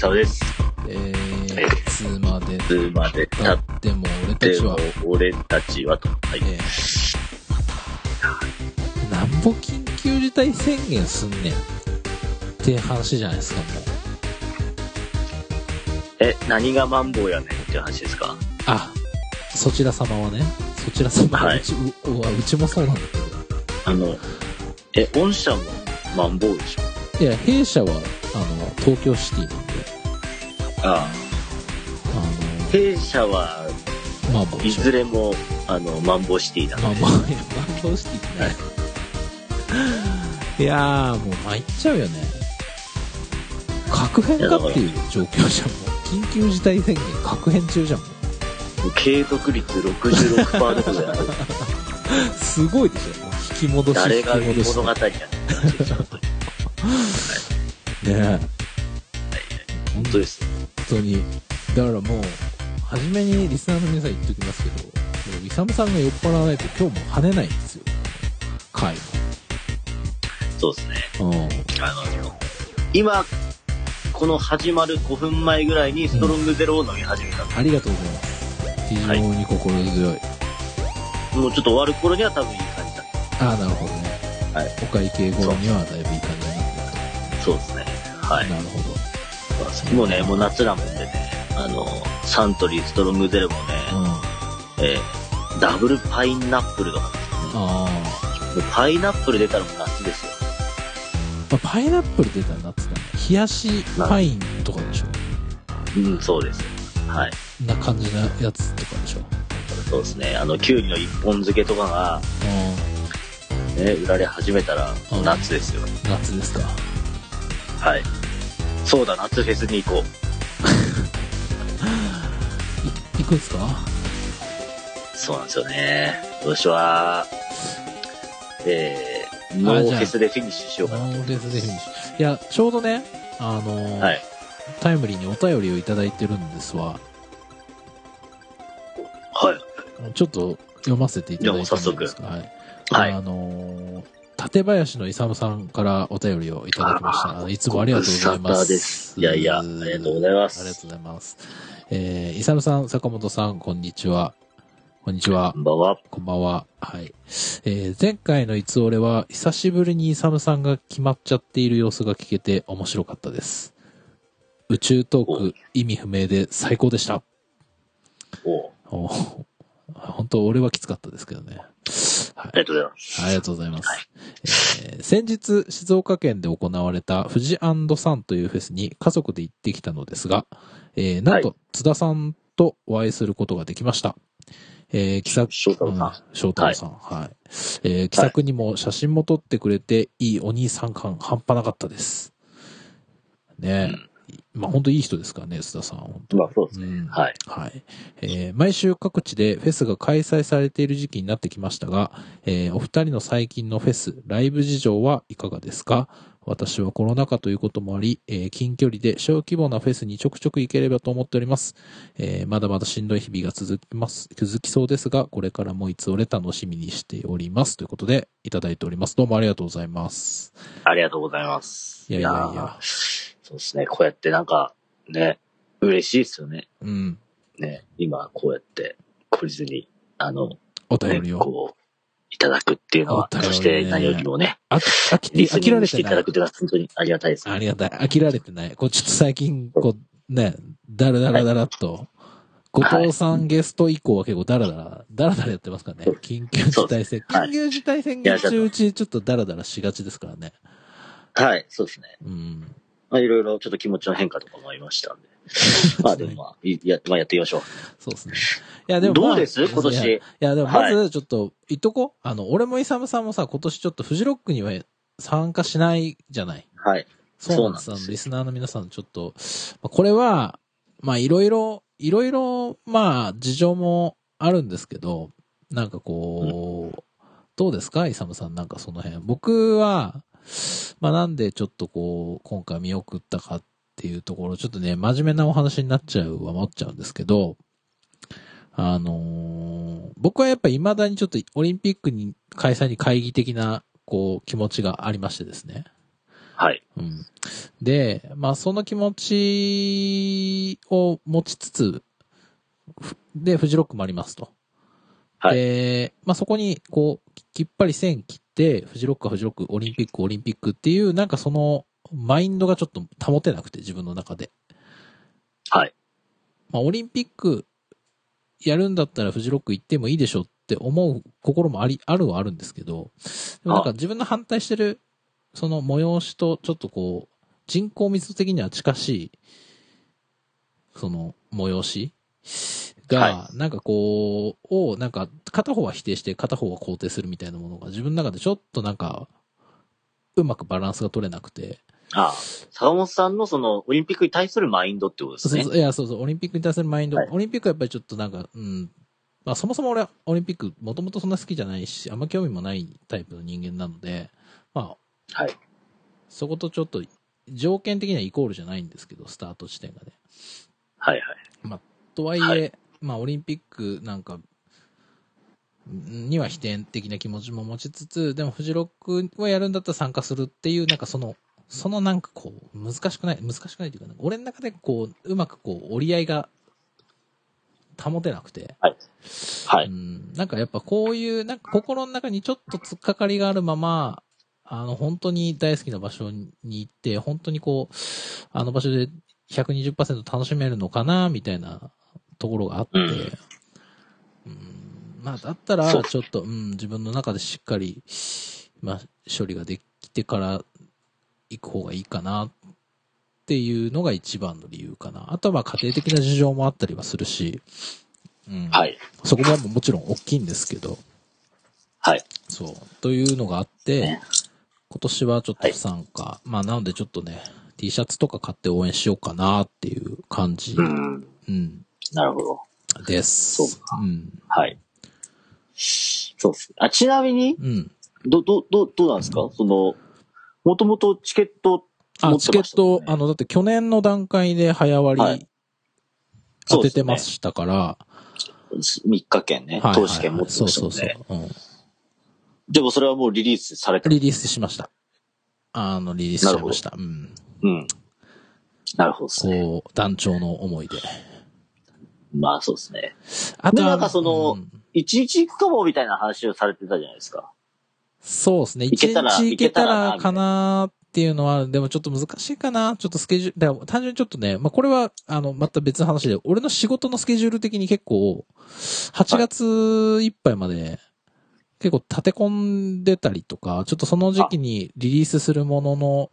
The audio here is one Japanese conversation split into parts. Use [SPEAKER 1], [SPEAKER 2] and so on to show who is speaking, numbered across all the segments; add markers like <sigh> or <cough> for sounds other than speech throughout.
[SPEAKER 1] 沢です。
[SPEAKER 2] え
[SPEAKER 1] え
[SPEAKER 2] ー、妻で
[SPEAKER 1] いつまで
[SPEAKER 2] あ
[SPEAKER 1] 経っ
[SPEAKER 2] っても俺た
[SPEAKER 1] て
[SPEAKER 2] ち
[SPEAKER 1] も
[SPEAKER 2] は、
[SPEAKER 1] 俺たちはと。はい
[SPEAKER 2] え。ー、なんぼ緊急事態宣言すんねん。って話じゃないですか、もう。
[SPEAKER 1] え、何がマンボウやねんっていう話ですか
[SPEAKER 2] あ、そちら様はね、そちら様は、
[SPEAKER 1] はいう
[SPEAKER 2] ち、ううわうちもそうなんだけ
[SPEAKER 1] あの、え、御社もマンボウでしょ
[SPEAKER 2] ど。いや、弊社は、あの、東京シティなんで、
[SPEAKER 1] あ
[SPEAKER 2] あ
[SPEAKER 1] 弊社は、
[SPEAKER 2] の、まあ、も
[SPEAKER 1] い
[SPEAKER 2] ちろん
[SPEAKER 1] ずれも、あの、マンボウシティな
[SPEAKER 2] まあ
[SPEAKER 1] ので。
[SPEAKER 2] まあ、いやマンボウシティね。いやー、もう参っちゃうよね。確変かっていう状況じゃん、もう。緊急事態宣言、確変中じゃん、も
[SPEAKER 1] 継続率66%どころ <laughs> じゃない。
[SPEAKER 2] う。すごいでしょ、もう引き戻し、
[SPEAKER 1] 誰
[SPEAKER 2] 引き
[SPEAKER 1] が
[SPEAKER 2] 戻し
[SPEAKER 1] 物語。やねんって話ですよ本
[SPEAKER 2] ねえ。
[SPEAKER 1] 当です。
[SPEAKER 2] 本当にだからもう初めにリスナーの皆さん言っておきますけどもうイサムさんが酔っ払わないと今日も跳ねないんですよ回
[SPEAKER 1] そうですね。
[SPEAKER 2] うん
[SPEAKER 1] あの、今、この始まる5分前ぐらいにストロングゼロを飲み始めたんで
[SPEAKER 2] ありがとうございます非常に心強い、
[SPEAKER 1] もうちょっと終わる頃には多分いい感じだ。
[SPEAKER 2] ああなるほどね、
[SPEAKER 1] はい
[SPEAKER 2] お会計頃にはだいぶいい感じになって
[SPEAKER 1] そうですね。はい
[SPEAKER 2] る。なるほ
[SPEAKER 1] もうね、もう夏なもんでね、あの、サントリーストロングゼロもね、
[SPEAKER 2] ど、うん、あ
[SPEAKER 1] えーダブルパイナップルとかね、
[SPEAKER 2] あ、
[SPEAKER 1] もうパイナップル出たらもう夏ですよ。
[SPEAKER 2] まあ、パイナップル出たらなってたね冷やしパインとかでしょ
[SPEAKER 1] うん、そうです。はい。
[SPEAKER 2] な感じなやつとかでしょ
[SPEAKER 1] そうですね。あの、キュウリの一本漬けとかが、
[SPEAKER 2] う
[SPEAKER 1] ね、売られ始めたら、もう夏ですよ。
[SPEAKER 2] ん夏ですか
[SPEAKER 1] はい。そうだ、夏フェスに行こう。
[SPEAKER 2] い行くんすか
[SPEAKER 1] そうなんですよね。今年は、えー、ノーフェスでフィニッシュしようかな
[SPEAKER 2] ノ
[SPEAKER 1] と。
[SPEAKER 2] ーレスでフィニッシュ。いや、ちょうどね、あのー
[SPEAKER 1] はい。
[SPEAKER 2] タイムリーにお便りをいただいてるんですわ。
[SPEAKER 1] はい。
[SPEAKER 2] ちょっと読ませていただいてもいいですか。はい。
[SPEAKER 1] はい。
[SPEAKER 2] あのー館林のイサムさんからお便りをいただきました。いつもありがとうございま
[SPEAKER 1] ご無沙汰
[SPEAKER 2] す。
[SPEAKER 1] ですいやいやありがとうございます
[SPEAKER 2] ありがとうございます。えー、イサムさん、坂本さん、こんにちは。こんにちは
[SPEAKER 1] こ。んばんは。
[SPEAKER 2] こんばんは。はい。えー前回のいつ俺は、久しぶりにイサムさんが決まっちゃっている様子が聞けて面白かったです。宇宙トーク、意味不明で最高でした。
[SPEAKER 1] おう
[SPEAKER 2] おー本当、俺はきつかったですけどね。は
[SPEAKER 1] あり
[SPEAKER 2] い。
[SPEAKER 1] がとうございます。
[SPEAKER 2] ありがとうございます。えー先日、静岡県で行われた富士サンというフェスに家族で行ってきたのですが、えーなんと、津田さんとお会いすることができました。えー、気さ
[SPEAKER 1] 翔太郎さん。
[SPEAKER 2] うん翔太郎さん。はい。えー気さくにも写真も撮ってくれて、いいお兄さん感半端なかったです。ねえ。まあ、本当いい人ですからね、須田さん。本当
[SPEAKER 1] まあそうです
[SPEAKER 2] う
[SPEAKER 1] ね。
[SPEAKER 2] ん。
[SPEAKER 1] はい。
[SPEAKER 2] はい。えー毎週各地でフェスが開催されている時期になってきましたが、えーお二人の最近のフェス、ライブ事情はいかがですか私はコロナ禍ということもあり、えー近距離で小規模なフェスにちょくちょく行ければと思っております。えーまだまだしんどい日々が続きます、続きそうですが、これからもいつ俺楽しみにしております。ということで、いただいております。どうもありがとうございます。
[SPEAKER 1] ありがとうございます。
[SPEAKER 2] いやいやいや
[SPEAKER 1] ーそうですね。こうやってなんか、ね、嬉しいですよね。
[SPEAKER 2] うん。
[SPEAKER 1] ね、今こうやって、懲りずに、あの、
[SPEAKER 2] お
[SPEAKER 1] ね
[SPEAKER 2] 便り、を。
[SPEAKER 1] こう、いただくっていうのは、
[SPEAKER 2] お便りね
[SPEAKER 1] そして何よりもね、
[SPEAKER 2] あ飽きて、
[SPEAKER 1] リ
[SPEAKER 2] 飽
[SPEAKER 1] スニ
[SPEAKER 2] き
[SPEAKER 1] ン
[SPEAKER 2] ら
[SPEAKER 1] グ
[SPEAKER 2] れ
[SPEAKER 1] して
[SPEAKER 2] て
[SPEAKER 1] い
[SPEAKER 2] な
[SPEAKER 1] ただ
[SPEAKER 2] い
[SPEAKER 1] くっ。ていうのは本当にありがたいです。
[SPEAKER 2] ありがたい。飽きられてない。こう、ちょっと最近、こう、ね、だらだらだらっと。後藤さんゲスト以降は結構だらだら、だらだらやってますからね。緊急事態宣言。
[SPEAKER 1] はい
[SPEAKER 2] 緊急事態宣言中うち、ちょっとだらだらしがちですからね。
[SPEAKER 1] はい、そうですね。
[SPEAKER 2] うん。
[SPEAKER 1] まあ、いろいろちょっと気持ちの変化とかもありました
[SPEAKER 2] <laughs>
[SPEAKER 1] んで。まあでも、まあ、いやまあ、やってみましょ
[SPEAKER 2] そうですね。いや、
[SPEAKER 1] う。
[SPEAKER 2] でもまあ、
[SPEAKER 1] どうです今
[SPEAKER 2] いやい
[SPEAKER 1] 年。
[SPEAKER 2] や、でもまず、ちょっと、言っとこう。あの、俺もイサムさんもさ、今年ちょっとフジロックには参加しないじゃない。
[SPEAKER 1] はい。
[SPEAKER 2] そうなんです。
[SPEAKER 1] そうな
[SPEAKER 2] あ
[SPEAKER 1] んです
[SPEAKER 2] のリスナーの皆さん、ちょっと、まあ、これは、まあ、いろいろ、いろいろ、まあ、事情もあるんですけど、なんかこう、どうですかイサムさん、なんかその辺。僕は、まあ、なんでちょっとこう、今回見送ったかっていうところ、ちょっとね、真面目なお話になっちゃうは思っちゃうんですけど、あのー僕はやっぱ未だにちょっとオリンピックに、開催に懐疑的な、こう、気持ちがありましてですね。
[SPEAKER 1] はい。
[SPEAKER 2] うん。で、まあ、その気持ちを持ちつつ、ふで、フジロックもありますと。
[SPEAKER 1] はい
[SPEAKER 2] で、まあ、そこに、こう、ききっぱり線切って、フジロックはフジロック、オリンピックはオリンピックっていう、なんかその、マインドがちょっと保てなくて、自分の中で。
[SPEAKER 1] はい。
[SPEAKER 2] まあ、オリンピックやるんだったらフジロック行ってもいいでしょって思う心もあり、あるはあるんですけど、でもなんか自分の反対してる、その催しとちょっとこう、人口密度的には近しい、その催しが
[SPEAKER 1] は、
[SPEAKER 2] なんかこう、を、なんか片方は否定して片方は肯定するみたいなものが自分の中でちょっとなんか、うまくバランスが取れなくて、
[SPEAKER 1] ああ坂本さんのその、オリンピックに対するマインドってことで
[SPEAKER 2] そう
[SPEAKER 1] すね。
[SPEAKER 2] そういや、そうそう、オリンピックに対するマインド、
[SPEAKER 1] はい
[SPEAKER 2] オリンピックはやっぱりちょっとなんか、うん、まあそもそも俺はオリンピックもともとそんな好きじゃないし、あんま興味もないタイプの人間なので、まあ、
[SPEAKER 1] はい。
[SPEAKER 2] そことちょっと、条件的にはイコールじゃないんですけど、スタート地点がね。
[SPEAKER 1] はいはい。
[SPEAKER 2] とはいえ、
[SPEAKER 1] は
[SPEAKER 2] まあオリンピックなんか、には否定的な気持ちも持ちつつ、でもフジロックをやるんだったら参加するっていう、なんかその、そのなんかこう、難しくない、難しくないというか、なんか俺の中でこう、うまくこう、折り合いが保てなくて、
[SPEAKER 1] は
[SPEAKER 2] う
[SPEAKER 1] い。
[SPEAKER 2] ん、なんかやっぱこういう、なんか心の中にちょっと突っかかりがあるまま、あの、本当に大好きな場所に行って、本当にこう、あの場所で120%楽しめるのかな、みたいなところがあって、
[SPEAKER 1] う
[SPEAKER 2] うんん、まあ、だったら、
[SPEAKER 1] そう
[SPEAKER 2] ちょっと、うん、自分の中でしっかり、まあ、処理ができてから行く方がいいかな、っていうのが一番の理由かな。あとはまあ家庭的な事情もあったりはするし、うん。
[SPEAKER 1] はい。
[SPEAKER 2] そこももちろん大きいんですけど、
[SPEAKER 1] はい。
[SPEAKER 2] そう。というのがあって
[SPEAKER 1] ね、
[SPEAKER 2] 今年はちょっと不参加。まあ、なのでちょっとね、T シャツとか買って応援しようかなっていう感じ、
[SPEAKER 1] う
[SPEAKER 2] うん、
[SPEAKER 1] ん。なるほど。
[SPEAKER 2] です。
[SPEAKER 1] そう
[SPEAKER 2] うん。
[SPEAKER 1] はい。そうです。あ、ちなみに、
[SPEAKER 2] うん。
[SPEAKER 1] ど、ど、ど、どうなんですかその、もともとチケット持
[SPEAKER 2] あ、
[SPEAKER 1] って
[SPEAKER 2] チケ
[SPEAKER 1] まし
[SPEAKER 2] ッ
[SPEAKER 1] たもんね、
[SPEAKER 2] ト、あの、だって去年の段階で早
[SPEAKER 1] は
[SPEAKER 2] 割り
[SPEAKER 1] い
[SPEAKER 2] 当ててましたから、
[SPEAKER 1] 3日券ね、
[SPEAKER 2] はい
[SPEAKER 1] 投資券持って
[SPEAKER 2] そ
[SPEAKER 1] ま
[SPEAKER 2] う
[SPEAKER 1] した
[SPEAKER 2] そ
[SPEAKER 1] もん
[SPEAKER 2] う
[SPEAKER 1] ね。
[SPEAKER 2] そう、うん。
[SPEAKER 1] でもそれはもうリリースされた。
[SPEAKER 2] リリースしました。あの、リリースしちゃいました。うん。
[SPEAKER 1] うん。なるほどですね。
[SPEAKER 2] こう、団長の思いで。
[SPEAKER 1] まあそうですね。
[SPEAKER 2] あ
[SPEAKER 1] で
[SPEAKER 2] と
[SPEAKER 1] も
[SPEAKER 2] は、
[SPEAKER 1] なんかその
[SPEAKER 2] うん
[SPEAKER 1] 一日行くかもみたいな話をされてたじゃないですか。
[SPEAKER 2] そうですね。
[SPEAKER 1] 行
[SPEAKER 2] 一
[SPEAKER 1] けたら
[SPEAKER 2] 日行けたら
[SPEAKER 1] 行け
[SPEAKER 2] か
[SPEAKER 1] たらな
[SPEAKER 2] なっていうのは、でもちょっと難しいかな。ちょっとスケジュール、だから単純にちょっとね、まあ、これは、あの、また別の話で、俺の仕事のスケジュール的に結構、8月いっぱいまで、結構立て込んでたりとか、ちょっとその時期にリリースするものの、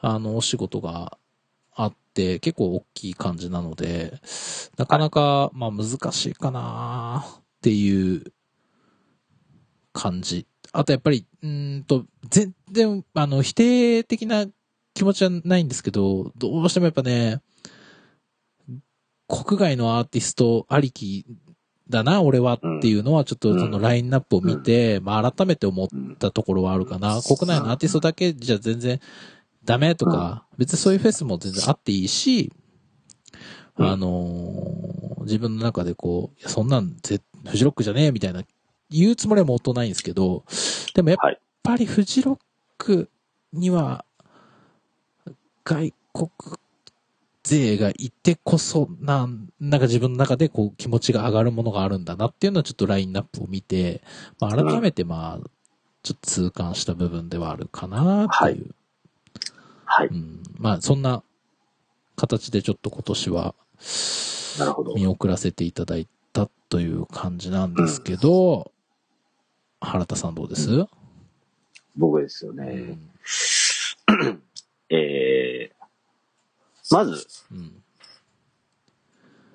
[SPEAKER 2] あの、お仕事があって、結構大きい感じなので、なかなか、まあ難しいかなっていう感じ。あとやっぱり、うーんと、全然、あの、否定的な気持ちはないんですけど、どうしてもやっぱね、国外のアーティストありきだな、俺はっていうのは、ちょっとそのラインナップを見て、まあ改めて思ったところはあるかな。国内のアーティストだけじゃ全然ダメとか、別にそういうフェスも全然あっていいし、
[SPEAKER 1] うん
[SPEAKER 2] あのー自分の中でこう、いやそんなんぜ、フジロックじゃねえみたいな、言うつもりはもっとないんですけど、でもやっ
[SPEAKER 1] はい
[SPEAKER 2] ぱりフジロックには、外国勢がいてこそ、なん、なんか自分の中でこう気持ちが上がるものがあるんだなっていうのはちょっとラインナップを見て、まあ、改めてまあ、ちょっと痛感した部分ではあるかなっていう。
[SPEAKER 1] はい。
[SPEAKER 2] うん。まあ、そんな形でちょっと今年は
[SPEAKER 1] なるほど。
[SPEAKER 2] 見送らせていただいたという感じなんですけど、原田さんどうです、
[SPEAKER 1] 僕ですよ
[SPEAKER 2] う
[SPEAKER 1] ね。
[SPEAKER 2] ん
[SPEAKER 1] えー、まず、
[SPEAKER 2] うん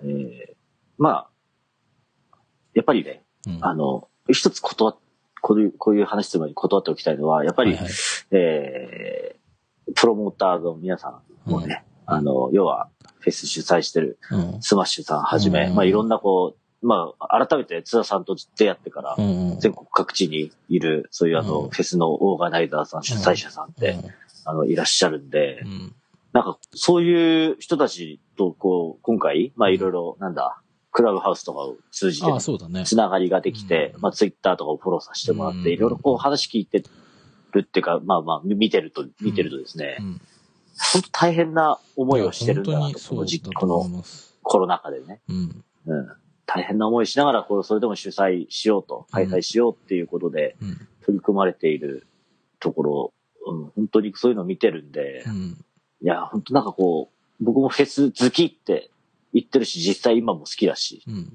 [SPEAKER 1] えー、まあ、やっぱりね、
[SPEAKER 2] うん
[SPEAKER 1] あの、一つ断っ、こういう、こういう話する前に断っておきたいのは、やっぱり、
[SPEAKER 2] はいはい
[SPEAKER 1] えー、プロモーターの皆さんもね、
[SPEAKER 2] うん
[SPEAKER 1] あの、要は、フェス主催してる、
[SPEAKER 2] うん
[SPEAKER 1] スマッシュさんはじめ、
[SPEAKER 2] うん
[SPEAKER 1] まあいろんなこう、まあ改めて津田さんと出会ってから、
[SPEAKER 2] うんうん
[SPEAKER 1] 全国各地にいる、そういうあの、
[SPEAKER 2] うん
[SPEAKER 1] フェスのオーガナイザーさん、主催者さんって、あの、いらっしゃるんで、
[SPEAKER 2] うん
[SPEAKER 1] なんか、そういう人たちと、こう、今回、まあいろいろ、なんだ、クラブハウスとかを通じて
[SPEAKER 2] ああ、そうだね。
[SPEAKER 1] つながりができて、
[SPEAKER 2] うん
[SPEAKER 1] まあツイッターとかをフォローさせてもらって、
[SPEAKER 2] うん
[SPEAKER 1] いろいろこう話聞いてるっていうか、まあまあ、見てると、見てるとですね、
[SPEAKER 2] うん。
[SPEAKER 1] 本当大変な思いをしてるんだ
[SPEAKER 2] い
[SPEAKER 1] な
[SPEAKER 2] や本当に
[SPEAKER 1] と、
[SPEAKER 2] そ
[SPEAKER 1] こ
[SPEAKER 2] う
[SPEAKER 1] の時
[SPEAKER 2] だ
[SPEAKER 1] こと
[SPEAKER 2] 思い
[SPEAKER 1] の
[SPEAKER 2] ます。
[SPEAKER 1] コロナ禍でね。
[SPEAKER 2] うん。
[SPEAKER 1] うん。大変な思いしながら、こうそれでも主催しようと、開催しようっていうことで
[SPEAKER 2] うん。
[SPEAKER 1] 取り組まれているところ、うん、本当にそういうのを見てるんで
[SPEAKER 2] う、ん。
[SPEAKER 1] いや、本当なんかこう、僕もフェス好きって言ってるし、実際今も好きだし、
[SPEAKER 2] うん。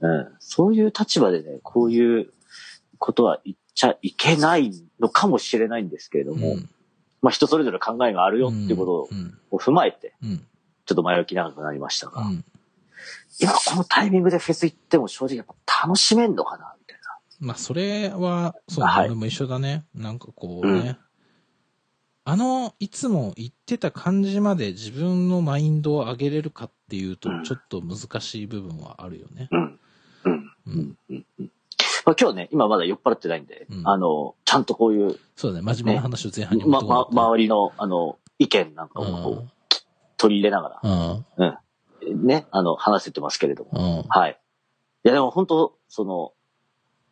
[SPEAKER 1] うん、そういう立場でね、こういうことは言っちゃいけないのかもしれないんですけれど
[SPEAKER 2] う
[SPEAKER 1] も、
[SPEAKER 2] ん。
[SPEAKER 1] まあ人それぞれ考えがあるよっていうこと
[SPEAKER 2] うん。
[SPEAKER 1] を踏まえて、
[SPEAKER 2] うん。
[SPEAKER 1] ちょっと前置き長くなりました
[SPEAKER 2] う
[SPEAKER 1] が、
[SPEAKER 2] ん。
[SPEAKER 1] 今このタイミングでフェス行っても正直やっぱ楽しめんのかなみたい
[SPEAKER 2] まあ、それは、そう、
[SPEAKER 1] はい
[SPEAKER 2] 俺も一緒だね。なんかこうね、
[SPEAKER 1] うん
[SPEAKER 2] あの、いつも言ってた感じまで自分のマインドを上げれるかっていうと
[SPEAKER 1] う、ん
[SPEAKER 2] ちょっと難しい部分はあるよね。
[SPEAKER 1] な。うん。うん。
[SPEAKER 2] うん。
[SPEAKER 1] まあ、今日ね、今まだ酔っ払ってないんで、
[SPEAKER 2] うん
[SPEAKER 1] あの、ちゃんとこういう、
[SPEAKER 2] そうだね。真面目な話を前半に持っ
[SPEAKER 1] ま、
[SPEAKER 2] てこな
[SPEAKER 1] ま
[SPEAKER 2] か、った
[SPEAKER 1] 周りの、あの、意見なんかをこう取り入れなが
[SPEAKER 2] うん。
[SPEAKER 1] ら、ね、あの、話せてますけれども。
[SPEAKER 2] うん。
[SPEAKER 1] はい。いや、でも本当その、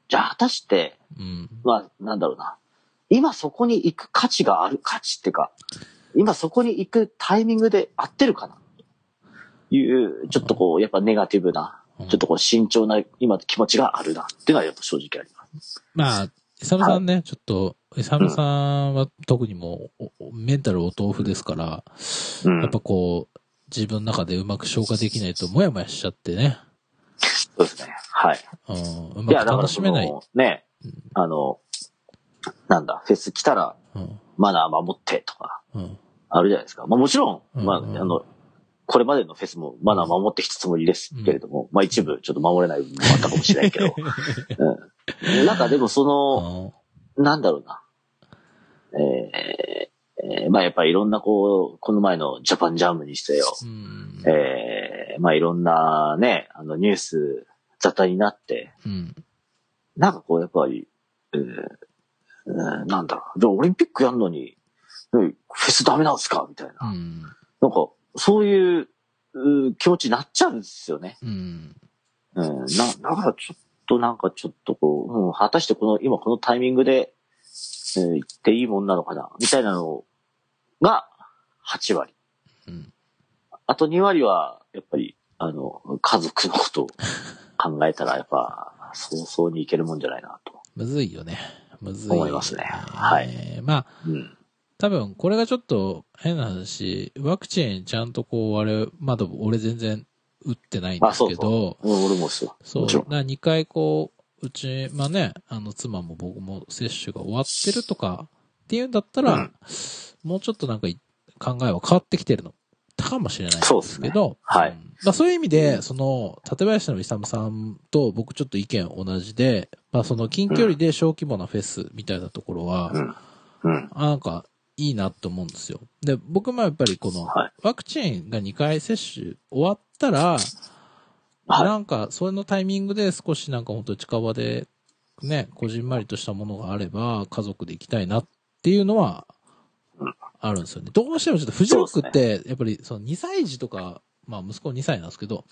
[SPEAKER 1] じゃあ果たして、
[SPEAKER 2] うん。
[SPEAKER 1] まあ、なんだろうな。今そこに行く価値がある、価値っていうか、今そこに行くタイミングで合ってるかなという、ちょっとこう、やっぱネガティブな、
[SPEAKER 2] うん
[SPEAKER 1] ちょっとこう慎重な、今気持ちがあるな、っていうのはやっぱ正直あります。
[SPEAKER 2] まあ、イサムさんね、ちょっと、イサムさんは特にもう、おメンタルお豆腐ですから、
[SPEAKER 1] うん
[SPEAKER 2] やっぱこう、自分の中でうまく消化できないと、もやもやしちゃってね、
[SPEAKER 1] そうですね。はい。
[SPEAKER 2] うん、う
[SPEAKER 1] い
[SPEAKER 2] ま
[SPEAKER 1] や、
[SPEAKER 2] く
[SPEAKER 1] だから
[SPEAKER 2] 楽
[SPEAKER 1] そ
[SPEAKER 2] しめない。
[SPEAKER 1] の、ね、あの、なんだ、フェス来たら
[SPEAKER 2] うん、
[SPEAKER 1] マナー守ってとか、
[SPEAKER 2] うん、
[SPEAKER 1] あるじゃないですか。まあもちろん、まあ、あ
[SPEAKER 2] うんうん
[SPEAKER 1] の、これまでのフェスもマナー守ってきたつもりですけれども、まあ一部ちょっと守れない部分もあったかもしれない
[SPEAKER 2] <laughs>
[SPEAKER 1] けど、うん。なんかでもその、なんだろうな、えーえーまあやっぱりいろんなこう、この前のジャパンジャムにしてよ、
[SPEAKER 2] うん、
[SPEAKER 1] えーまあいろんなね、あのニュース沙汰になって、
[SPEAKER 2] うん、
[SPEAKER 1] なんかこうやっぱり、えーえーなんだろう、でもオリンピックやんのに、うんフェスダメなんすかみたいな。
[SPEAKER 2] うん、
[SPEAKER 1] なんか、そういううー気持ちになっちゃうんですよね。
[SPEAKER 2] うん、
[SPEAKER 1] うん。な、だからちょっとなんかちょっとこう、うん、果たしてこの、今このタイミングで、えー行っていいもんなのかな、みたいなのが8割。
[SPEAKER 2] うん
[SPEAKER 1] あと2割は、やっぱり、あの、家族のことを考えたら、やっぱ、早々に行けるもんじゃないなと。
[SPEAKER 2] むずいよね。むずい、。
[SPEAKER 1] 思いますねはい
[SPEAKER 2] まあ、
[SPEAKER 1] うん。
[SPEAKER 2] 多分これがちょっと変な話、ワクチンちゃんとこう、あれ、まだ俺全然打ってないんですけ
[SPEAKER 1] あそう
[SPEAKER 2] ど、
[SPEAKER 1] うん俺もですよ。
[SPEAKER 2] そう。
[SPEAKER 1] も
[SPEAKER 2] だ
[SPEAKER 1] ちろん
[SPEAKER 2] から2回こう、うち、まあね、あの、妻も僕も接種が終わってるとかっていうんだったら、
[SPEAKER 1] うん
[SPEAKER 2] もうちょっとなんかい考えは変わってきてるのかもしれないん
[SPEAKER 1] そう
[SPEAKER 2] で
[SPEAKER 1] ですす
[SPEAKER 2] け
[SPEAKER 1] ね
[SPEAKER 2] ど、
[SPEAKER 1] はい
[SPEAKER 2] うんまあそういう意味で、その、館林の勇さんと僕ちょっと意見同じで、まあその近距離で小規模なフェスみたいなところは、
[SPEAKER 1] うん。うん。
[SPEAKER 2] あなんか、いいなと思うんですよ。で、僕もやっぱりこの
[SPEAKER 1] はい、
[SPEAKER 2] ワクチンが2回接種終わったら、
[SPEAKER 1] はい
[SPEAKER 2] なんか、それのタイミングで少しなんか本当近場で、ね、こじんまりとしたものがあれば、家族で行きたいなっていうのは
[SPEAKER 1] うん、
[SPEAKER 2] あるんですよね。どうしてもちょっと、フジロック
[SPEAKER 1] そ
[SPEAKER 2] っ
[SPEAKER 1] う
[SPEAKER 2] て、やっぱりその2歳児とか、まあ息子2歳なんですけど、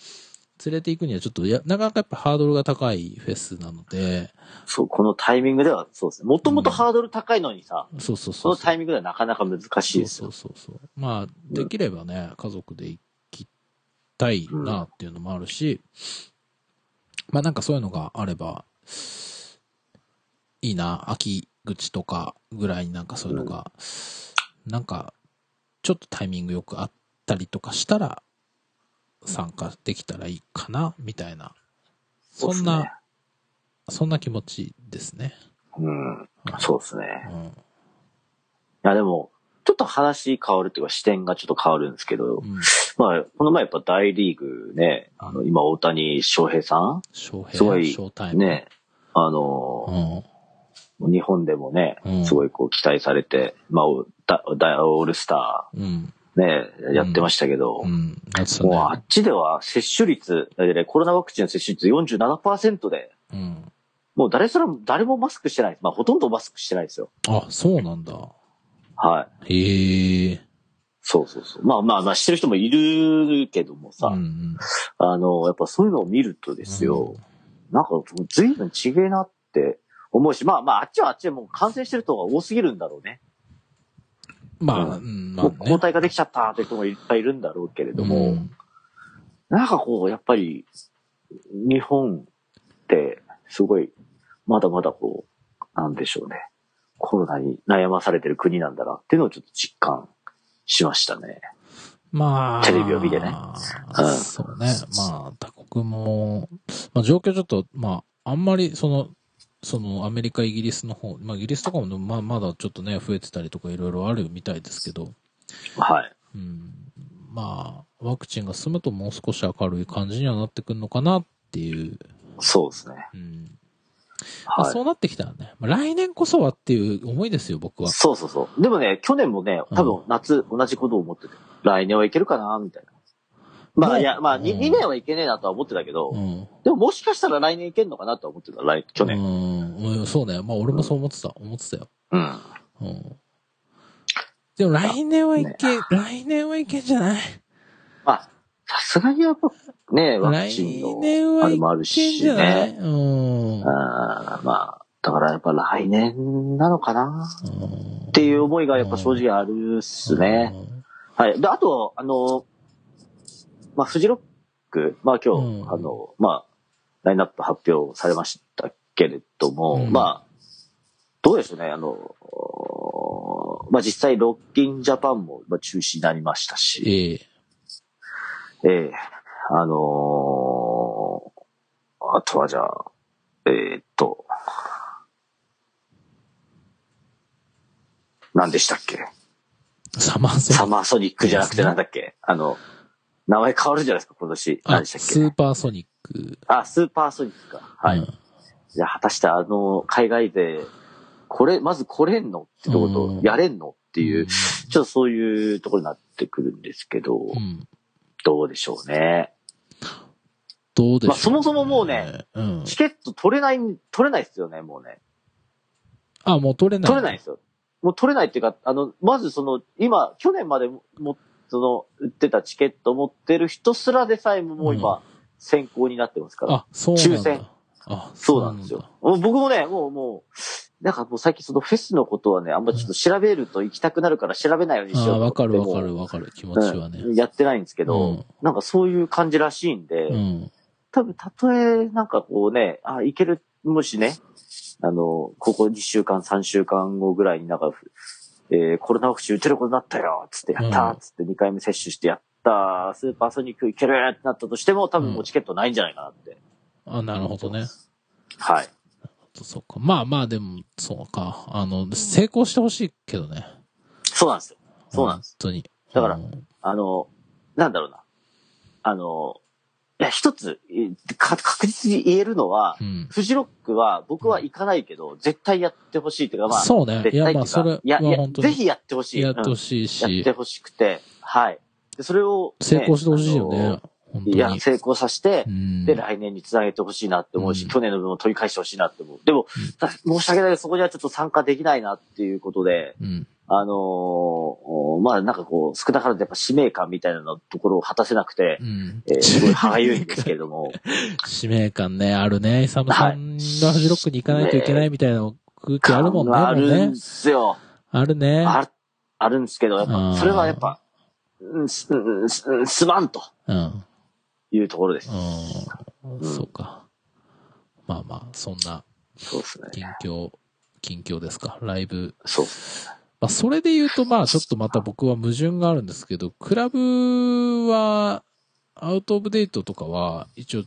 [SPEAKER 2] 連れて行くにはちょっとや、なかなかやっぱハードルが高いフェスなので、
[SPEAKER 1] そう、このタイミングではそうですね。もともとハードル高いのにさ、
[SPEAKER 2] そうそうそ
[SPEAKER 1] そうの
[SPEAKER 2] そう。
[SPEAKER 1] タイミングではなかなか難しいです
[SPEAKER 2] そ
[SPEAKER 1] よ
[SPEAKER 2] う。そうそうそう。まあ、できればね、家族で行きたいなっていうのもあるし、まあなんかそういうのがあれば、いいな、秋口とかぐらいになんかそういうのが、なんか、ちょっとタイミングよくあったりとかしたら、参加できたらいいかな、みたいな。そんな、そんな気持ちですね。
[SPEAKER 1] うん。
[SPEAKER 2] うん
[SPEAKER 1] そうですね。
[SPEAKER 2] うん。
[SPEAKER 1] いや、でも、ちょっと話変わるっていうか視点がちょっと変わるんですけど
[SPEAKER 2] う、ん。
[SPEAKER 1] まあ、この前やっぱ大リーグね、あの、今大谷翔平さ
[SPEAKER 2] 翔平、
[SPEAKER 1] すごい
[SPEAKER 2] ショータイ
[SPEAKER 1] ん
[SPEAKER 2] ム。
[SPEAKER 1] ね、あ
[SPEAKER 2] う
[SPEAKER 1] の、
[SPEAKER 2] ん。
[SPEAKER 1] 日本でもね
[SPEAKER 2] うん、
[SPEAKER 1] すごいこう期待されて、まあ、おだだオールスタ
[SPEAKER 2] うん。
[SPEAKER 1] ーね、やってましたけど、
[SPEAKER 2] うん。やってたね
[SPEAKER 1] もうあっちでは接種率、あれねコロナワクチンの接種率47%で、
[SPEAKER 2] うん。
[SPEAKER 1] もう誰すらも、誰もマスクしてない。まあ、ほとんどマスクしてないですよ。
[SPEAKER 2] あ、そうなんだ。
[SPEAKER 1] はい。
[SPEAKER 2] へえ。
[SPEAKER 1] そうそうそう。まあまあまあ、してる人もいるけどもさ、
[SPEAKER 2] うんうん、
[SPEAKER 1] あの、やっぱそういうのを見るとですよ、なんか随分違えなって思うし、まあまあ、あっちはあっちでもう感染してる人が多すぎるんだろうね。
[SPEAKER 2] まあ、
[SPEAKER 1] う
[SPEAKER 2] うん、ま
[SPEAKER 1] も
[SPEAKER 2] あ
[SPEAKER 1] う
[SPEAKER 2] ね。
[SPEAKER 1] 抗体ができちゃったって人もいっぱいいるんだろうけれど
[SPEAKER 2] う
[SPEAKER 1] も、
[SPEAKER 2] ん
[SPEAKER 1] なんかこう、やっぱり、日本って、すごい、まだまだこう、なんでしょうね。コロナに悩まされてる国なんだなっていうのをちょっと実感しましたね。
[SPEAKER 2] まあ。
[SPEAKER 1] テレビを見てねうん
[SPEAKER 2] そうね。まあ、他国も、まあ状況ちょっと、まあ、あんまり、その、そのアメリカ、イギリスの方、まあイギリスとかも、まあまだちょっとね、増えてたりとかいろいろあるみたいですけど、
[SPEAKER 1] はい。
[SPEAKER 2] うん、まあ、ワクチンが進むともう少し明るい感じにはなってくるのかなっていう、
[SPEAKER 1] そうですね。
[SPEAKER 2] うん。まあ
[SPEAKER 1] はい。
[SPEAKER 2] そうなってきたらね、まあ来年こそはっていう思いですよ、僕は。
[SPEAKER 1] そうそうそう。でもね、去年もね、多分夏同じことを思ってて、来年はいけるかな、みたいな。ま
[SPEAKER 2] も
[SPEAKER 1] あ
[SPEAKER 2] う
[SPEAKER 1] いや、まあ 2,、
[SPEAKER 2] うん
[SPEAKER 1] 二年はいけねえなとは思ってたけど、
[SPEAKER 2] うん。
[SPEAKER 1] でももしかしたら来年いけるのかなとは思ってた、来去年。
[SPEAKER 2] うんうん、そうね。まあ俺もそう思ってた、思ってたよ。
[SPEAKER 1] うん。
[SPEAKER 2] うんでも来年はいけ、来年はいけんじゃない
[SPEAKER 1] まあ、さすがにやっぱね、ワク
[SPEAKER 2] 来
[SPEAKER 1] チン
[SPEAKER 2] 年
[SPEAKER 1] のあ
[SPEAKER 2] は
[SPEAKER 1] れ
[SPEAKER 2] い
[SPEAKER 1] もある
[SPEAKER 2] けん
[SPEAKER 1] し
[SPEAKER 2] じゃない
[SPEAKER 1] ね。
[SPEAKER 2] うん。うん
[SPEAKER 1] あーまあ、だからやっぱ来年なのかなっていう思いがやっぱ正直あるっすね。。はい。で、あと、あの、まあ、フジロック、まあ今日、
[SPEAKER 2] うん
[SPEAKER 1] あの、まあ、ラインナップ発表されましたけれども、
[SPEAKER 2] うん
[SPEAKER 1] まあ、どうでしょうね、あの、おーまあ実際、ロッキンジャパンもまあ中止になりましたし、
[SPEAKER 2] ええ。
[SPEAKER 1] ええあのーあとはじゃあ、えーっと、何でしたっけ
[SPEAKER 2] サマーソ
[SPEAKER 1] サ
[SPEAKER 2] ニッ
[SPEAKER 1] マーソニックじゃなくてなんだっけあの、名前変わるじゃないですか、今年。
[SPEAKER 2] ク。あ
[SPEAKER 1] 何で、した
[SPEAKER 2] ス
[SPEAKER 1] っ
[SPEAKER 2] ー
[SPEAKER 1] け
[SPEAKER 2] パーソニック。
[SPEAKER 1] あスーパーソニックか。はい。
[SPEAKER 2] うん
[SPEAKER 1] じゃあ、果たしてあの、海外で、これ、まず来れんのってとこ
[SPEAKER 2] う
[SPEAKER 1] と
[SPEAKER 2] ん、
[SPEAKER 1] やれんのっていう、ちょっとそういうところになってくるんですけど、
[SPEAKER 2] うん。
[SPEAKER 1] どうでしょうね。
[SPEAKER 2] どうでしょうね
[SPEAKER 1] まあそもそももうね。
[SPEAKER 2] うん。
[SPEAKER 1] チケット取れない、取れないですよね、もうね。
[SPEAKER 2] あ、もう取れない。
[SPEAKER 1] 取れないんですよ。もう取れないっていうか、あの、まずその、今、去年までも、その、売ってたチケット持ってる人すらでさえももう今、先行になってますから。
[SPEAKER 2] あ、そうなんだ。
[SPEAKER 1] 抽選
[SPEAKER 2] あ、
[SPEAKER 1] そうなんですよ。もう僕もね、もう、もう、なんかもう最近そのフェスのことはね、あんまちょっと調べると行きたくなるから調べないように
[SPEAKER 2] そう
[SPEAKER 1] し
[SPEAKER 2] なんだ。
[SPEAKER 1] よ
[SPEAKER 2] あ、
[SPEAKER 1] うと思
[SPEAKER 2] わ
[SPEAKER 1] って
[SPEAKER 2] かるわか
[SPEAKER 1] も
[SPEAKER 2] るわかる。気持
[SPEAKER 1] う
[SPEAKER 2] ちはね。
[SPEAKER 1] うんやってないんですけど、
[SPEAKER 2] うん
[SPEAKER 1] なんかそういう感じらしいんで、
[SPEAKER 2] うん。
[SPEAKER 1] 多分たとえなんかこうね、あ、いける、もしね、あの、ここ2週間、3週間後ぐらいになんか、えーコロナワクチン打てることになったよつって、やった
[SPEAKER 2] うん
[SPEAKER 1] ーつって2回目接種してやったースーパーソニックいけるーってなったとしても、多分もうチケットないんじゃないかなって。
[SPEAKER 2] あ、なるほどね。
[SPEAKER 1] はい。
[SPEAKER 2] そうか。まあまあ、でも、そうか。あの、成功してほしいけどね。
[SPEAKER 1] そうなんですよ。そうなんです。
[SPEAKER 2] 本当に。
[SPEAKER 1] だから
[SPEAKER 2] うん
[SPEAKER 1] あの、なんだろうな。あの、いや、一つ、いか確実に言えるのは、
[SPEAKER 2] うん。
[SPEAKER 1] フジロックは僕は行かないけど、絶対やってほしいっていうか、まあ、
[SPEAKER 2] そうね。
[SPEAKER 1] 絶
[SPEAKER 2] いや、
[SPEAKER 1] 対って
[SPEAKER 2] ま
[SPEAKER 1] い
[SPEAKER 2] あ、
[SPEAKER 1] う
[SPEAKER 2] そ
[SPEAKER 1] か
[SPEAKER 2] れはい
[SPEAKER 1] や、いや
[SPEAKER 2] 本当
[SPEAKER 1] ぜ
[SPEAKER 2] に
[SPEAKER 1] ひやってほしい。
[SPEAKER 2] やって
[SPEAKER 1] う
[SPEAKER 2] ほ
[SPEAKER 1] ん
[SPEAKER 2] しい
[SPEAKER 1] やっ、
[SPEAKER 2] して
[SPEAKER 1] ほしくて、はい。でそれをね、
[SPEAKER 2] 成功してほしいよ
[SPEAKER 1] あ
[SPEAKER 2] ね
[SPEAKER 1] の。
[SPEAKER 2] 本
[SPEAKER 1] い
[SPEAKER 2] 当
[SPEAKER 1] や、
[SPEAKER 2] に。
[SPEAKER 1] 成功させて
[SPEAKER 2] う、ん
[SPEAKER 1] で、来年につなげてほしいなって思うし、
[SPEAKER 2] うん
[SPEAKER 1] 去年の分を取り返してほしいなって思う。でも、た申し訳ないけど、そこにはちょっと参加できないなっていうことで、
[SPEAKER 2] うん。
[SPEAKER 1] あのーおまあ、なんかこう、少なからずやっぱ使命感みたいなのところを果たせなくて
[SPEAKER 2] う、ん。
[SPEAKER 1] えーすごい歯がゆいんですけれども、
[SPEAKER 2] <laughs> 使命感ね、あるね。イサムさんがフジロックに行かないといけないみたいな空気あるもんね。
[SPEAKER 1] あ
[SPEAKER 2] もう
[SPEAKER 1] るん
[SPEAKER 2] ね
[SPEAKER 1] で。すよ。
[SPEAKER 2] あるね。
[SPEAKER 1] ある、あるんですけど、やっ
[SPEAKER 2] う
[SPEAKER 1] ぱ、
[SPEAKER 2] ん
[SPEAKER 1] それはやっぱ、うん、す、うんすうんすまんと
[SPEAKER 2] うん。
[SPEAKER 1] いうところです。
[SPEAKER 2] うん。そうか。まあまあ、そんな
[SPEAKER 1] そうですね。
[SPEAKER 2] 近況、近況ですか。ライブ
[SPEAKER 1] そう。
[SPEAKER 2] まあ、それで言うと、まあ、ちょっとまた僕は矛盾があるんですけど、クラブは、アウトオブデートとかは、一応、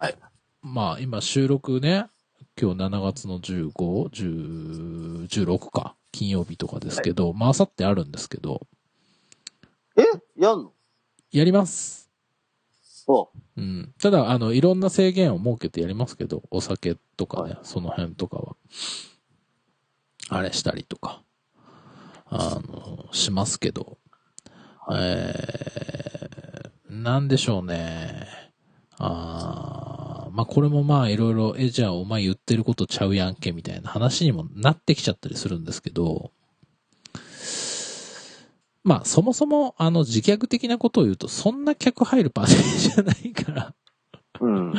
[SPEAKER 1] はい
[SPEAKER 2] まあ、今収録ね、今日7月の15、10 16か、金曜日とかですけど、まあ、あさってあるんですけど、
[SPEAKER 1] えやんの
[SPEAKER 2] やります。
[SPEAKER 1] お
[SPEAKER 2] うん。ただ、あの、いろんな制限を設けてやりますけど、お酒とかね、その辺とかは、あれしたりとか、あの、しますけど、えー、なんでしょうね。あーまあ、これもまあ、いろいろ、え、じゃあお前言ってることちゃうやんけ、みたいな話にもなってきちゃったりするんですけど、まあ、そもそも、あの、自虐的なことを言うと、そんな客入るパーティーじゃないから、
[SPEAKER 1] うん。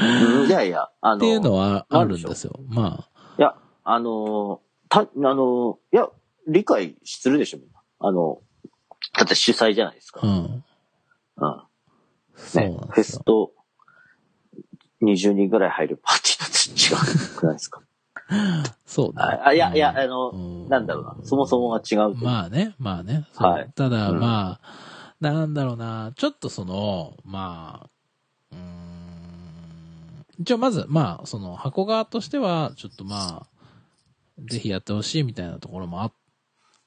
[SPEAKER 1] いやいや、あ
[SPEAKER 2] <laughs>
[SPEAKER 1] の、
[SPEAKER 2] っていうのはあ
[SPEAKER 1] なん
[SPEAKER 2] るん
[SPEAKER 1] でしょう
[SPEAKER 2] ですよ。まあ、
[SPEAKER 1] いや、あの、た、あの、いや、理解するでしょ、みんなあの、だって主催じゃないです
[SPEAKER 2] う
[SPEAKER 1] か。
[SPEAKER 2] ん。
[SPEAKER 1] うん。
[SPEAKER 2] そう
[SPEAKER 1] ね
[SPEAKER 2] なん、
[SPEAKER 1] フェ
[SPEAKER 2] です
[SPEAKER 1] ス
[SPEAKER 2] よ。
[SPEAKER 1] ト20人ぐらい入るパーティーだって違うくないですか
[SPEAKER 2] そうね
[SPEAKER 1] ああいや、いや、あの、
[SPEAKER 2] うん
[SPEAKER 1] なんだろうな、そもそもが違うという。
[SPEAKER 2] まあね、まあね。そう
[SPEAKER 1] はい
[SPEAKER 2] ただ、
[SPEAKER 1] うん
[SPEAKER 2] まあ、なんだろうな、ちょっとその、まあ、うーん、一応まず、まあ、その箱側としては、ちょっとまあ、ぜひやってほしいみたいなところもあ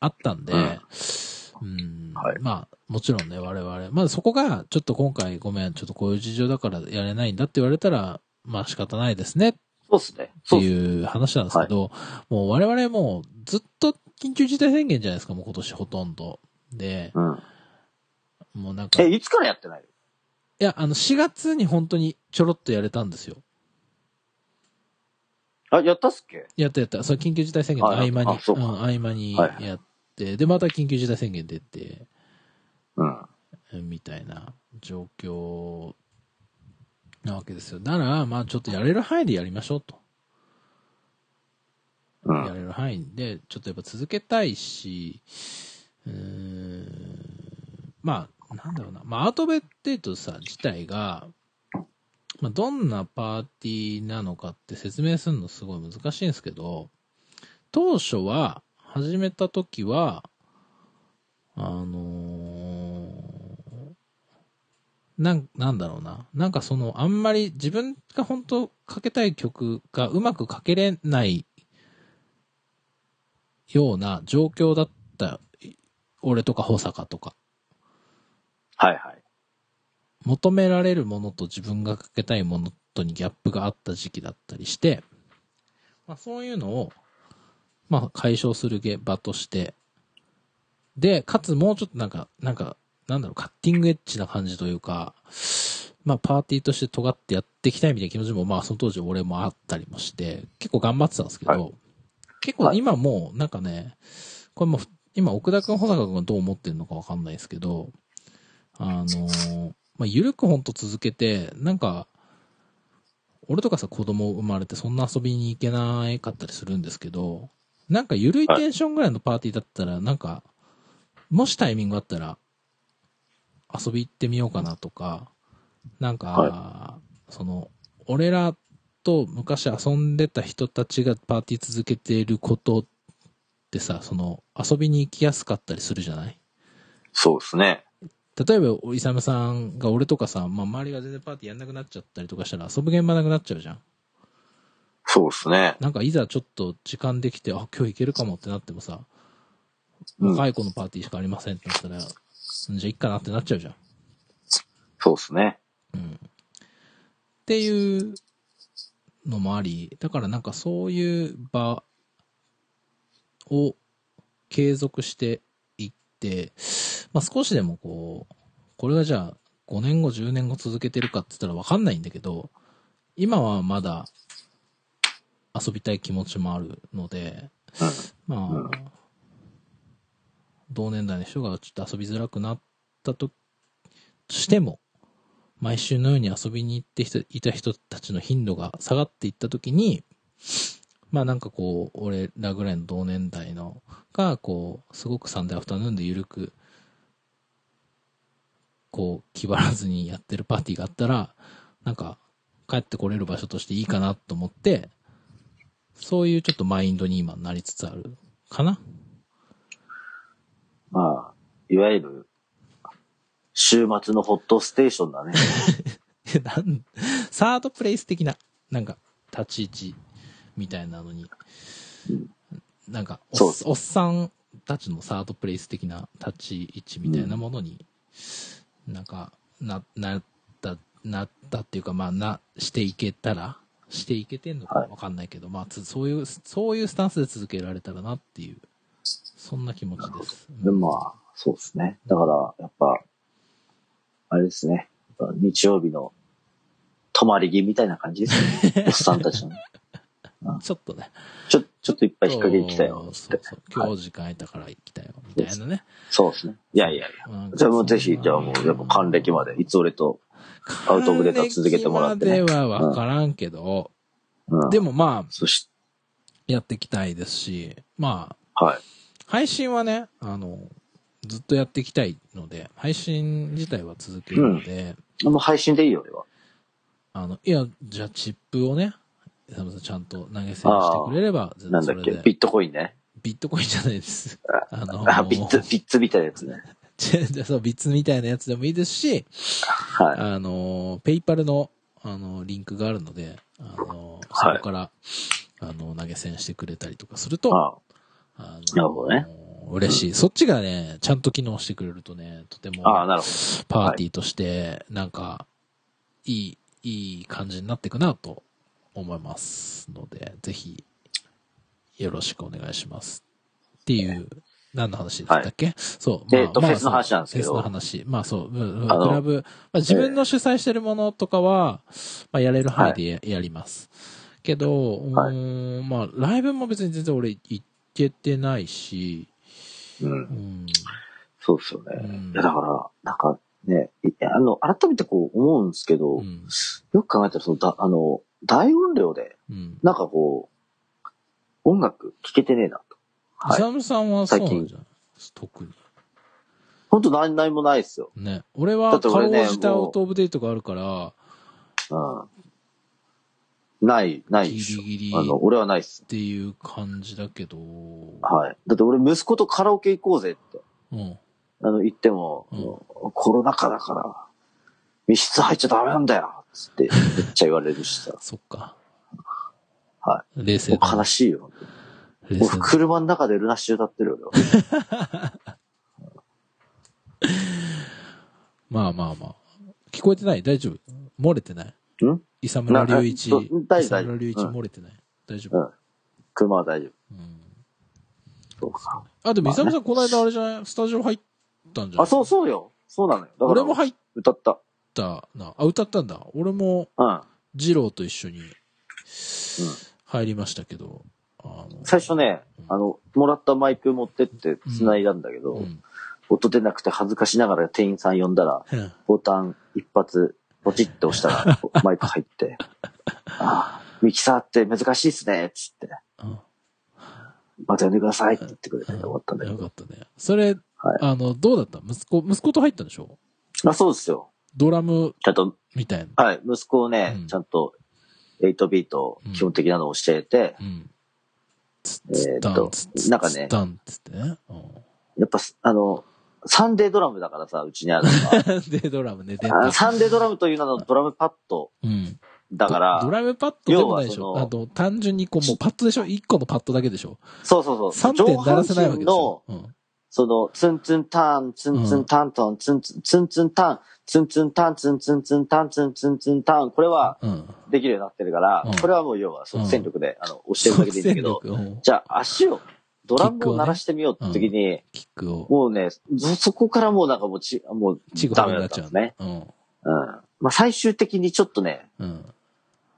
[SPEAKER 2] あったんで、
[SPEAKER 1] うん
[SPEAKER 2] うん
[SPEAKER 1] はい
[SPEAKER 2] まあ、もちろんね、我々、まあそこが、ちょっと今回ごめん、ちょっとこういう事情だからやれないんだって言われたら、まあ仕方ないですね
[SPEAKER 1] そうですね。
[SPEAKER 2] って
[SPEAKER 1] そうっす
[SPEAKER 2] いう話なんですけど、もう我々もうずっと緊急事態宣言じゃないですか、もう今年ほとんど。で、
[SPEAKER 1] うん。
[SPEAKER 2] もうなんか、
[SPEAKER 1] え、
[SPEAKER 2] い
[SPEAKER 1] いつからやってない
[SPEAKER 2] や、あの、4月に本当にちょろっとやれたんですよ。
[SPEAKER 1] あ、やったっすっけ
[SPEAKER 2] やったやった。それ緊急事態宣言の合間
[SPEAKER 1] あ
[SPEAKER 2] に
[SPEAKER 1] あ、そう
[SPEAKER 2] う
[SPEAKER 1] か
[SPEAKER 2] ん、合間に
[SPEAKER 1] はいはい
[SPEAKER 2] やって、で、また緊急事態宣言出て、
[SPEAKER 1] うん。
[SPEAKER 2] みたいな状況なわけですよ。なら、まあちょっとやれる範囲でやりましょうと。
[SPEAKER 1] う
[SPEAKER 2] や
[SPEAKER 1] ん。
[SPEAKER 2] れる範囲で、ちょっとやっぱ続けたいし、うーん、まあ、なんだろうな、まあ、アートベッテートさ、自体が、まあ、どんなパーティーなのかって説明するのすごい難しいんですけど、当初は、始めた時は、あのーなん、なんだろうな。なんかその、あんまり自分が本当かけたい曲がうまくかけれないような状況だった、い俺とか保坂とか、
[SPEAKER 1] はいはい。
[SPEAKER 2] 求められるものと自分がかけたいものとにギャップがあった時期だったりして、まあそういうのを、まあ解消する場として、で、かつもうちょっとなんか、なんか、なんだろう、カッティングエッジな感じというか、まあパーティーとして尖ってやっていきたいみたいな気持ちも、まあその当時俺もあったりもして、結構頑張ってたんですけど、
[SPEAKER 1] は
[SPEAKER 2] 結構今もうなんかね、これもう今奥田くん、保坂くんがどう思ってるのかわかんないですけど、あのーまあ、ゆるくほんと続けて、なんか、俺とかさ、子供生まれてそんな遊びに行けなかったりするんですけど、なんかゆるいテンションぐらいのパーティーだったら、なんか、もしタイミングあったら、遊び行ってみようかなとか、なんか、その、俺らと昔遊んでた人たちがパーティー続けていることってさ、その、遊びに行きやすかったりするじゃない
[SPEAKER 1] そうですね。
[SPEAKER 2] 例えば、イサムさんが俺とかさ、まあ、周りが全然パーティーやんなくなっちゃったりとかしたら遊ぶ現場なくなっちゃうじゃん。
[SPEAKER 1] そうですね。
[SPEAKER 2] なんかいざちょっと時間できて、あ、今日行けるかもってなってもさ、
[SPEAKER 1] うん
[SPEAKER 2] 若い子のパーティーしかありませんってなったら、じゃあいっかなってなっちゃうじゃん。
[SPEAKER 1] そうですね。
[SPEAKER 2] うんっていうのもあり、だからなんかそういう場を継続していって、まあ少しでもこう、これがじゃあ5年後、10年後続けてるかって言ったらわかんないんだけど、今はまだ遊びたい気持ちもあるので、
[SPEAKER 1] うん。
[SPEAKER 2] まあ、同年代の人がちょっと遊びづらくなったとしても、毎週のように遊びに行って人いた人たちの頻度が下がっていったときに、まあなんかこう、俺らぐらいの同年代のが、こう、すごくサンデーアフタヌーンで緩く、こう、気張らずにやってるパーティーがあったら、なんか、帰ってこれる場所としていいかなと思って、そういうちょっとマインドに今なりつつあるかな
[SPEAKER 1] まあ、いわゆる、週末のホットステーションだね。
[SPEAKER 2] えなん、サードプレイス的な、なんか、立ち位置みたいなのに、なんかおっ
[SPEAKER 1] そうです
[SPEAKER 2] おっさんたちのサードプレイス的な立ち位置みたいなものに、なんか、な、なった、なったっていうか、まあ、な、していけたら、していけてんのか
[SPEAKER 1] はい
[SPEAKER 2] わかんないけど、まあつ、そういう、そういうスタンスで続けられたらなっていう、そんな気持ちです。
[SPEAKER 1] でもまあ、そうですね。だから、やっぱ、あれですね。やっぱ日曜日の泊まり着みたいな感じです
[SPEAKER 2] <laughs>
[SPEAKER 1] ね。おっさんたちのね。
[SPEAKER 2] ちょっとね。
[SPEAKER 1] ちょ、ちょっといっぱい引っ掛けてきたよ。つっ
[SPEAKER 2] そ
[SPEAKER 1] て
[SPEAKER 2] うそう。今日時間空いたから行きたよ。みたいなね。
[SPEAKER 1] そうですね。いやいやいや。
[SPEAKER 2] なんか
[SPEAKER 1] じゃあもう
[SPEAKER 2] そん
[SPEAKER 1] ぜ
[SPEAKER 2] な
[SPEAKER 1] ひ、じゃあもう、やっぱ還暦まで、いつ俺と、アウトオブデータ続けてもらってね
[SPEAKER 2] 還暦まではわからんけど、
[SPEAKER 1] うん。
[SPEAKER 2] でも
[SPEAKER 1] も、
[SPEAKER 2] まあ、
[SPEAKER 1] そし
[SPEAKER 2] やっていきたいですし、まあ、
[SPEAKER 1] はい。
[SPEAKER 2] 配信はね、あの、ずっとやっていきたいので、配信自体は続けるので、
[SPEAKER 1] もう配信でいいよ、俺は。
[SPEAKER 2] あの、いや、じゃあチップをね、サムさんちゃんと投げ銭してくれれば、全
[SPEAKER 1] な
[SPEAKER 2] 然
[SPEAKER 1] ん
[SPEAKER 2] それ
[SPEAKER 1] だっけ
[SPEAKER 2] で。
[SPEAKER 1] ビットコインね。
[SPEAKER 2] ビットコインじゃないです。あの
[SPEAKER 1] あ、ビッ
[SPEAKER 2] <laughs>
[SPEAKER 1] ツ、ビッツみたいなやつね。
[SPEAKER 2] 違う違うそう、ビッツみたいなやつでもいいですし、
[SPEAKER 1] はい。
[SPEAKER 2] あの、ペイパルの、あの、リンクがあるので、あの、そ
[SPEAKER 1] はい
[SPEAKER 2] こから、あの、投げ銭してくれたりとかすると、
[SPEAKER 1] あ
[SPEAKER 2] あ
[SPEAKER 1] なるほどね
[SPEAKER 2] 嬉しい。そっちがね、ちゃんと機能してくれるとね、とても、
[SPEAKER 1] あ、なるほ
[SPEAKER 2] パーティーとして、なんか、いい、いい感じになっていくなと思いますので、ぜひ、よろしくお願いします。っていう、何の話でしたっけ、そう。
[SPEAKER 1] えっとフェスの話なんですけ
[SPEAKER 2] フ
[SPEAKER 1] ど
[SPEAKER 2] ェスの話。まあそう、うんうん
[SPEAKER 1] あの
[SPEAKER 2] クラブ、まあ、自分の主催してるものとかは、まあやれる範囲でや,、ります。けど、う
[SPEAKER 1] はい
[SPEAKER 2] ーん、まあライブも別に全然俺行けてないし、
[SPEAKER 1] ど。う。
[SPEAKER 2] うんん、
[SPEAKER 1] そうですよ
[SPEAKER 2] う
[SPEAKER 1] ね。
[SPEAKER 2] ん
[SPEAKER 1] いや、だから、なんかね、いあの、改めてこう思うんですけど、
[SPEAKER 2] うん、
[SPEAKER 1] よく考えたら、その、だあの、大音量で、
[SPEAKER 2] うん。
[SPEAKER 1] なんかこう、音楽聴けてねえなと。
[SPEAKER 2] イ
[SPEAKER 1] はい。
[SPEAKER 2] サムさんはそうなんじゃない特に。
[SPEAKER 1] ほんと何、何もないっすよ。
[SPEAKER 2] ね。俺
[SPEAKER 1] だ
[SPEAKER 2] は、
[SPEAKER 1] って
[SPEAKER 2] かろ
[SPEAKER 1] 俺ね
[SPEAKER 2] うじた
[SPEAKER 1] もう
[SPEAKER 2] アウトオブデートがあるから、
[SPEAKER 1] うん。ない、ないで
[SPEAKER 2] ギ
[SPEAKER 1] しょ
[SPEAKER 2] リ。ギリ
[SPEAKER 1] あの、
[SPEAKER 2] っ
[SPEAKER 1] 俺はないっす。
[SPEAKER 2] ていう感じだけど、
[SPEAKER 1] はい。だって俺、息子とカラオケ行こうぜって、
[SPEAKER 2] うん。
[SPEAKER 1] あの、言っても、
[SPEAKER 2] うん。
[SPEAKER 1] あのコロナ禍だから、密室入っちゃダメなんだよつって、めっちゃ言われるしさ
[SPEAKER 2] <laughs> そっか。。
[SPEAKER 1] はい
[SPEAKER 2] 冷静
[SPEAKER 1] もう
[SPEAKER 2] だ。
[SPEAKER 1] 悲しいよ。
[SPEAKER 2] 冷
[SPEAKER 1] もう
[SPEAKER 2] 静だ。
[SPEAKER 1] 車の中でルナシュ歌ってるよ。俺は
[SPEAKER 2] <laughs> まあまあまあ。聞こえてない大丈夫漏れてない
[SPEAKER 1] ん
[SPEAKER 2] イサムラ隆一。
[SPEAKER 1] ななど大丈夫
[SPEAKER 2] イサムラ隆一
[SPEAKER 1] うん
[SPEAKER 2] 漏れてない。大丈
[SPEAKER 1] う
[SPEAKER 2] 夫。
[SPEAKER 1] ん。車は大丈夫。
[SPEAKER 2] うん。
[SPEAKER 1] そうか。
[SPEAKER 2] あ、でも
[SPEAKER 1] まあね
[SPEAKER 2] イサムさん、この間あれじゃないスタジオ入ったんじゃない
[SPEAKER 1] あ、そう
[SPEAKER 2] う。
[SPEAKER 1] そうよ。そうなのよ。だから
[SPEAKER 2] 俺も入っ
[SPEAKER 1] 歌った。
[SPEAKER 2] たな。あ、歌ったんだ。俺も、
[SPEAKER 1] うん。
[SPEAKER 2] 二郎と一緒に入りましたけど、あの
[SPEAKER 1] 最初ね
[SPEAKER 2] うん、
[SPEAKER 1] あの、もらったマイク持ってって繋いだんだけど、
[SPEAKER 2] うん、
[SPEAKER 1] 音出なくて恥ずかしながら店員さん呼んだら、ボタン一発、ポチッと押した
[SPEAKER 2] <laughs>
[SPEAKER 1] ら、マイク入って、ああ、ミキサーって難しいっすね、つって、
[SPEAKER 2] あ
[SPEAKER 1] また呼んでくださいって言ってくれて終わったんだけ
[SPEAKER 2] よか
[SPEAKER 1] ど。
[SPEAKER 2] ったね。それ、あの、どうだった息子、息子と入ったんでしょ
[SPEAKER 1] あ、そうですよ。
[SPEAKER 2] ドラム
[SPEAKER 1] ちゃんと、
[SPEAKER 2] みたいな。
[SPEAKER 1] はい、息子をね、
[SPEAKER 2] うん
[SPEAKER 1] ちゃんと、8ビート
[SPEAKER 2] うん、
[SPEAKER 1] 基本的なのを教えて、
[SPEAKER 2] うん。つ
[SPEAKER 1] え
[SPEAKER 2] つ
[SPEAKER 1] ーっ
[SPEAKER 2] った
[SPEAKER 1] と
[SPEAKER 2] ん、つつ
[SPEAKER 1] なんかね
[SPEAKER 2] つったんつってね。う
[SPEAKER 1] やっぱ、あの、サンデードラムだからさ、うちにあるの
[SPEAKER 2] <laughs>
[SPEAKER 1] は
[SPEAKER 2] んで、ドラムね、出
[SPEAKER 1] あの。
[SPEAKER 2] た。
[SPEAKER 1] サンデードラムという名のドラムパッド
[SPEAKER 2] うん。
[SPEAKER 1] だか
[SPEAKER 2] ドド
[SPEAKER 1] ら、
[SPEAKER 2] ラムパッドでもないでし
[SPEAKER 1] 要
[SPEAKER 2] ょ。
[SPEAKER 1] は
[SPEAKER 2] あ
[SPEAKER 1] そ
[SPEAKER 2] の、単純にこう、もうパッドでしょ一個のパッドだけでしょ
[SPEAKER 1] そうそうそ
[SPEAKER 2] 三
[SPEAKER 1] う、上
[SPEAKER 2] 点鳴ら
[SPEAKER 1] 半
[SPEAKER 2] せないわけ
[SPEAKER 1] 身
[SPEAKER 2] でし
[SPEAKER 1] の
[SPEAKER 2] ょ、うん。
[SPEAKER 1] その、ツンツンターン、ツンツンターントン、ツンツン、ツンツンターン、ツンツンターン、ツンツンツンターン、ツンツンツンターン、これは
[SPEAKER 2] うん。
[SPEAKER 1] できるようになってるから
[SPEAKER 2] うん、
[SPEAKER 1] これはもう要は、その
[SPEAKER 2] うん
[SPEAKER 1] 戦力で、あの、押してるだけでいいんだけど、
[SPEAKER 2] 即戦力うん
[SPEAKER 1] じゃあ足を、ドラムを鳴らしてみようって時に、
[SPEAKER 2] キックを。
[SPEAKER 1] もうね、そそこからもうなんかもうち、もう
[SPEAKER 2] ちぐは
[SPEAKER 1] ダ
[SPEAKER 2] ぐ
[SPEAKER 1] メ
[SPEAKER 2] にな
[SPEAKER 1] だ
[SPEAKER 2] っ
[SPEAKER 1] った
[SPEAKER 2] ち
[SPEAKER 1] ん
[SPEAKER 2] ゃ
[SPEAKER 1] で
[SPEAKER 2] う
[SPEAKER 1] すね。
[SPEAKER 2] うん。
[SPEAKER 1] うん。まあ最終的にちょっとね、
[SPEAKER 2] うん。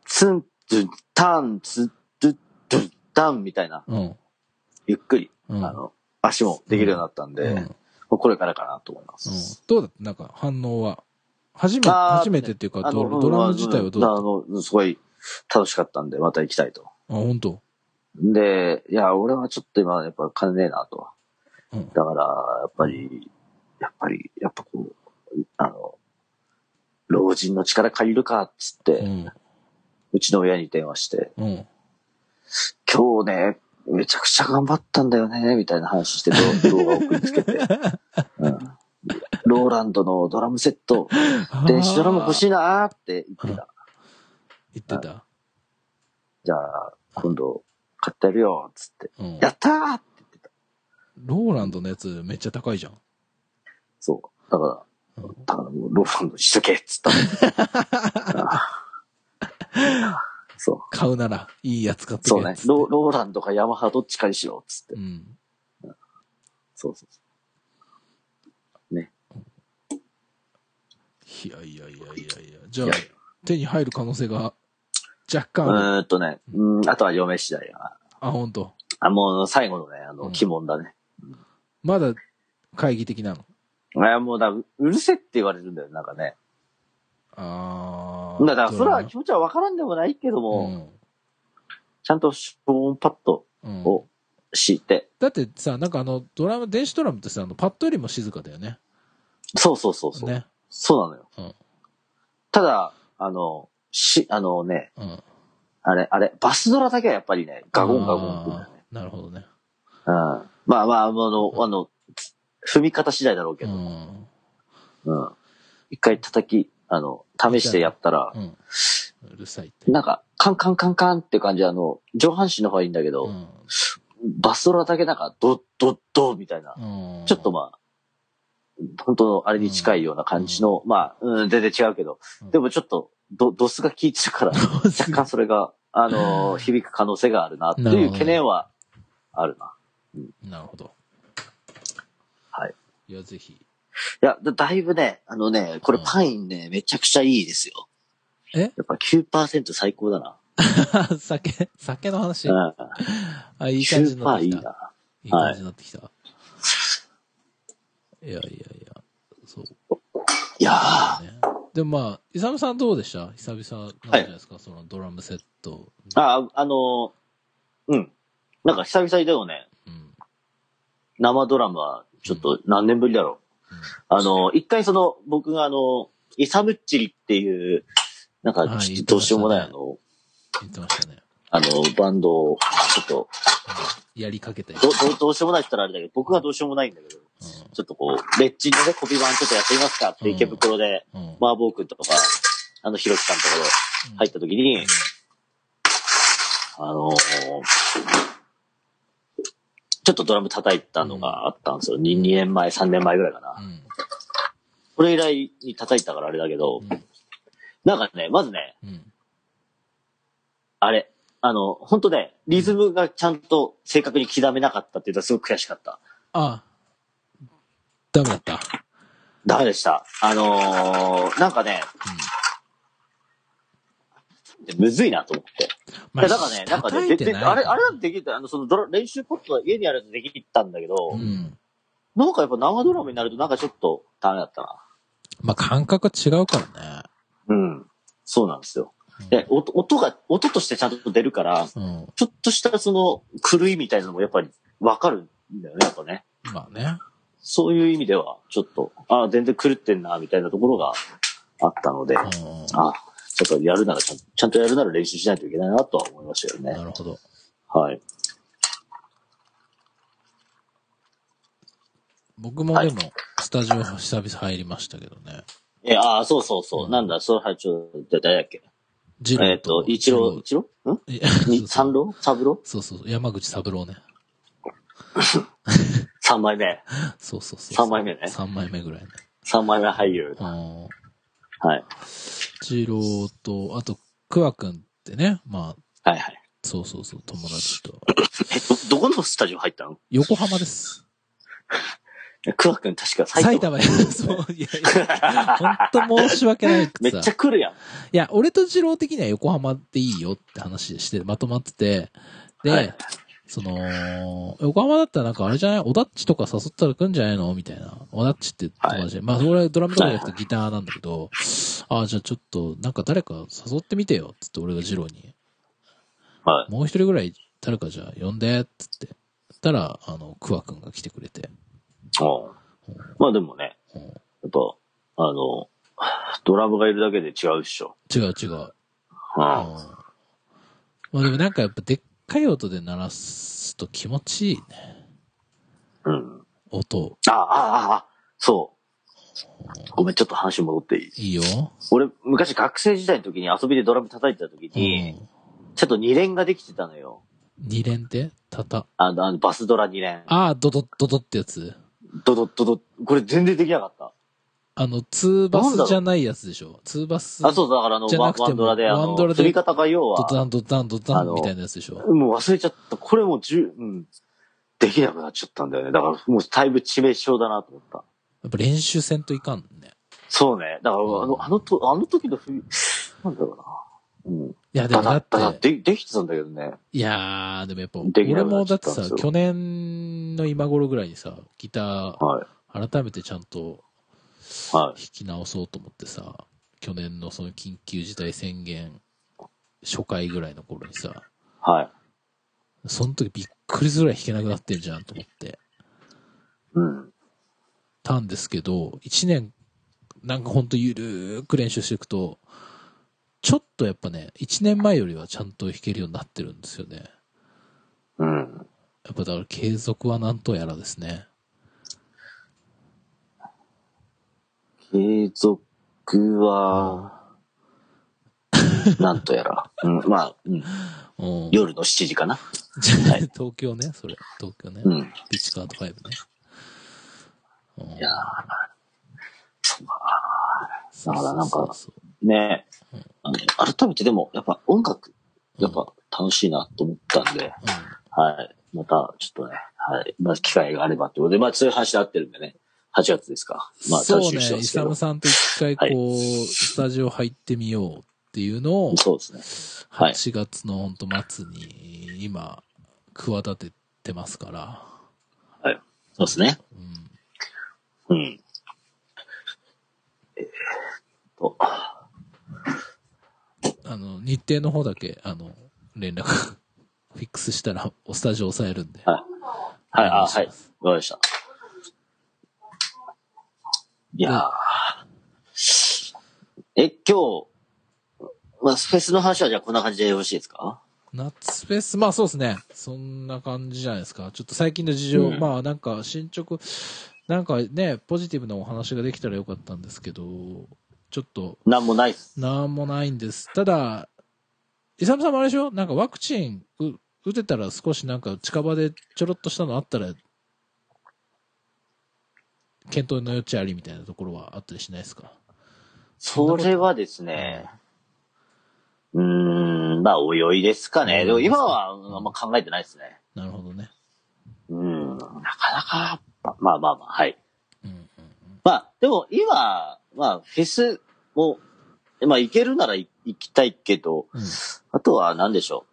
[SPEAKER 1] ツン、ツン、タン、ツン、ドゥ、ドゥ、タンみたいな、
[SPEAKER 2] うん。
[SPEAKER 1] ゆっくり、
[SPEAKER 2] うん
[SPEAKER 1] あの、足もできるようになったんで、
[SPEAKER 2] うん
[SPEAKER 1] もうこれからかなと思いま
[SPEAKER 2] うん
[SPEAKER 1] す。
[SPEAKER 2] どうだったなんか反応は。初めて、
[SPEAKER 1] あー
[SPEAKER 2] 初めてっていうか、
[SPEAKER 1] あの
[SPEAKER 2] ドドラム自体はどうだったあ、
[SPEAKER 1] うんあの、すごい楽しかったんで、また行きたいと。
[SPEAKER 2] 本当。
[SPEAKER 1] で、いや、俺はちょっと今、やっぱ金ねえなと。
[SPEAKER 2] うん。
[SPEAKER 1] だから、やっぱり、やっぱり、やっぱこう、あの、老人の力借りるか、っつって、う
[SPEAKER 2] うん。
[SPEAKER 1] ちの親に電話して、
[SPEAKER 2] うん。
[SPEAKER 1] 今日ね、めちゃくちゃ頑張ったんだよね、みたいな話してどう動画を送りつ
[SPEAKER 2] <laughs>
[SPEAKER 1] けて、うんローランドのドラムセッ
[SPEAKER 2] <laughs>
[SPEAKER 1] ト、電子ドラム欲
[SPEAKER 2] い。
[SPEAKER 1] しいなーって言ってた。
[SPEAKER 2] 言ってた。
[SPEAKER 1] じゃあ、今度買ってやるよ、つって。
[SPEAKER 2] うん。
[SPEAKER 1] やったーって言ってた。
[SPEAKER 2] ローランドのやつめっちゃ高いじゃん。
[SPEAKER 1] そう。だから、
[SPEAKER 2] うん
[SPEAKER 1] だからもうローランドにしとけっつ
[SPEAKER 2] <laughs>
[SPEAKER 1] ったのあーそ
[SPEAKER 2] 買うなら、いいやつ買っ
[SPEAKER 1] う。
[SPEAKER 2] て
[SPEAKER 1] そ
[SPEAKER 2] け
[SPEAKER 1] うね
[SPEAKER 2] つって。
[SPEAKER 1] ロ。ローランドかヤマハどっちかにしようっつって
[SPEAKER 2] う。ん。
[SPEAKER 1] そうそう
[SPEAKER 2] いやいやいやいやいや。じゃあ
[SPEAKER 1] いや、
[SPEAKER 2] 手に入る可能性が若
[SPEAKER 1] そう。
[SPEAKER 2] 干
[SPEAKER 1] う
[SPEAKER 2] ある。
[SPEAKER 1] ーんとね、うん、あとは嫁次第やな。
[SPEAKER 2] あ、本当。
[SPEAKER 1] あ、もう最後のね、あの、
[SPEAKER 2] うん
[SPEAKER 1] 鬼門だね。
[SPEAKER 2] まだ会議的なの。
[SPEAKER 1] あもうだ、うるせって言われるんだよ、なんかね。
[SPEAKER 2] あー。
[SPEAKER 1] だから、それ
[SPEAKER 2] ドラ
[SPEAKER 1] は
[SPEAKER 2] ム
[SPEAKER 1] 気持ちはわからんでもないけども、
[SPEAKER 2] うん
[SPEAKER 1] ちゃんと消音パッド
[SPEAKER 2] うん、
[SPEAKER 1] を敷いて、
[SPEAKER 2] だってさ、なんかあの、ドラム、電子ドラムってさ、あのパッドよりも静かだよね。
[SPEAKER 1] そうそうそうそう、
[SPEAKER 2] ね。
[SPEAKER 1] そうなのよ。
[SPEAKER 2] うん
[SPEAKER 1] ただ、あの、し、あのね、
[SPEAKER 2] うん。
[SPEAKER 1] あれ、あれ、バスドラだけはやっぱりね、ガゴンガゴンって言うんだよね。
[SPEAKER 2] あーなるほどね。
[SPEAKER 1] うん。まあまあ、あの、あの、つ踏み方次第だろうけ
[SPEAKER 2] う
[SPEAKER 1] ど、
[SPEAKER 2] ん。
[SPEAKER 1] うん。一回叩き、あの、試してやったら
[SPEAKER 2] う、ん。うるさいって。
[SPEAKER 1] なんか、カンカンカンカンって感じで、あの、上半身の方がいいんだけど、
[SPEAKER 2] うん
[SPEAKER 1] バスドラだけなんか、ドッドッドッみたいな、
[SPEAKER 2] うん
[SPEAKER 1] ちょ
[SPEAKER 2] <laughs>
[SPEAKER 1] っとまあ、本当のあれに近いような感じの、まあ、うん、全然違うけど
[SPEAKER 2] うん、
[SPEAKER 1] でもちょっと、ド、ドスが効いて
[SPEAKER 2] <laughs>
[SPEAKER 1] るから、若干それが、あのー、響く可能性があるな、って
[SPEAKER 2] なる
[SPEAKER 1] い
[SPEAKER 2] ほ
[SPEAKER 1] う
[SPEAKER 2] ど
[SPEAKER 1] 懸念はあるな。
[SPEAKER 2] なるほど。
[SPEAKER 1] はい。
[SPEAKER 2] いや、ぜひ。 <laughs>
[SPEAKER 1] いや、だだいぶね、あのね、これパインね、めちゃくちゃいいですよ。
[SPEAKER 2] え
[SPEAKER 1] やっぱ9%最高だな。
[SPEAKER 2] 酒、酒の話。
[SPEAKER 1] うん。
[SPEAKER 2] あ、いい感じになっ
[SPEAKER 1] 9%
[SPEAKER 2] て
[SPEAKER 1] いい
[SPEAKER 2] きた。
[SPEAKER 1] な。
[SPEAKER 2] いい感じになってきた。い、やいやいや、そう
[SPEAKER 1] いやー。
[SPEAKER 2] ね。でもまあ、イサムさんどうでした久々なんじゃないですか、そのドラムセット。
[SPEAKER 1] あ、あのー、うん。なんか久々にでもね、
[SPEAKER 2] うん。
[SPEAKER 1] 生ドラマはちょっと何年ぶりだろう。あの、一回その、僕があの、イサムッチリっていう、なんか、
[SPEAKER 2] はい
[SPEAKER 1] ちょっとどうしようもないあ
[SPEAKER 2] 言って
[SPEAKER 1] の、
[SPEAKER 2] 言ってましたね。
[SPEAKER 1] あの、バンドを、ちょっと
[SPEAKER 2] やりかけたやつ
[SPEAKER 1] ど、どう、どうしようもないって言ったらあれだけど、僕がどうしようもないんだけど、ちょっとこう、レッチンのね、コピー版ちょっとやってみますかって池袋で、
[SPEAKER 2] うん。うん。
[SPEAKER 1] マーボー君とか、あの、ひろきさんとかで入った時
[SPEAKER 2] うん
[SPEAKER 1] に、あのーちょっとドラム叩いたのがあったんですよ。2, 2年前、3年前ぐらいかな。
[SPEAKER 2] うん。
[SPEAKER 1] これ以来に叩いたからあれだけ
[SPEAKER 2] う
[SPEAKER 1] ど、
[SPEAKER 2] ん
[SPEAKER 1] なんかね、まずね、
[SPEAKER 2] うん。
[SPEAKER 1] あれ、あの、本当ね、リズムがちゃんと正確に刻めなかったっていうのはすごく悔しかった。
[SPEAKER 2] あ、ダメだった。
[SPEAKER 1] ダメでした。あのーなんかね、むずいなと思って。
[SPEAKER 2] まあ
[SPEAKER 1] だからね、なんかね、
[SPEAKER 2] 叩い
[SPEAKER 1] 全
[SPEAKER 2] て
[SPEAKER 1] 然
[SPEAKER 2] ない
[SPEAKER 1] あれ、あれだってできた、あの、そのドラ、練習ポットは家にあるとできたんだけど、
[SPEAKER 2] うん。
[SPEAKER 1] なんかやっぱ生ドラマになるとなんかちょっとダメだったな。
[SPEAKER 2] まあ感覚は違うからね。
[SPEAKER 1] うん。そうなんですよ。
[SPEAKER 2] うん
[SPEAKER 1] で、音音が、音としてちゃんと出るから、
[SPEAKER 2] うん。
[SPEAKER 1] ちょっとしたその狂いみたいなのもやっぱりわかるんだよね、やっぱね。
[SPEAKER 2] まあね。
[SPEAKER 1] そういう意味では、ちょっと、ああ、全然狂ってんな、みたいなところがあったので、あ
[SPEAKER 2] うん。
[SPEAKER 1] あ、ちょっとやるならちゃん、ちゃんとやるなら練習しないといけないなとは思いましたよね
[SPEAKER 2] な。るほど。
[SPEAKER 1] はい。
[SPEAKER 2] 僕もでも、スタジオ久々入りましたけどね。
[SPEAKER 1] え、ああ、そうそうそう。なんだ、それはちょっと、誰だっけ
[SPEAKER 2] ジロ
[SPEAKER 1] えっ、
[SPEAKER 2] ー
[SPEAKER 1] と
[SPEAKER 2] と、、
[SPEAKER 1] 一郎、一郎ん
[SPEAKER 2] いや
[SPEAKER 1] に三郎三郎
[SPEAKER 2] そうそう、山口三郎ね。
[SPEAKER 1] 三枚目。
[SPEAKER 2] そうそうそう。
[SPEAKER 1] 三枚目ね
[SPEAKER 2] 三枚目ぐらいね。
[SPEAKER 1] 三枚目俳優。
[SPEAKER 2] うん。
[SPEAKER 1] はい。
[SPEAKER 2] 一郎と、あと、くわくんってね、まあ、
[SPEAKER 1] はいはい。
[SPEAKER 2] そうそうそう、友達と。
[SPEAKER 1] え、ど、どこのスタジオ入ったの
[SPEAKER 2] 横浜です。
[SPEAKER 1] クワ君確か埼
[SPEAKER 2] 埼
[SPEAKER 1] 玉。
[SPEAKER 2] 玉や。そう、いやいや、本当申し訳ないく
[SPEAKER 1] め
[SPEAKER 2] て
[SPEAKER 1] っ
[SPEAKER 2] さ
[SPEAKER 1] ちゃ。来るやん。
[SPEAKER 2] いや、俺と二郎的には横浜っていいよって話して、まとまってて。で、
[SPEAKER 1] はい
[SPEAKER 2] その、横浜だったらなんかあれじゃないおだっちとか誘ったら来んじゃないのみたいな。おだっちって友達で。まあ、俺はドラムとかじゃなくてギターなんだけど、ああ、じゃあちょっと、なんか誰か誘ってみてよ。つって俺が二郎に。
[SPEAKER 1] は
[SPEAKER 2] もう一人ぐらい誰かじゃあ呼んで、つって。そしたら、あの、クワくんが来てくれて。
[SPEAKER 1] い。うんまあでもね、
[SPEAKER 2] うん
[SPEAKER 1] やっぱ、あの、ドラムがいるだけで違うっしょ。
[SPEAKER 2] 違う違う。
[SPEAKER 1] うん。
[SPEAKER 2] うんまあでもなんかやっぱでっかい音で鳴らすと気持ちいいね。
[SPEAKER 1] うん。
[SPEAKER 2] 音。
[SPEAKER 1] ああ、ああ、あそう。ごめん、ちょっと話戻っていい
[SPEAKER 2] いいよ。
[SPEAKER 1] 俺、昔学生時代の時に遊びでドラム叩いてた時に、ちょっと二連ができてたのよ。
[SPEAKER 2] うん二連ってたた。
[SPEAKER 1] あの、あのバスドラ二連。
[SPEAKER 2] ああ、ドドッドドってやつ。
[SPEAKER 1] ドドッドドッ。これ全然できなかった。
[SPEAKER 2] あの、ツーバスじゃないやつでしょ。ツーバス。
[SPEAKER 1] あ、そうそう、だからあの、
[SPEAKER 2] じゃ
[SPEAKER 1] ワ
[SPEAKER 2] な
[SPEAKER 1] ン
[SPEAKER 2] くても
[SPEAKER 1] ワンドラで、あ
[SPEAKER 2] ワ
[SPEAKER 1] の
[SPEAKER 2] ンドラ、で
[SPEAKER 1] 釣り方が要
[SPEAKER 2] ドタ
[SPEAKER 1] は、
[SPEAKER 2] ンドタンドタ
[SPEAKER 1] あ
[SPEAKER 2] ン
[SPEAKER 1] の
[SPEAKER 2] みたいなやつでしょ。
[SPEAKER 1] もう忘れちゃった。これもう十、うん、できなくなっちゃったんだよね。だからもうだいぶ致命傷だなと思った。
[SPEAKER 2] やっぱ練習せんといかんね。
[SPEAKER 1] そうね。だから、あ
[SPEAKER 2] うん
[SPEAKER 1] の、あのと、あの時のふり、なんだろうな。うん。
[SPEAKER 2] いや、で
[SPEAKER 1] だ
[SPEAKER 2] もだ
[SPEAKER 1] だ
[SPEAKER 2] っ
[SPEAKER 1] だだ
[SPEAKER 2] て、
[SPEAKER 1] で、できてたんだけどね。
[SPEAKER 2] いやー、でもやっぱ、
[SPEAKER 1] できな
[SPEAKER 2] 俺
[SPEAKER 1] くな
[SPEAKER 2] も
[SPEAKER 1] っち
[SPEAKER 2] だ
[SPEAKER 1] ゃ
[SPEAKER 2] っ
[SPEAKER 1] ってたんですよ
[SPEAKER 2] さ、去年の今頃ぐらいにさ、ギタ
[SPEAKER 1] はい。
[SPEAKER 2] ー改めてちゃんと
[SPEAKER 1] は
[SPEAKER 2] 引き直そうと思ってさ、去年のその緊急事態宣言初回ぐらいの頃にさ、
[SPEAKER 1] はい。
[SPEAKER 2] その時びっくりするぐらい弾けなくなってるじゃんと思って
[SPEAKER 1] うん。
[SPEAKER 2] たんですけど、1年、なんかほんとゆるーく練習していくと、ちょっとやっぱね、1年前よりはちゃんと弾けるようになってるんですよね。
[SPEAKER 1] うん。
[SPEAKER 2] やっぱだから継続はなんとやらですね。
[SPEAKER 1] 継続
[SPEAKER 2] <laughs>
[SPEAKER 1] は、なんとやら。うん、まあ、うん、
[SPEAKER 2] うん。
[SPEAKER 1] 夜の7時かな。い
[SPEAKER 2] <laughs> 東京ね、それ。東京ね。
[SPEAKER 1] うん。
[SPEAKER 2] ピッチカート5ね。うん
[SPEAKER 1] いやーそうか
[SPEAKER 2] そうそうそう
[SPEAKER 1] だからなんか
[SPEAKER 2] そう
[SPEAKER 1] ね
[SPEAKER 2] う
[SPEAKER 1] え
[SPEAKER 2] ん。
[SPEAKER 1] あの改めてでも、やっぱ音楽、
[SPEAKER 2] うん
[SPEAKER 1] やっぱ楽しいなと思ったんで、はい。また、ちょっとね、はい。まあ、機会があればってことで、まあ、そういう話で合ってるんでね。8月ですか。まあ、楽
[SPEAKER 2] そ
[SPEAKER 1] し
[SPEAKER 2] う
[SPEAKER 1] みにして
[SPEAKER 2] ね、
[SPEAKER 1] ま
[SPEAKER 2] イ
[SPEAKER 1] すけ
[SPEAKER 2] サ
[SPEAKER 1] ど
[SPEAKER 2] ム。さんと一回こう、スタジオ入ってみようっていうのを、
[SPEAKER 1] そうですね。はい
[SPEAKER 2] 8月のほんと末に、今、企ててますから。
[SPEAKER 1] そうですね。
[SPEAKER 2] うん。
[SPEAKER 1] うん。えーっと、
[SPEAKER 2] あの、日程の方だけ、あの、連絡、 <laughs> フィックスしたら、おスタジオ押さえるんで。
[SPEAKER 1] はいはい、
[SPEAKER 2] お願
[SPEAKER 1] あ、
[SPEAKER 2] し
[SPEAKER 1] はい。
[SPEAKER 2] ま
[SPEAKER 1] わか
[SPEAKER 2] す
[SPEAKER 1] りました。いやー。え、今日、まあ、フェスの話はじゃあこんな感じでよろしいですか
[SPEAKER 2] 夏フェス、まあそうですね。そんな感じじゃないですか。ちょっと最近の事情、
[SPEAKER 1] うん
[SPEAKER 2] まあなんか進捗、なんかね、ポジティブなお話ができたらよかったんですけど、ちょっと、
[SPEAKER 1] なんもないっす。
[SPEAKER 2] なんもないんです。ただ、イサムさんもあれでしょなんかワクチンう打てたら少しなんか近場でちょろっとしたのあったら、検討の余地ありみたいなところはあったりしないですか
[SPEAKER 1] それはですね、うーん、まあ、おいですかね。でも今は
[SPEAKER 2] ん
[SPEAKER 1] あんま考えてないですね。
[SPEAKER 2] なるほどね。
[SPEAKER 1] うん、なかなか、まあまあまあ、はい。
[SPEAKER 2] うんうん
[SPEAKER 1] まあ、でも今、まあ、フェスも、まあ、行けるならい行きたいけど、
[SPEAKER 2] うん。うん。
[SPEAKER 1] あとは何でしょ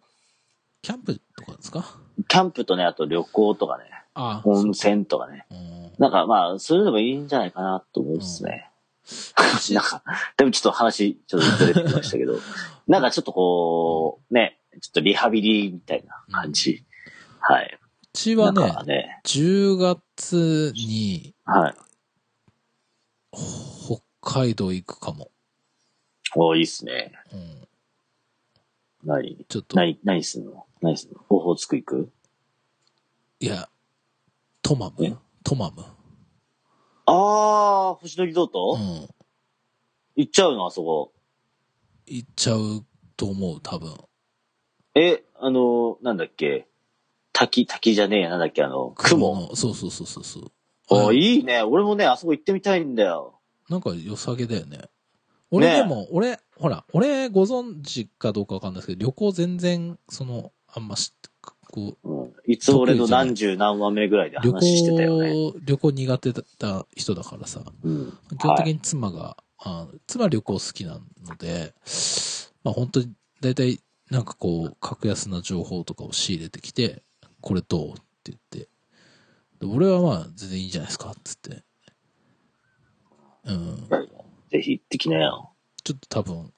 [SPEAKER 2] キャンプとかですか
[SPEAKER 1] う。キャンプとね、あと旅行とかね、
[SPEAKER 2] ああ。
[SPEAKER 1] 温泉とかね。
[SPEAKER 2] うん
[SPEAKER 1] なんかまあ、そういうのもいいんじゃないかなと思うんですね。なんか、でもちょっと話、ちょっとずれてましたけど、なんかちょっとこう、ね、ちょっとリハビリみたいな感じ。はい。
[SPEAKER 2] うち
[SPEAKER 1] な
[SPEAKER 2] は
[SPEAKER 1] ん
[SPEAKER 2] ね、
[SPEAKER 1] かね、
[SPEAKER 2] 10月に
[SPEAKER 1] はい。
[SPEAKER 2] 北海道行くかも。
[SPEAKER 1] おいいっすね。
[SPEAKER 2] うん、
[SPEAKER 1] 何
[SPEAKER 2] ちょっと、
[SPEAKER 1] 何、何すんの何すんのオホーツク行く
[SPEAKER 2] いや、トマ
[SPEAKER 1] え
[SPEAKER 2] ムトマム。
[SPEAKER 1] あー、星野リゾー
[SPEAKER 2] う
[SPEAKER 1] ト、
[SPEAKER 2] ん。
[SPEAKER 1] 行っちゃうのあそこ。
[SPEAKER 2] 行っちゃうと思う、多分。
[SPEAKER 1] え、あの、なんだっけ。滝、滝じゃねえや、なんだっけ、あの、雲。
[SPEAKER 2] のそうそうそうそうそう。
[SPEAKER 1] あ、
[SPEAKER 2] い
[SPEAKER 1] いいね。俺もね、あそこ行ってみたいんだよ。
[SPEAKER 2] なんか良さげだよね。俺
[SPEAKER 1] ねえ
[SPEAKER 2] でも、俺、ほら、俺ご存知かどうかわかんないですけど、旅行全然、その、あんまし、こう、
[SPEAKER 1] うん、いつ俺の何十何話目ぐらいで
[SPEAKER 2] 旅
[SPEAKER 1] 話してたよね。
[SPEAKER 2] 行、旅行苦手だった人だからさ、
[SPEAKER 1] うん。
[SPEAKER 2] 基本的に妻が、あ妻は旅行好きなので、まあ本当に大体なんかこう、格安な情報とかを仕入れてきて、これどうって言って。で俺はまあ全然いいんじゃないですかっつって。うん。
[SPEAKER 1] はいぜひ行ってきなよ。
[SPEAKER 2] ちょっと多分、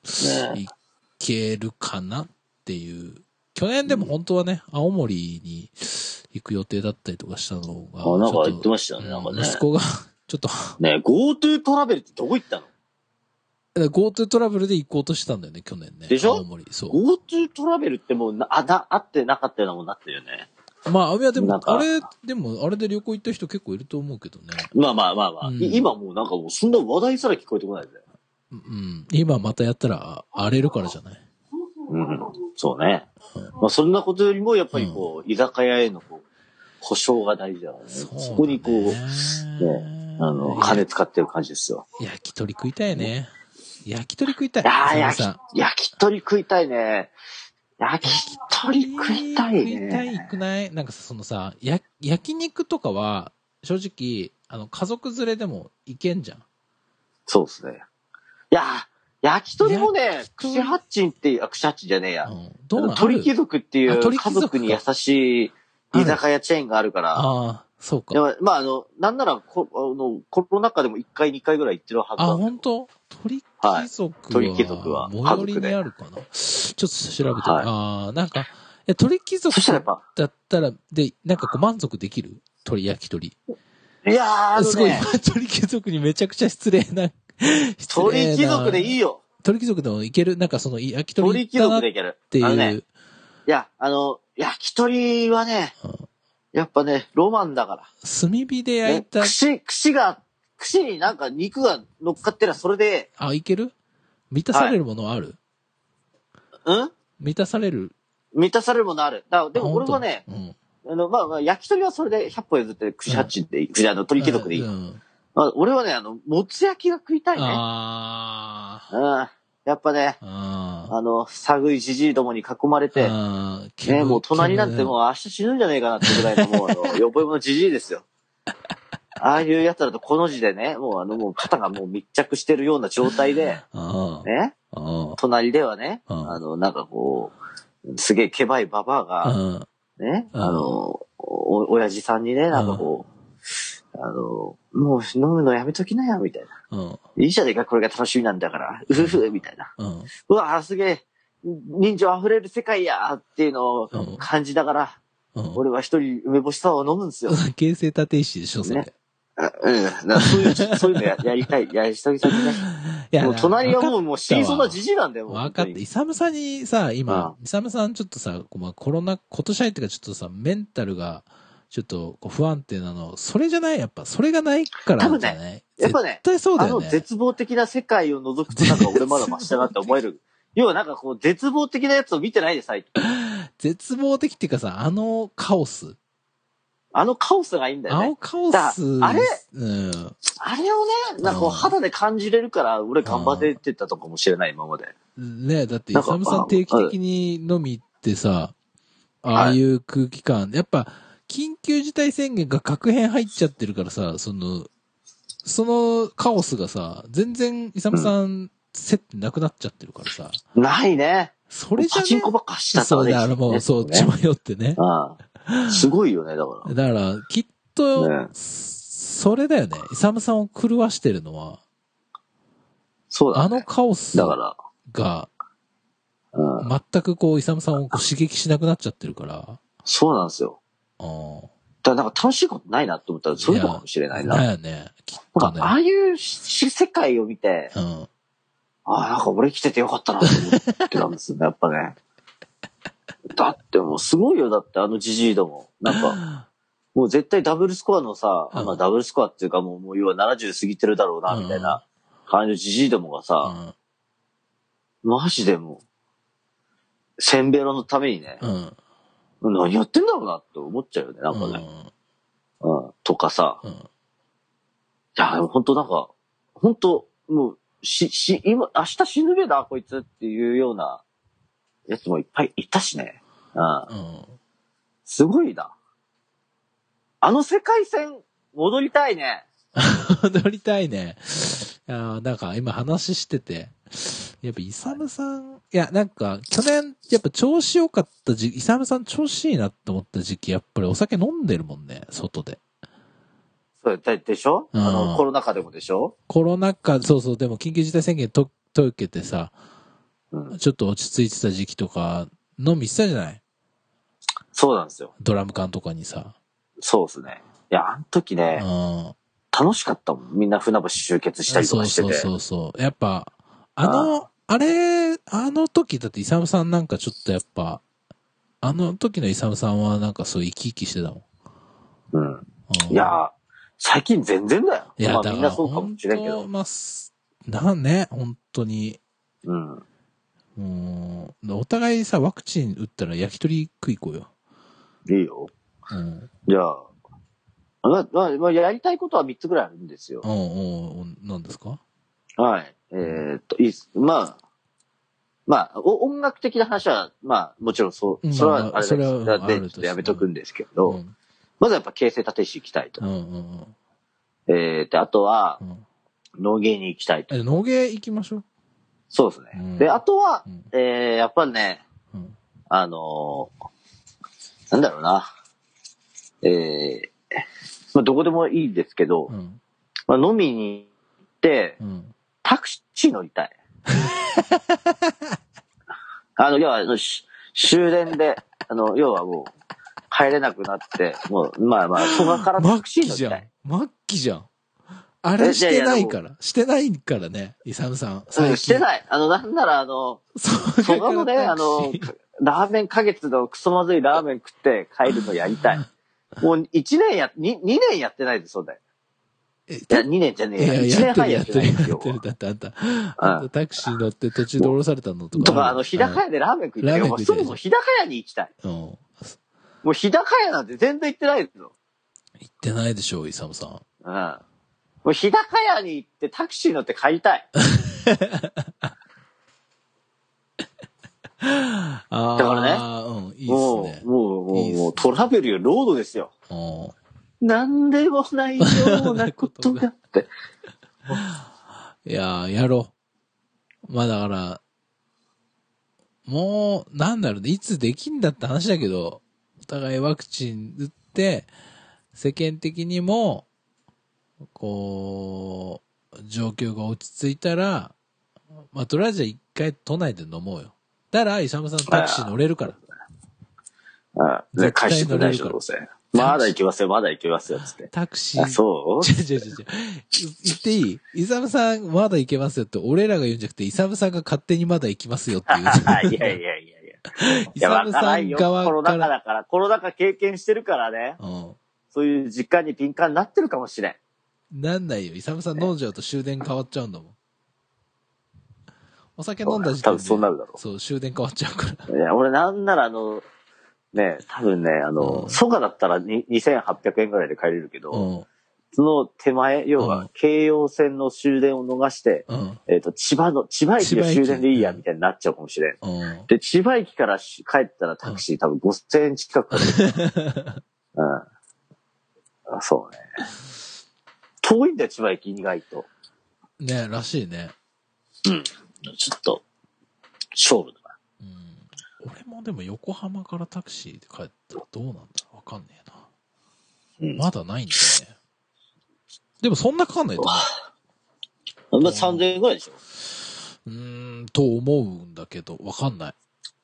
[SPEAKER 1] ね
[SPEAKER 2] いけるかなっていう。去年でも本当はね、青森に行く予定だったりとかしたのが、
[SPEAKER 1] あなんか
[SPEAKER 2] ちょ
[SPEAKER 1] 言ってましたよね
[SPEAKER 2] うん
[SPEAKER 1] なんかね
[SPEAKER 2] 息子が、 <laughs> ちょっと
[SPEAKER 1] ねえ、GoTo トラベルってどこ行ったの
[SPEAKER 2] だから GoTo トラベルで行こうとしたんだよね、去年ね。
[SPEAKER 1] でしょ
[SPEAKER 2] 青森、そ
[SPEAKER 1] ?GoTo トラベルってもうな、あ、な、あってなかったようなもんなってるよね。
[SPEAKER 2] う。まあ、いやで
[SPEAKER 1] な
[SPEAKER 2] も
[SPEAKER 1] ん、か
[SPEAKER 2] あれ、でも、あれで旅行行った人結構いると思うけどね。
[SPEAKER 1] まあまあまあまあ。
[SPEAKER 2] うん
[SPEAKER 1] い今もうなんかもうそんな話題すら聞こえてこないぜ。
[SPEAKER 2] うん。今またやったら、あ荒れるからじゃない
[SPEAKER 1] うん。そうね。まあそんなことよりも、やっぱりこう、居酒屋へのこう、保証が大事だからね。そこにこう、ねあの、金使ってる感じですよ。
[SPEAKER 2] 焼き鳥食いたいね。焼き鳥食いたい。
[SPEAKER 1] ああ、
[SPEAKER 2] 皆
[SPEAKER 1] 焼
[SPEAKER 2] さ
[SPEAKER 1] き、焼き鳥食いたいね。焼き鳥食いたい
[SPEAKER 2] 食いたい
[SPEAKER 1] ね。
[SPEAKER 2] くないなんかさそのさ、や焼肉とかは、正直、あの、家族連れでも行けんじゃん。
[SPEAKER 1] そうですね。いやー、焼き鳥もね、
[SPEAKER 2] き鳥
[SPEAKER 1] 串八珍っていう、あ、串八珍じゃねえや
[SPEAKER 2] う。ん。どうなの
[SPEAKER 1] 鳥貴族ってい
[SPEAKER 2] あ
[SPEAKER 1] う
[SPEAKER 2] 鳥貴
[SPEAKER 1] 家
[SPEAKER 2] 族か
[SPEAKER 1] 族に優しい居酒屋チェーンがあるから、
[SPEAKER 2] ああ、そうか
[SPEAKER 1] で。もまああの、なんならコあのコロナ禍でも1回2回ぐらい行ってるはず
[SPEAKER 2] あ、
[SPEAKER 1] なんだ
[SPEAKER 2] 本当鳥貴族は、
[SPEAKER 1] はい鳥貴族は
[SPEAKER 2] 最寄りにあるかなちょっと調べてみる、
[SPEAKER 1] はい
[SPEAKER 2] あーなんか、え、鳥貴族
[SPEAKER 1] そしたらやっぱ、
[SPEAKER 2] だったら、で、なんかこう満足できる鳥焼き鳥。
[SPEAKER 1] いやー、あの
[SPEAKER 2] すごい、 <laughs>
[SPEAKER 1] ね、
[SPEAKER 2] 鳥貴族にめちゃくちゃ失礼な。 <laughs> 失礼な
[SPEAKER 1] 鳥貴族でいいよ。
[SPEAKER 2] 鳥貴族でもいける、なんかその焼き鳥
[SPEAKER 1] 鳥貴
[SPEAKER 2] 行ったな
[SPEAKER 1] 族
[SPEAKER 2] っ
[SPEAKER 1] でいける。
[SPEAKER 2] てい
[SPEAKER 1] あの
[SPEAKER 2] う。
[SPEAKER 1] ね、いや、あの、焼き鳥はね、
[SPEAKER 2] うん
[SPEAKER 1] やっぱね、ロマンだから。
[SPEAKER 2] 炭火で焼い
[SPEAKER 1] ね、
[SPEAKER 2] た、
[SPEAKER 1] 串、串が、串になんか肉が乗っかってりゃそれで、
[SPEAKER 2] あ、いける満たされるものはある、
[SPEAKER 1] うん
[SPEAKER 2] 満たされる。
[SPEAKER 1] 満たされるものある。だからでも俺もね、
[SPEAKER 2] あ、本
[SPEAKER 1] あの、まあ、まあ、焼き鳥はそれで100歩譲って串八でいい。串あの、
[SPEAKER 2] 当うん、
[SPEAKER 1] 鳥貴族でいい。
[SPEAKER 2] うん、
[SPEAKER 1] まあ、俺はね、あの、もつ焼きが食いたいね。
[SPEAKER 2] あー。
[SPEAKER 1] うん。やっぱね、
[SPEAKER 2] あー
[SPEAKER 1] あの、寒いじじいどもに囲まれて、
[SPEAKER 2] あー。煙
[SPEAKER 1] ね、もう隣なんて
[SPEAKER 2] 煙
[SPEAKER 1] もう明日死ぬんじゃねえかなってぐらいのもうあの、よぼよぼのじじいで
[SPEAKER 2] <laughs>
[SPEAKER 1] すよ。ああいう奴らとこの字でね、もうあの、もう肩がもう密着してるような状態で、
[SPEAKER 2] あー
[SPEAKER 1] ね、
[SPEAKER 2] あ
[SPEAKER 1] 隣ではね、
[SPEAKER 2] うん
[SPEAKER 1] あの、なんかこう、すげえケバいババ
[SPEAKER 2] ー。
[SPEAKER 1] ア
[SPEAKER 2] うん。
[SPEAKER 1] が、ね、
[SPEAKER 2] うん
[SPEAKER 1] あの、お、親父さんにね、なんかこう、あの、もう飲むのやめときなよ、みたいな。
[SPEAKER 2] うん。
[SPEAKER 1] いいじゃねえか、これが楽しみなんだから。うふふ、みたいな。
[SPEAKER 2] うん。
[SPEAKER 1] うわ、すげえ、人情溢れる世界やっていうの
[SPEAKER 2] うん
[SPEAKER 1] を感じながら、
[SPEAKER 2] うん。
[SPEAKER 1] 俺は一人梅干しサワーを飲むんですよ。
[SPEAKER 2] 形成立石でしょ、それ。
[SPEAKER 1] ねあうん。なんかそういう、そういうのややりたい。やりたいね。
[SPEAKER 2] いや
[SPEAKER 1] もう隣はもう、
[SPEAKER 2] う
[SPEAKER 1] もう死にそうなじじいなんだよ、もう。
[SPEAKER 2] 分かった。イサムさんにさ、今、イサムさんちょっとさ、こうまあ、コロナ、今年入ってからちょっとさ、メンタルが、ちょっとこう不安定なの、それじゃないやっぱ、それがないからなんじゃない、
[SPEAKER 1] やっぱね
[SPEAKER 2] 絶、対そうだ
[SPEAKER 1] あ
[SPEAKER 2] よ
[SPEAKER 1] の
[SPEAKER 2] ね。
[SPEAKER 1] 絶望的な世界を覗くとなんか俺まだマシだなって思
[SPEAKER 2] <laughs>
[SPEAKER 1] える。要はなんかこう、絶望的なやつを見てないで最近。
[SPEAKER 2] 絶望的っていうかさ、あのカオス。
[SPEAKER 1] あのカオスがいいんだよ
[SPEAKER 2] あ
[SPEAKER 1] ね
[SPEAKER 2] の。カオス。
[SPEAKER 1] だあれ
[SPEAKER 2] うん。
[SPEAKER 1] あれをね、なんかこ
[SPEAKER 2] う
[SPEAKER 1] うん肌で感じれるから、俺頑張ってってたとかもしれない、今まで。
[SPEAKER 2] ねだって、イ
[SPEAKER 1] なんか
[SPEAKER 2] サムさん定期的に飲み行ってさ、ああいう空気感、やっぱ、緊急事態宣言が確変入っちゃってるからさ、その、そのカオスがさ、全然イサムさん、接点なくなっちゃってるからさ、
[SPEAKER 1] ないね。
[SPEAKER 2] それじゃ
[SPEAKER 1] パチンコ
[SPEAKER 2] ね、
[SPEAKER 1] ばっかした
[SPEAKER 2] そ
[SPEAKER 1] と
[SPEAKER 2] う
[SPEAKER 1] ね。
[SPEAKER 2] だからもう、そう、
[SPEAKER 1] ね
[SPEAKER 2] 血迷ってね。
[SPEAKER 1] うんすごいよね、だから。
[SPEAKER 2] だから、きっと、
[SPEAKER 1] ね
[SPEAKER 2] それだよね。イサムさんを狂わしてるのは、
[SPEAKER 1] そうだ、
[SPEAKER 2] あ
[SPEAKER 1] ね。
[SPEAKER 2] のカオス
[SPEAKER 1] だから。
[SPEAKER 2] が、
[SPEAKER 1] うん。
[SPEAKER 2] 全くこう、イサムさんをこう刺激しなくなっちゃってるから、
[SPEAKER 1] そうなんですよ。
[SPEAKER 2] うん。
[SPEAKER 1] だからなんか楽しいことないなって思ったら、そういうのかもしれないな。
[SPEAKER 2] だよね。きっ
[SPEAKER 1] な
[SPEAKER 2] と
[SPEAKER 1] ん
[SPEAKER 2] ね
[SPEAKER 1] か、。ああいうし世界を見て、
[SPEAKER 2] うん。
[SPEAKER 1] ああ、なんか俺来ててよかったなって思ってたんですよね、やっぱね。だってもうすごいよ、だってあのジジイども。なんか、もう絶対ダブルスコアのさ、
[SPEAKER 2] うん
[SPEAKER 1] まあダブルスコアっていうかもう、もう要は70過ぎてるだろうな、みたいな感じのジジイどもが
[SPEAKER 2] う
[SPEAKER 1] さ、
[SPEAKER 2] ん。
[SPEAKER 1] マジでもう、せんべろのためにね、
[SPEAKER 2] うん。
[SPEAKER 1] 何やってんだろうなって思っちゃうよね、なんかね。うん、とかさ、
[SPEAKER 2] うん。
[SPEAKER 1] いや、でも本当なんか、本当もう、し、し、今、明日死ぬべだ、こいつっていうような、やつもいっぱいいたしね。うん。
[SPEAKER 2] うん。
[SPEAKER 1] すごいな。あの世界線、戻りたいね。
[SPEAKER 2] 踊りたいね。いやーなんか今話してて、やっぱイサムさん、いや、なんか去年、やっぱ調子良かった時期、イサムさん調子いいなって思った時期、やっぱりお酒飲んでるもんね、外で。
[SPEAKER 1] そうだでしょ
[SPEAKER 2] うん
[SPEAKER 1] あの、コロナ禍でもでしょ
[SPEAKER 2] コロナ禍、そうそう、でも緊急事態宣言と解けてさ、
[SPEAKER 1] うん。
[SPEAKER 2] ちょっと落ち着いてた時期とか、飲みしたじゃない
[SPEAKER 1] そうなんですよ。
[SPEAKER 2] ドラム缶とかにさ。
[SPEAKER 1] そうですね。いや、あの時
[SPEAKER 2] う
[SPEAKER 1] ね、
[SPEAKER 2] ん。
[SPEAKER 1] 楽しかったもん。みんな船橋集結したりとかしてて。
[SPEAKER 2] そうそうそうそう。やっぱ、あの、あれ、あの時だってイサムさんなんかちょっとやっぱ、あの時のイサムさんはなんかそう生き生きしてたもん。
[SPEAKER 1] うん。
[SPEAKER 2] うん
[SPEAKER 1] いや、最近全然だよ。
[SPEAKER 2] いや、
[SPEAKER 1] ま
[SPEAKER 2] だから
[SPEAKER 1] あみんなそうかもしれん
[SPEAKER 2] 本
[SPEAKER 1] けど
[SPEAKER 2] 当。まあ、すなんね、本当に。
[SPEAKER 1] うん。
[SPEAKER 2] うん。お互いさ、ワクチン打ったら焼き鳥食い行こうよ。
[SPEAKER 1] いいよ。
[SPEAKER 2] うん。
[SPEAKER 1] じゃあ、まあ、まあまあ、やりたいことは3つぐらいあるんですよ
[SPEAKER 2] う。んうんうん、なんですか
[SPEAKER 1] はい。えーっと、いいっす。まあ、まあ、お音楽的な話は、まあ、もちろんそうう、
[SPEAKER 2] ん
[SPEAKER 1] それ
[SPEAKER 2] ま
[SPEAKER 1] は
[SPEAKER 2] あ
[SPEAKER 1] あれです。
[SPEAKER 2] それは
[SPEAKER 1] だ
[SPEAKER 2] あ
[SPEAKER 1] で
[SPEAKER 2] ると
[SPEAKER 1] ちょっとやめとくんですけど、
[SPEAKER 2] うん。
[SPEAKER 1] まずはやっぱ形成立て石行きたいと。
[SPEAKER 2] うんうん
[SPEAKER 1] えーっと、あとは
[SPEAKER 2] う、ん。
[SPEAKER 1] 農芸に行きたいと。
[SPEAKER 2] え、野毛行きましょう。
[SPEAKER 1] そうですね。
[SPEAKER 2] うん
[SPEAKER 1] で、あとは
[SPEAKER 2] う、ん。
[SPEAKER 1] えー、やっぱりね、
[SPEAKER 2] うん。
[SPEAKER 1] あのーなんだろうな、えー、まあ、どこでもいいですけど、
[SPEAKER 2] うん。
[SPEAKER 1] まあ、飲みに行って、
[SPEAKER 2] うん。
[SPEAKER 1] タクシー乗りたい。 <laughs> あの、要は、あのし終電で、あの、要はもう、帰れなくなって、もう、まあまあ、そばからタクシー乗
[SPEAKER 2] 末期じゃ
[SPEAKER 1] りた
[SPEAKER 2] ん
[SPEAKER 1] い。。
[SPEAKER 2] 末期じゃん。あれしてないから。してないからね、イサムさん。最近。
[SPEAKER 1] うん、して
[SPEAKER 2] い。
[SPEAKER 1] ない。あの、なんならあ
[SPEAKER 2] <laughs>
[SPEAKER 1] の、
[SPEAKER 2] そう
[SPEAKER 1] そばのね、あの、ラーメン花月のクソまずいラーメン食って帰るのやり
[SPEAKER 2] <laughs>
[SPEAKER 1] たい。もう1年や、2, 二年やってないです、それ。
[SPEAKER 2] え
[SPEAKER 1] いや、2年じゃね
[SPEAKER 2] い
[SPEAKER 1] えや。
[SPEAKER 2] や、
[SPEAKER 1] 1
[SPEAKER 2] や
[SPEAKER 1] 年
[SPEAKER 2] って
[SPEAKER 1] 半
[SPEAKER 2] る、
[SPEAKER 1] や
[SPEAKER 2] やっ
[SPEAKER 1] って
[SPEAKER 2] て
[SPEAKER 1] ない
[SPEAKER 2] る、
[SPEAKER 1] んです
[SPEAKER 2] やっ
[SPEAKER 1] よ
[SPEAKER 2] て。る。だってあんた、あんたタクシー乗って途中で降ろされたのとか。
[SPEAKER 1] とか、あの、日高
[SPEAKER 2] 屋。
[SPEAKER 1] 屋でラーメン食って
[SPEAKER 2] ラー
[SPEAKER 1] る
[SPEAKER 2] メン
[SPEAKER 1] も
[SPEAKER 2] 食いた
[SPEAKER 1] う
[SPEAKER 2] い
[SPEAKER 1] そもそも日高屋に行きたい。
[SPEAKER 2] うん。行
[SPEAKER 1] もう日高屋なんて全然行ってないですよ。
[SPEAKER 2] ってないでしょう、イサムさん。
[SPEAKER 1] うん。もう日高屋に行ってタクシー乗って帰りたい。
[SPEAKER 2] ああ。
[SPEAKER 1] だからね
[SPEAKER 2] ね。うん、いい
[SPEAKER 1] もう
[SPEAKER 2] っすね。
[SPEAKER 1] もう、も、
[SPEAKER 2] いいうっすね
[SPEAKER 1] もうトラベルよ、ロードですよ。
[SPEAKER 2] うん。
[SPEAKER 1] なんでもないようなこと
[SPEAKER 2] <laughs>
[SPEAKER 1] がって。
[SPEAKER 2] いやー、やろう。まあだから、もう、なんだろうね、いつできんだって話だけど、お互いワクチン打って、世間的にも、こう、状況が落ち着いたら、まあ、とりあえず一回都内で飲もうよ。だから、イサムさんタクシー乗れるから。
[SPEAKER 1] うん。で、
[SPEAKER 2] 絶対
[SPEAKER 1] 返してくれないでしょ、どうせ。まだ行きますよ、まだ行きますよ、
[SPEAKER 2] <laughs>
[SPEAKER 1] つって。
[SPEAKER 2] タクシー。
[SPEAKER 1] あ、そう
[SPEAKER 2] 違う違う違う違う。言っていいイサムさんまだ行けますよって、俺らが言うんじゃなくて、イサムさんが勝手にまだ行きますよって
[SPEAKER 1] <laughs>
[SPEAKER 2] いう。
[SPEAKER 1] いやいやいやいや。い
[SPEAKER 2] <laughs> イ
[SPEAKER 1] や、
[SPEAKER 2] サ
[SPEAKER 1] わ
[SPEAKER 2] ム
[SPEAKER 1] から
[SPEAKER 2] さ
[SPEAKER 1] ん
[SPEAKER 2] ん
[SPEAKER 1] よ。
[SPEAKER 2] 側
[SPEAKER 1] コロ
[SPEAKER 2] か
[SPEAKER 1] ナ禍
[SPEAKER 2] ら。
[SPEAKER 1] だから、コロナ禍経験してるからね、
[SPEAKER 2] うん。
[SPEAKER 1] そういう時間に敏感になってるかもしれん。
[SPEAKER 2] なんないよ。イサムさん飲んじゃうと終電変わっちゃうんだもん。お酒飲んだ時点
[SPEAKER 1] 多分
[SPEAKER 2] で。
[SPEAKER 1] そうなるだろ
[SPEAKER 2] そう、終電変わっちゃうから。
[SPEAKER 1] う。いや、俺なんならあの、ね、多分ね、あ
[SPEAKER 2] う
[SPEAKER 1] の、
[SPEAKER 2] ん
[SPEAKER 1] 蘇我だったらに2800円ぐらいで帰れるけど、
[SPEAKER 2] うん。
[SPEAKER 1] その手前、要
[SPEAKER 2] う
[SPEAKER 1] は
[SPEAKER 2] ん、
[SPEAKER 1] 京葉線の終電を逃して、
[SPEAKER 2] うん。
[SPEAKER 1] えっ、と、千葉の、千葉駅の終電でいいや、
[SPEAKER 2] 千葉駅
[SPEAKER 1] みたいになっちゃうかもしれん。
[SPEAKER 2] うん。
[SPEAKER 1] で、千葉駅からし帰ったらタクシー多分5000円近くかか <laughs> る。うん。あそうね。遠いんだよ、千葉駅意外と。
[SPEAKER 2] ねらしいね。
[SPEAKER 1] ちょっと、勝負だな。
[SPEAKER 2] うん。俺もでも横浜からタクシーで帰ったらどうなんだろうわかんねえな。
[SPEAKER 1] うん
[SPEAKER 2] まだないんだよね。でもそんなかかんないと思
[SPEAKER 1] まあ、3000円ぐらいでしょ。
[SPEAKER 2] う。うーん、と思うんだけど、わかんない。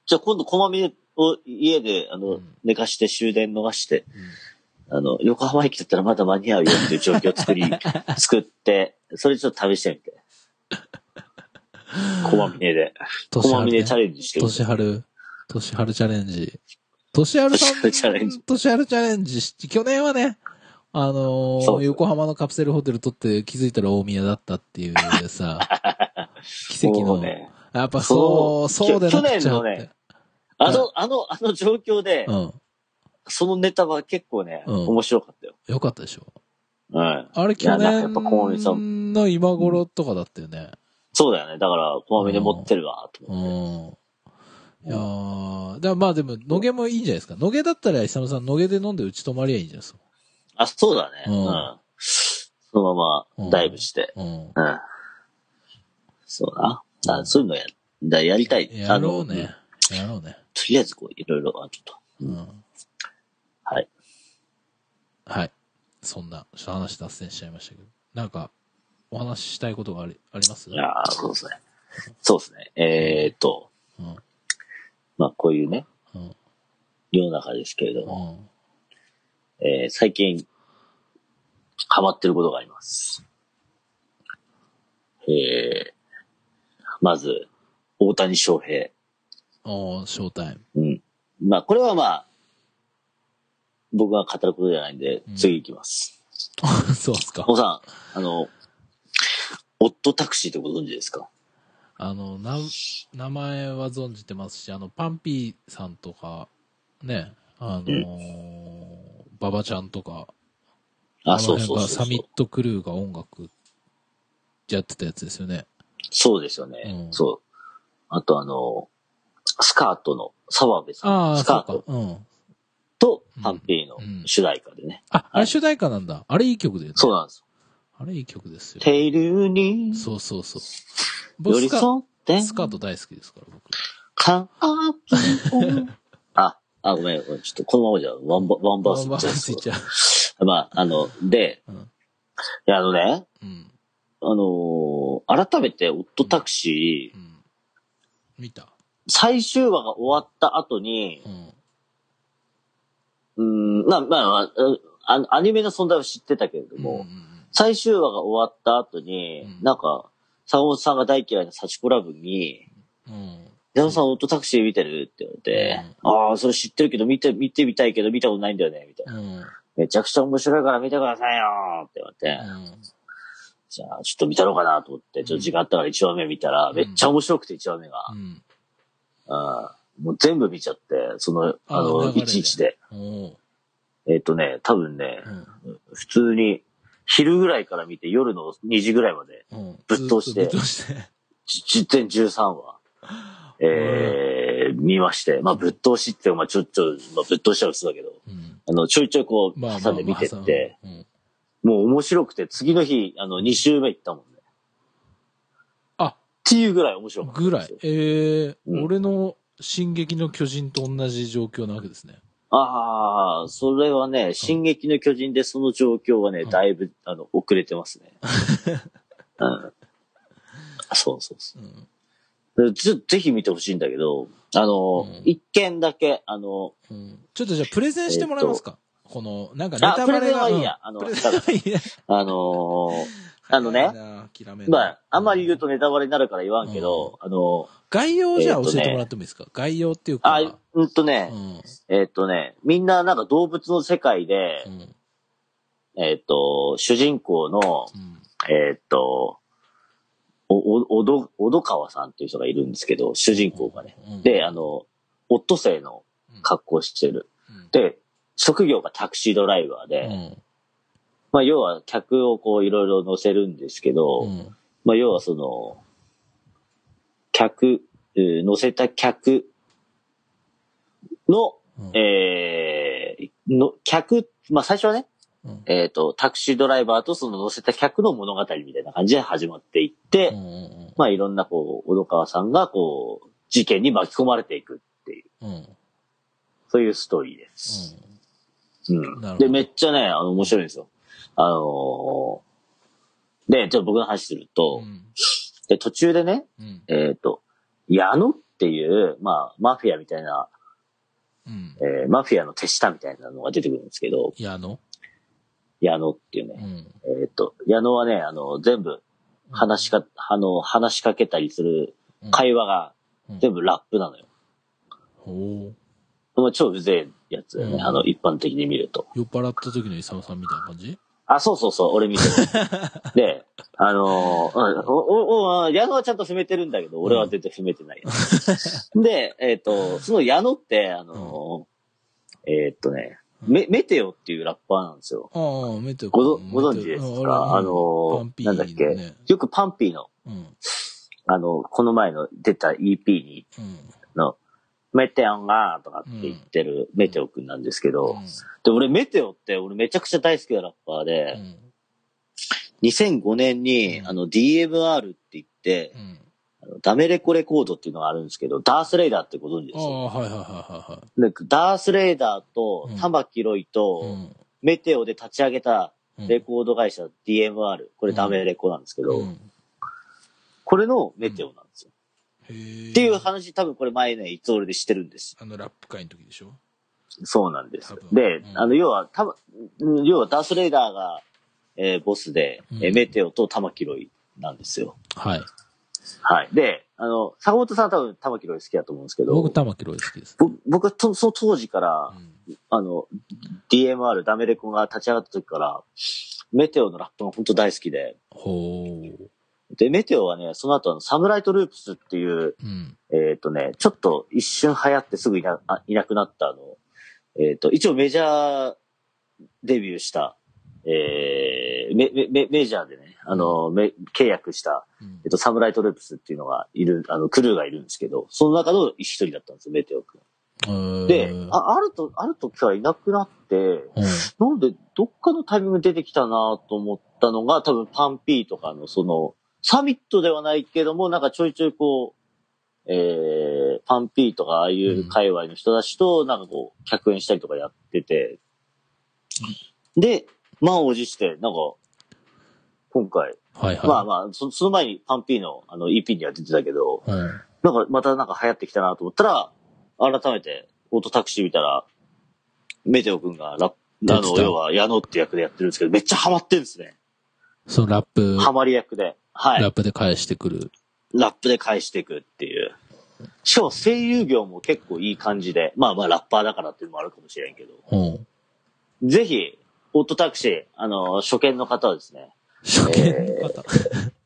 [SPEAKER 1] じゃあ今度、こまみを家で、あの、
[SPEAKER 2] うん
[SPEAKER 1] 寝かして終電逃して、
[SPEAKER 2] うん
[SPEAKER 1] あの、横浜駅だったらまだ間に合うよって
[SPEAKER 2] <laughs>
[SPEAKER 1] いう状況を作り、作って、それちょっと試し
[SPEAKER 2] <laughs>
[SPEAKER 1] てみて。こまみねで。こ
[SPEAKER 2] 年
[SPEAKER 1] ま
[SPEAKER 2] 春
[SPEAKER 1] み
[SPEAKER 2] ね
[SPEAKER 1] ねチャレンジしてみ
[SPEAKER 2] 年
[SPEAKER 1] て。
[SPEAKER 2] 春、年春チャレンジ。年春さん、
[SPEAKER 1] 年春チャレンジ
[SPEAKER 2] 年春チャレンジし、去年はね、あのー
[SPEAKER 1] そう
[SPEAKER 2] 横浜のカプセルホテル取って気づいたら大宮だったっていう
[SPEAKER 1] <laughs>
[SPEAKER 2] さ、奇跡
[SPEAKER 1] も
[SPEAKER 2] の、
[SPEAKER 1] うね。
[SPEAKER 2] やっぱそう、
[SPEAKER 1] そ
[SPEAKER 2] そううでなくちゃっ
[SPEAKER 1] 去年の
[SPEAKER 2] て
[SPEAKER 1] ね。あの、あの、あの状況で、
[SPEAKER 2] うん。
[SPEAKER 1] そのネタは結構ね、
[SPEAKER 2] うん
[SPEAKER 1] 面白かったよ。
[SPEAKER 2] よかったでしょ。
[SPEAKER 1] うん。
[SPEAKER 2] あれ去
[SPEAKER 1] いやなんかやっぱこういうさ
[SPEAKER 2] 年の今頃とかだったよね。
[SPEAKER 1] そうだよね。だから、こまめに持ってるわ、と
[SPEAKER 2] う
[SPEAKER 1] 思って。
[SPEAKER 2] ん。いやー、だからまあでも、野毛もいいんじゃないですか。野毛だったら、久野さん、野毛で飲んでうち泊まりゃいいんじゃないですか。
[SPEAKER 1] あ、そうだね。
[SPEAKER 2] う
[SPEAKER 1] うんん。そのまま、ダイブして。
[SPEAKER 2] うん。
[SPEAKER 1] うん。そうな。あそういうのや、だやりたい。
[SPEAKER 2] やろう
[SPEAKER 1] あの
[SPEAKER 2] ね。。やろうね。
[SPEAKER 1] とりあえず、こう、いろいろ、あちょっと。
[SPEAKER 2] うん。
[SPEAKER 1] はい。
[SPEAKER 2] はい。そんな、ちょっと話脱線しちゃいましたけど。なんか、お話ししたいことがあり、あります
[SPEAKER 1] いやーそうですね。そうですね。えーっと、
[SPEAKER 2] うん。
[SPEAKER 1] まあ、こういうね、
[SPEAKER 2] うん。
[SPEAKER 1] 世の中ですけれど
[SPEAKER 2] う
[SPEAKER 1] も、
[SPEAKER 2] ん。
[SPEAKER 1] えー最近、ハマってることがあります。えー、まず、大谷翔平。
[SPEAKER 2] おー、ショータイム。
[SPEAKER 1] うん。まあ、これはまあ、僕が語ることじゃないんで
[SPEAKER 2] うん、
[SPEAKER 1] 次行きます。
[SPEAKER 2] <laughs> そうっすか
[SPEAKER 1] お。さん、あの、オットタクシーってご存知ですか
[SPEAKER 2] あの、な、名前は存じてますし、あの、パンピーさんとか、ね、あのー、ババちゃんとか、
[SPEAKER 1] あ、
[SPEAKER 2] の
[SPEAKER 1] そう
[SPEAKER 2] 辺
[SPEAKER 1] そう
[SPEAKER 2] が
[SPEAKER 1] そ
[SPEAKER 2] サ
[SPEAKER 1] うそう
[SPEAKER 2] ミ。ットクルーが音楽やってたやつですよね。
[SPEAKER 1] そうですよね。
[SPEAKER 2] うん
[SPEAKER 1] そう。あとあの、スカートの澤部さん
[SPEAKER 2] あ
[SPEAKER 1] の
[SPEAKER 2] あ、
[SPEAKER 1] スカー
[SPEAKER 2] そう
[SPEAKER 1] ト
[SPEAKER 2] か。うん。
[SPEAKER 1] と
[SPEAKER 2] うん
[SPEAKER 1] ハンピーの
[SPEAKER 2] うん
[SPEAKER 1] 主題歌でね。
[SPEAKER 2] あ、あれ主題歌なんだ。あれいい曲だよね。
[SPEAKER 1] そうなんです。
[SPEAKER 2] あれいい曲ですよ。
[SPEAKER 1] テイルに
[SPEAKER 2] そうそうそう。
[SPEAKER 1] 寄
[SPEAKER 2] 僕
[SPEAKER 1] り
[SPEAKER 2] スカ
[SPEAKER 1] 添って、
[SPEAKER 2] スカート大好きですから、僕。
[SPEAKER 1] かあ
[SPEAKER 2] <laughs>
[SPEAKER 1] あ、あ、ごめん、ごめんちょっとこのままじゃワンバワンバースいっ
[SPEAKER 2] まあ
[SPEAKER 1] ちゃい
[SPEAKER 2] つ
[SPEAKER 1] そ
[SPEAKER 2] いうちゃう。
[SPEAKER 1] まあ、あの、で、
[SPEAKER 2] うん
[SPEAKER 1] いや、あのね、
[SPEAKER 2] うん。
[SPEAKER 1] あのー改めて、オットタクシー、
[SPEAKER 2] うん。見た。
[SPEAKER 1] 最終話が終わった後に
[SPEAKER 2] う、ん。
[SPEAKER 1] まあまあまあうんあの、アニメの存在は知ってたけれども、最終話が終わった後に、
[SPEAKER 2] うん
[SPEAKER 1] なんか、坂本さんが大嫌いなサチコラブに、
[SPEAKER 2] うん、うん。
[SPEAKER 1] 矢野さんオートタクシー見てるって言われて、ああ、それ知ってるけど見て、見てみたいけど見たことないんだよね、みたいな。
[SPEAKER 2] うん。
[SPEAKER 1] めちゃくちゃ面白いから見てくださいよって言われて、じゃあちょっと見たろうかなと思って、ちょっと時間あったから1話目見たら、
[SPEAKER 2] ん
[SPEAKER 1] めっちゃ面白くて1話目が、
[SPEAKER 2] うん。
[SPEAKER 1] うんもう全部見ちゃって、その、あ
[SPEAKER 2] 流
[SPEAKER 1] の、
[SPEAKER 2] れで
[SPEAKER 1] いちいちで。
[SPEAKER 2] おう
[SPEAKER 1] えっ、とね、多分ね、
[SPEAKER 2] うん。
[SPEAKER 1] 普通に、昼ぐらいから見て夜の2時ぐらいまで、
[SPEAKER 2] うん。
[SPEAKER 1] ぶっ通して
[SPEAKER 2] ぶっ通して。
[SPEAKER 1] じ全13話、えー見まして、まあ、ぶっ通しって、まあ、ちょっと、まあ、ぶっ通しは嘘だけど、
[SPEAKER 2] うん。
[SPEAKER 1] あの、ちょいちょいこう、
[SPEAKER 2] まあまあ
[SPEAKER 1] 挟んで見てって、
[SPEAKER 2] まあさうん
[SPEAKER 1] もう面白くて、次の日、あの、2週目行ったもんね。
[SPEAKER 2] あ、
[SPEAKER 1] っていうぐらい面白かった。
[SPEAKER 2] ぐらい。。ええ
[SPEAKER 1] うん
[SPEAKER 2] 俺の進撃の巨人と同じ状況なわけですね。
[SPEAKER 1] ああ、それはね、進撃の巨人でその状況はね、
[SPEAKER 2] ん
[SPEAKER 1] だいぶ、あの、遅れてますね。うん。そうそうそう。
[SPEAKER 2] うん。
[SPEAKER 1] ぜぜひ見てほしいんだけど、あ
[SPEAKER 2] う
[SPEAKER 1] の
[SPEAKER 2] ん、
[SPEAKER 1] 一、件だけ、あの、
[SPEAKER 2] うん。ちょっとじゃあプレゼンしてもらえますか、この、なんかネ
[SPEAKER 1] あ、
[SPEAKER 2] タ
[SPEAKER 1] プ
[SPEAKER 2] バ
[SPEAKER 1] レ
[SPEAKER 2] レ
[SPEAKER 1] ゼン
[SPEAKER 2] が。
[SPEAKER 1] はいいや。あ
[SPEAKER 2] うん。
[SPEAKER 1] の、
[SPEAKER 2] プレゼ
[SPEAKER 1] だ
[SPEAKER 2] ン
[SPEAKER 1] から
[SPEAKER 2] <laughs> はいいや。
[SPEAKER 1] あのーあのね
[SPEAKER 2] 早いな諦めない
[SPEAKER 1] まあ、あんまり言うとネタバレになるから言わんけど、あの、
[SPEAKER 2] 概要をじゃあ
[SPEAKER 1] えー
[SPEAKER 2] 教
[SPEAKER 1] とね
[SPEAKER 2] えてもらってもいいですか、概要っていうか。
[SPEAKER 1] あ、うんと
[SPEAKER 2] う
[SPEAKER 1] ね、
[SPEAKER 2] ん。
[SPEAKER 1] えっとね、みんななんか動物の世界で
[SPEAKER 2] う、ん。
[SPEAKER 1] えっと、主人公の、
[SPEAKER 2] うん。
[SPEAKER 1] えっと、お、お、おど、おどかわさんっていう人がいるんですけど、主人公がね。
[SPEAKER 2] うん
[SPEAKER 1] で、あ、の、オットセイの格好してる。で、職業がタクシードライバー
[SPEAKER 2] う
[SPEAKER 1] で、
[SPEAKER 2] ん。
[SPEAKER 1] まあ、要は客をこういろいろ乗せるんですけど、
[SPEAKER 2] うん。
[SPEAKER 1] まあ、要はその、客、えー乗せた客の、
[SPEAKER 2] うん
[SPEAKER 1] えーの、客、まあ、最初はね、
[SPEAKER 2] うん
[SPEAKER 1] えっ、と、タクシードライバーとその乗せた客の物語みたいな感じで始まっていって、
[SPEAKER 2] うんうん
[SPEAKER 1] まあ、いろんなこう、小野川さんがこう、事件に巻き込まれていくっていう、
[SPEAKER 2] うん。うん。
[SPEAKER 1] そういうストーリーです。うん
[SPEAKER 2] なるほど
[SPEAKER 1] で、めっちゃね、あの、面白いんですよ。あのーで、ちょっと僕の話すると、
[SPEAKER 2] うん。
[SPEAKER 1] で、途中でね、
[SPEAKER 2] うん。
[SPEAKER 1] えっ、と、矢野っていう、まあ、マフィアみたいな、
[SPEAKER 2] うん。
[SPEAKER 1] えーマフィアの手下みたいなのが出てくるんですけど、
[SPEAKER 2] 矢野
[SPEAKER 1] 矢野っていう
[SPEAKER 2] う
[SPEAKER 1] ね。
[SPEAKER 2] ん。
[SPEAKER 1] えっ、と、矢野はね、あの、全部、話しか、あの、話しかけたりする
[SPEAKER 2] うん
[SPEAKER 1] 会話が
[SPEAKER 2] うん、
[SPEAKER 1] 全部ラップなのよ。
[SPEAKER 2] おー
[SPEAKER 1] まあ、超うぜえやつだよね、
[SPEAKER 2] うん
[SPEAKER 1] あの、一般的に見ると。
[SPEAKER 2] 酔っ払った時のイサムさんみたいな感じ
[SPEAKER 1] あ、そうそうそう、俺見て <laughs> る。で、あのーうんお、お、お、矢野はちゃんと踏めてるんだけど、俺は全然踏めてないやつ。で、えっ、と、その矢野って、あのーえっ、とね、メ、メテオっていうラッパーなんですよ。
[SPEAKER 2] ああ、メテオ
[SPEAKER 1] ご存、ご存知ですかあのーなんだっけ、よくパンピーの、
[SPEAKER 2] うん。
[SPEAKER 1] あの、この前の出た EP に、
[SPEAKER 2] うん。
[SPEAKER 1] の、メテオンがーとかって言ってるメテオくんなんですけど、で、俺メテオって俺めちゃくちゃ大好きなラッパーで、
[SPEAKER 2] うん。
[SPEAKER 1] 2005年に、
[SPEAKER 2] うん
[SPEAKER 1] あの DMR って言って、
[SPEAKER 2] うん。
[SPEAKER 1] あのダメレコレコードっていうのがあるんですけど、ダースレイダーってご存知で
[SPEAKER 2] あ
[SPEAKER 1] すよ。
[SPEAKER 2] あ、はいはいはいは
[SPEAKER 1] でダースレイダーと
[SPEAKER 2] うん
[SPEAKER 1] 玉木ロイと、
[SPEAKER 2] いはい。うん
[SPEAKER 1] メテオで立ち上げた
[SPEAKER 2] うん。
[SPEAKER 1] レコード会社 DMR、これダメレコなんですけど、
[SPEAKER 2] うん
[SPEAKER 1] これのメテオなんですよ。
[SPEAKER 2] へー
[SPEAKER 1] っていう話、多分これ前ね、いつ俺でしてるんです。
[SPEAKER 2] あの、ラップ会の時でしょ
[SPEAKER 1] そうなんです
[SPEAKER 2] 多。分
[SPEAKER 1] で
[SPEAKER 2] う、ん
[SPEAKER 1] あの、要は、たぶん要はダースレイダーが、えーボスで、え
[SPEAKER 2] う
[SPEAKER 1] ー
[SPEAKER 2] ん
[SPEAKER 1] メテオと玉木ロイなんですよ。
[SPEAKER 2] はい。
[SPEAKER 1] はい。で、あの、坂本さんは多分玉木ロイ好きだと思うんですけど、
[SPEAKER 2] 僕、玉木ロイ好きです。
[SPEAKER 1] ぼ僕はとその当時から、
[SPEAKER 2] うん
[SPEAKER 1] あの、DMR、ダメレコが立ち上がった時から、メテオのラップが本当大好きで、
[SPEAKER 2] ほう。
[SPEAKER 1] で、メテオはね、その後あの、サムライトループスっていう、
[SPEAKER 2] うん。
[SPEAKER 1] えっ、とね、ちょっと一瞬流行ってすぐいなあいなくなったあの、えっ、と、一応メジャーデビューした、えー、メメメメジャーでね、あの、め契約した、
[SPEAKER 2] うん
[SPEAKER 1] えっ、と、サムライトループスっていうのがいる、あの、クルーがいるんですけど、その中の一人だったんですよ、メテオ君。で、ああると、ある時からいなくなって、
[SPEAKER 2] うん、
[SPEAKER 1] なんで、どっかのタイミングで出てきたなと思ったのが、多分パンピーとかの、その、サミットではないけども、なんかちょいちょいこう、えー、パンピーとか、ああいう界隈の人たちと、なんかこう、客演したりとかやってて、で、満を持して、なんか、今回、
[SPEAKER 2] はいはい。
[SPEAKER 1] まあまあ、そその前にパンピーのあの EP には出てたけど、
[SPEAKER 2] うん
[SPEAKER 1] なんかまたなんか流行ってきたなと思ったら、改めてオートタクシー見たら、メテオ君がラッ
[SPEAKER 2] 出
[SPEAKER 1] あ
[SPEAKER 2] てた
[SPEAKER 1] の、要は、矢野って役でやってるんですけど、めっちゃハマってんですね。
[SPEAKER 2] そのラップ、
[SPEAKER 1] ハマり役で。はい。
[SPEAKER 2] ラップで返してくる。
[SPEAKER 1] ラップで返していくっていう。しかも声優業も結構いい感じで、まあまあラッパーだからっていうのもあるかもしれんけど、
[SPEAKER 2] うん。
[SPEAKER 1] ぜひ、オートタクシー、あの、初見の方はですね、
[SPEAKER 2] 初見の方。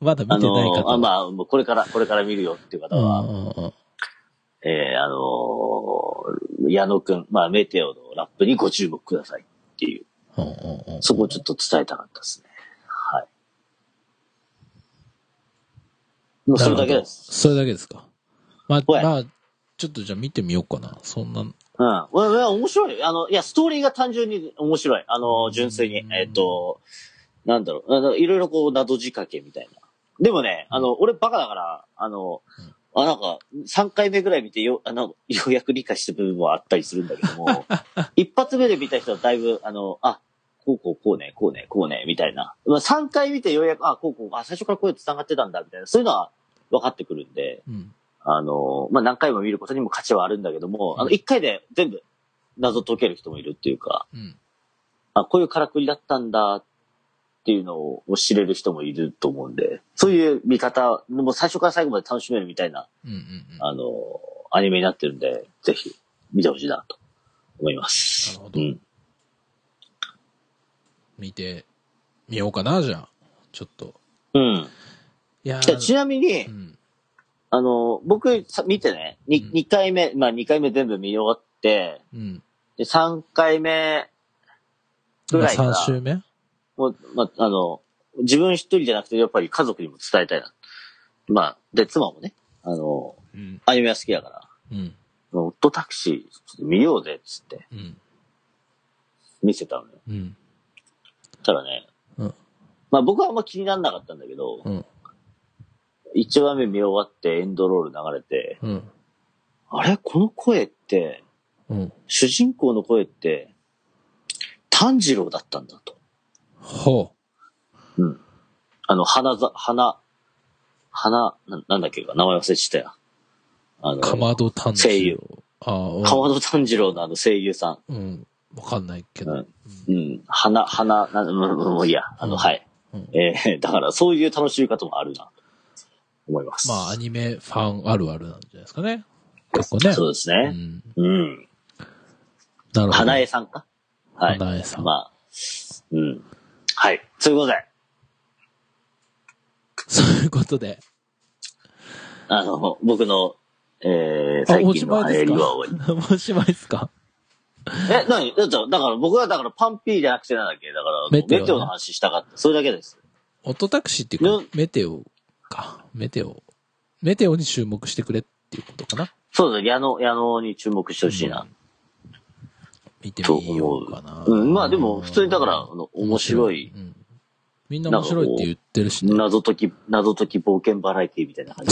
[SPEAKER 2] まだ見
[SPEAKER 1] あ
[SPEAKER 2] てない方。
[SPEAKER 1] の、あまあ、もうこれから、これから見るよっていう方
[SPEAKER 2] うん
[SPEAKER 1] は、
[SPEAKER 2] うんうん
[SPEAKER 1] えー、あの、矢野くん、まあ、メテオのラップにご注目くださいっていう、
[SPEAKER 2] うんうんうん
[SPEAKER 1] そこをちょっと伝えたかったですね。はい。もうそれだけです。
[SPEAKER 2] それだけですか。まあ、
[SPEAKER 1] はい
[SPEAKER 2] まあ、ちょっとじゃあ見てみようかな。そんな、
[SPEAKER 1] うん。わわ面白い。あの、いや、ストーリーが単純に面白い。あの、純粋に
[SPEAKER 2] う。ん
[SPEAKER 1] えっ、と、なんだろうあの。いろいろこう、謎仕掛けみたいな。でもね、あの、俺バカだから、あの、あなんか、3回目ぐらい見てよ、あの、ようやく理解した部分はあったりするんだけど
[SPEAKER 2] <laughs>
[SPEAKER 1] も、一発目で見た人はだいぶ、あの、あ、こうこうこうね、こうね、こうね、みたいな。まあ、3回見てようやく、あ、こうこう、あ、最初からこうやって繋がってたんだ、みたいな。そういうのは分かってくるんで、
[SPEAKER 2] うん。
[SPEAKER 1] あの、まあ、何回も見ることにも価値はあるんだけども、あの、一回で全部謎解ける人もいるっていうか、
[SPEAKER 2] うん。
[SPEAKER 1] あ、こういうからくりだったんだっていうのを知れる人もいると思うんで、そういう見方、もう最初から最後まで楽しめるみたいな、
[SPEAKER 2] うんうんうん。な
[SPEAKER 1] あの、アニメになってるんで、ぜひ見てほしいなと思います。
[SPEAKER 2] るほど
[SPEAKER 1] う。ん。
[SPEAKER 2] 見てみようかな、じゃあ。ちょっと。
[SPEAKER 1] うん。
[SPEAKER 2] いやー
[SPEAKER 1] じゃあちなみに、
[SPEAKER 2] うん。
[SPEAKER 1] あの、僕さ見てね、に
[SPEAKER 2] うん
[SPEAKER 1] 2回目、まあ2回目全部見終わって、
[SPEAKER 2] うん。
[SPEAKER 1] で3回目ぐらいか
[SPEAKER 2] 今
[SPEAKER 1] ら
[SPEAKER 2] 3週目
[SPEAKER 1] もう、ま、あの、自分一人じゃなくて、やっぱり家族にも伝えたいな。まあ、で、妻もね、あの、
[SPEAKER 2] うん。
[SPEAKER 1] アニメは好きだから、
[SPEAKER 2] うん。
[SPEAKER 1] オットタクシー、ちょっと見ようぜ、っつって、
[SPEAKER 2] うん。
[SPEAKER 1] 見せたのよ。
[SPEAKER 2] うん。
[SPEAKER 1] ただね、
[SPEAKER 2] うん
[SPEAKER 1] まあ僕はあんま気にならなかったんだけど、
[SPEAKER 2] うん。
[SPEAKER 1] 一話目見終わってエンドロール流れて、
[SPEAKER 2] うん。
[SPEAKER 1] あれこの声って、
[SPEAKER 2] うん。
[SPEAKER 1] 主人公の声って、炭治郎だったんだと。
[SPEAKER 2] ほ
[SPEAKER 1] うん。あの、花ざ、花、花、ななんだっけか、名前忘れちゃったよ。あ
[SPEAKER 2] う。
[SPEAKER 1] の
[SPEAKER 2] かまど炭治郎
[SPEAKER 1] 声優
[SPEAKER 2] ああ、うん
[SPEAKER 1] 川野炭治郎のあの声優さ
[SPEAKER 2] うん。わかんないけど。
[SPEAKER 1] うんん。うん。花、花、なもうもういいや。
[SPEAKER 2] う
[SPEAKER 1] あの、
[SPEAKER 2] ん
[SPEAKER 1] はい。
[SPEAKER 2] うん
[SPEAKER 1] えー、 <laughs> だからそういう楽しみ方もあるな、と思います。
[SPEAKER 2] まあ、アニメファンあるあるなんじゃないですかね。結構ね。
[SPEAKER 1] そうです
[SPEAKER 2] う
[SPEAKER 1] ね。
[SPEAKER 2] ん。
[SPEAKER 1] うん。
[SPEAKER 2] なるほど。
[SPEAKER 1] 花江さんかはい。
[SPEAKER 2] 花江さん
[SPEAKER 1] まあ、うん。はい。そういうことで、
[SPEAKER 2] そういうことで。
[SPEAKER 1] あの、僕の、えー、
[SPEAKER 2] あ、
[SPEAKER 1] 最
[SPEAKER 2] お
[SPEAKER 1] 近
[SPEAKER 2] し
[SPEAKER 1] の
[SPEAKER 2] まいで
[SPEAKER 1] 流行り
[SPEAKER 2] す
[SPEAKER 1] は終わ
[SPEAKER 2] かおしまいですか
[SPEAKER 1] り。え、何だってだから僕はだからパンピーじゃなくてなんだっけだから、
[SPEAKER 2] メテオね
[SPEAKER 1] メテオの話したかった。それだけです。
[SPEAKER 2] オットタクシーっていう
[SPEAKER 1] ね
[SPEAKER 2] か、メテオか。メテオ。メテオに注目してくれっていうことかな。
[SPEAKER 1] そうです。矢野、矢野に注目してほしいな。
[SPEAKER 2] 見てみようかな。
[SPEAKER 1] うん、まあでも普通にだから、あの面白い。
[SPEAKER 2] うんみんな面白いって言ってるしね。
[SPEAKER 1] 謎解き、謎解き冒険バラエティみたいな感じ。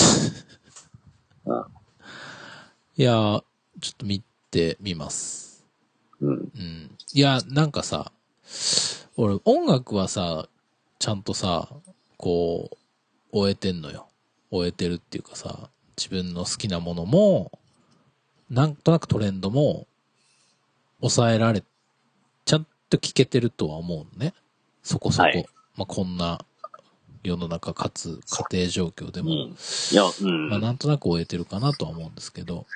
[SPEAKER 2] いやー、ちょっと見てみます。
[SPEAKER 1] うん。
[SPEAKER 2] うん。いや、なんかさ、俺音楽はさ、ちゃんとさ、こう、終えてんのよ。終えてるっていうかさ、自分の好きなものも、なんとなくトレンドも、抑えられ、ちゃんと聞けてるとは思うのね。そこそこ。
[SPEAKER 1] はい
[SPEAKER 2] まあ、こんな世の中かつ家庭状況で
[SPEAKER 1] うん。
[SPEAKER 2] も、
[SPEAKER 1] いや、うん。
[SPEAKER 2] まあ、なんとなく終えてるかなとは思うんですけど、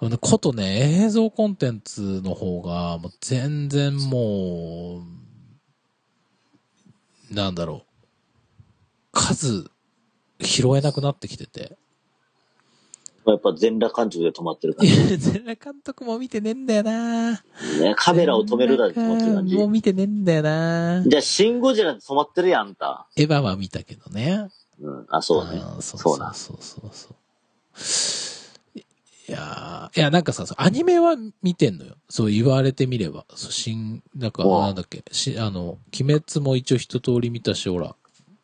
[SPEAKER 2] あのねことね、映像コンテンツの方が、もう全然もう、なんだろう、数拾えなくなってきてて、
[SPEAKER 1] やっぱ全裸監督で止まってる
[SPEAKER 2] い
[SPEAKER 1] 感
[SPEAKER 2] や <laughs>
[SPEAKER 1] じ。
[SPEAKER 2] 全裸監督も見てねえんだよな
[SPEAKER 1] ね、カ
[SPEAKER 2] カ
[SPEAKER 1] メラを止めるだけ止まってる感じ
[SPEAKER 2] もう。見てねえんだよな
[SPEAKER 1] じゃあ、シン・ゴジラで止まってるやん、あんた。
[SPEAKER 2] エヴァは見たけどね。
[SPEAKER 1] うん。あ、そうね
[SPEAKER 2] あ。ーそう
[SPEAKER 1] そ
[SPEAKER 2] そうう
[SPEAKER 1] な。
[SPEAKER 2] そうそうそう。いやーいや、なんかさ、そうアニメは見てんのよ。そう言われてみれば。そう、新、なんか、
[SPEAKER 1] おう
[SPEAKER 2] なんだっけ、し、あの、鬼滅も一応一通り見たし、ほら、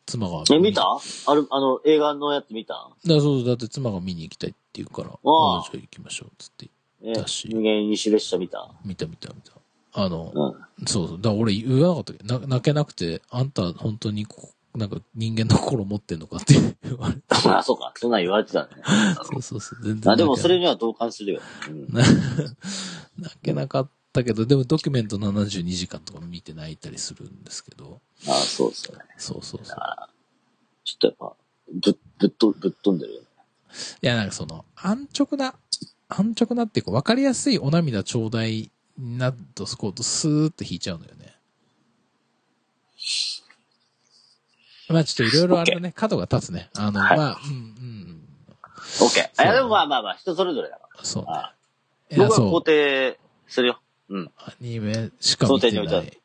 [SPEAKER 2] 妻が。
[SPEAKER 1] え、見た
[SPEAKER 2] だか
[SPEAKER 1] あれ、あの、映画のやつ見た
[SPEAKER 2] らそうそう、だって妻が見に行きたいって言うから、
[SPEAKER 1] おう
[SPEAKER 2] あじゃあ行きましょう、つって。
[SPEAKER 1] え、
[SPEAKER 2] だし
[SPEAKER 1] 無限西列車見た <laughs>
[SPEAKER 2] 見た見た見た。あの、
[SPEAKER 1] うん。
[SPEAKER 2] そうそう。だから俺言わなかったっけどな泣けなくて、あんた本当にこ、なんか人間の心持ってんのかって言われて。
[SPEAKER 1] あ、そうか。そんなん言われてたね。
[SPEAKER 2] そうそうそう。全然泣けな
[SPEAKER 1] あ、
[SPEAKER 2] い。
[SPEAKER 1] でもそれには同感するよ。うん。
[SPEAKER 2] な <laughs> 泣けなかっったけど、でもドキュメント72時間とか見て泣いたりするんですけど、
[SPEAKER 1] ああ、そうですよね。
[SPEAKER 2] そうそうそう。
[SPEAKER 1] ちょっとやっぱ、ぶっ、ぶっと、ぶっ飛んでるよね。
[SPEAKER 2] いや、なんかその、安直な、安直なっていうか、わかりやすいお涙ちょうだいになると、そこうスーッと引いちゃうのよね。まあちょっといろいろあれだね、角が立つね。あの、
[SPEAKER 1] はい
[SPEAKER 2] まあ、うん、うん。
[SPEAKER 1] オッケー。い
[SPEAKER 2] そ
[SPEAKER 1] や、
[SPEAKER 2] う
[SPEAKER 1] でもまあまあまあ、人それぞれだから。
[SPEAKER 2] そうね
[SPEAKER 1] あ。
[SPEAKER 2] いや、
[SPEAKER 1] 僕は
[SPEAKER 2] そ
[SPEAKER 1] 肯
[SPEAKER 2] う。定
[SPEAKER 1] 定するよ。
[SPEAKER 2] アニメしか見てない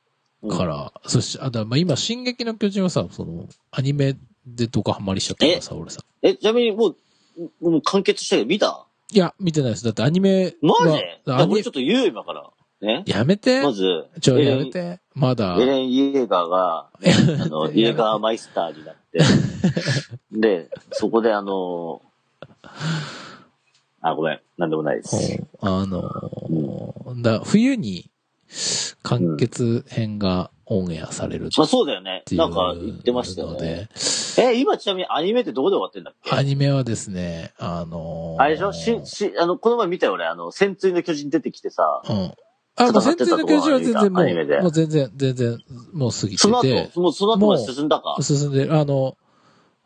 [SPEAKER 1] うん
[SPEAKER 2] から、そして、あ、だからまあ今、進撃の巨人はさ、その、アニメでどかハマりしちゃったからさ、俺さ。
[SPEAKER 1] え、ちなみにもう、もう完結してる見た
[SPEAKER 2] いや、見てないです。だってアニメ
[SPEAKER 1] マジ
[SPEAKER 2] は、
[SPEAKER 1] じゃ
[SPEAKER 2] ア
[SPEAKER 1] あ
[SPEAKER 2] ニ
[SPEAKER 1] 俺
[SPEAKER 2] メ
[SPEAKER 1] ちょっ、と言うよ、今から。ね。
[SPEAKER 2] やめて
[SPEAKER 1] ま。ず、
[SPEAKER 2] ちょ、
[SPEAKER 1] エ
[SPEAKER 2] や
[SPEAKER 1] レ
[SPEAKER 2] め
[SPEAKER 1] ン、
[SPEAKER 2] て。まだ。
[SPEAKER 1] エレン・イエーガ
[SPEAKER 2] <laughs>
[SPEAKER 1] ーが、あの、イエーガーマイスターになって、で、そこであの、あ、ごめん、なんでもないです。
[SPEAKER 2] あのーだ冬に完結編がオンエアされるっ
[SPEAKER 1] まあそうだよね。
[SPEAKER 2] ていう
[SPEAKER 1] なん
[SPEAKER 2] の
[SPEAKER 1] か
[SPEAKER 2] で、
[SPEAKER 1] 言ってましたよね。え、今ちなみにアニメってどこで終わってんだっけ
[SPEAKER 2] アニメはですね、あのー
[SPEAKER 1] あれでしょし、し、あの、この前見たよ、俺。あの、戦鎚の巨人出てきてさ、
[SPEAKER 2] うん。あ、もう戦鎚の巨人は全然も
[SPEAKER 1] アニメで
[SPEAKER 2] う、もう全然、全然、もう過ぎ
[SPEAKER 1] その
[SPEAKER 2] て
[SPEAKER 1] 後、もうその後まで進んだか
[SPEAKER 2] て、。進んでる、あの、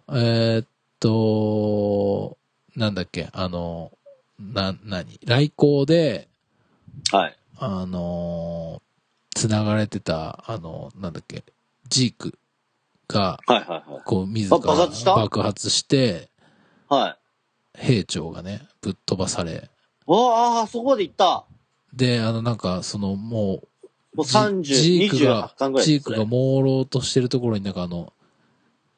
[SPEAKER 2] えーっと、なんだっけ、あの、な、なに、来航で、
[SPEAKER 1] はい。
[SPEAKER 2] あのー繋がれてた、あのーなんだっけ、ジークが、
[SPEAKER 1] はいはいはい。
[SPEAKER 2] こう、自
[SPEAKER 1] あ
[SPEAKER 2] ら
[SPEAKER 1] 爆発した
[SPEAKER 2] 爆発して、
[SPEAKER 1] はい。
[SPEAKER 2] 兵長がね、ぶっ飛ばされ、
[SPEAKER 1] ああ、そこまで行った。
[SPEAKER 2] で、あの、なんか、その、も
[SPEAKER 1] も
[SPEAKER 2] う、
[SPEAKER 1] う30、
[SPEAKER 2] ジジーク
[SPEAKER 1] 28
[SPEAKER 2] が
[SPEAKER 1] 巻ぐらい
[SPEAKER 2] ジ
[SPEAKER 1] で
[SPEAKER 2] ー
[SPEAKER 1] す
[SPEAKER 2] ク
[SPEAKER 1] ね
[SPEAKER 2] が朦朧としてるところになんかあの、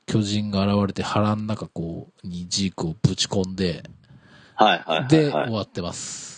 [SPEAKER 2] 巨人が現れて腹の中こう、にジークをぶち込んで、
[SPEAKER 1] はいはいはい、
[SPEAKER 2] で、
[SPEAKER 1] はい。
[SPEAKER 2] 終わってます。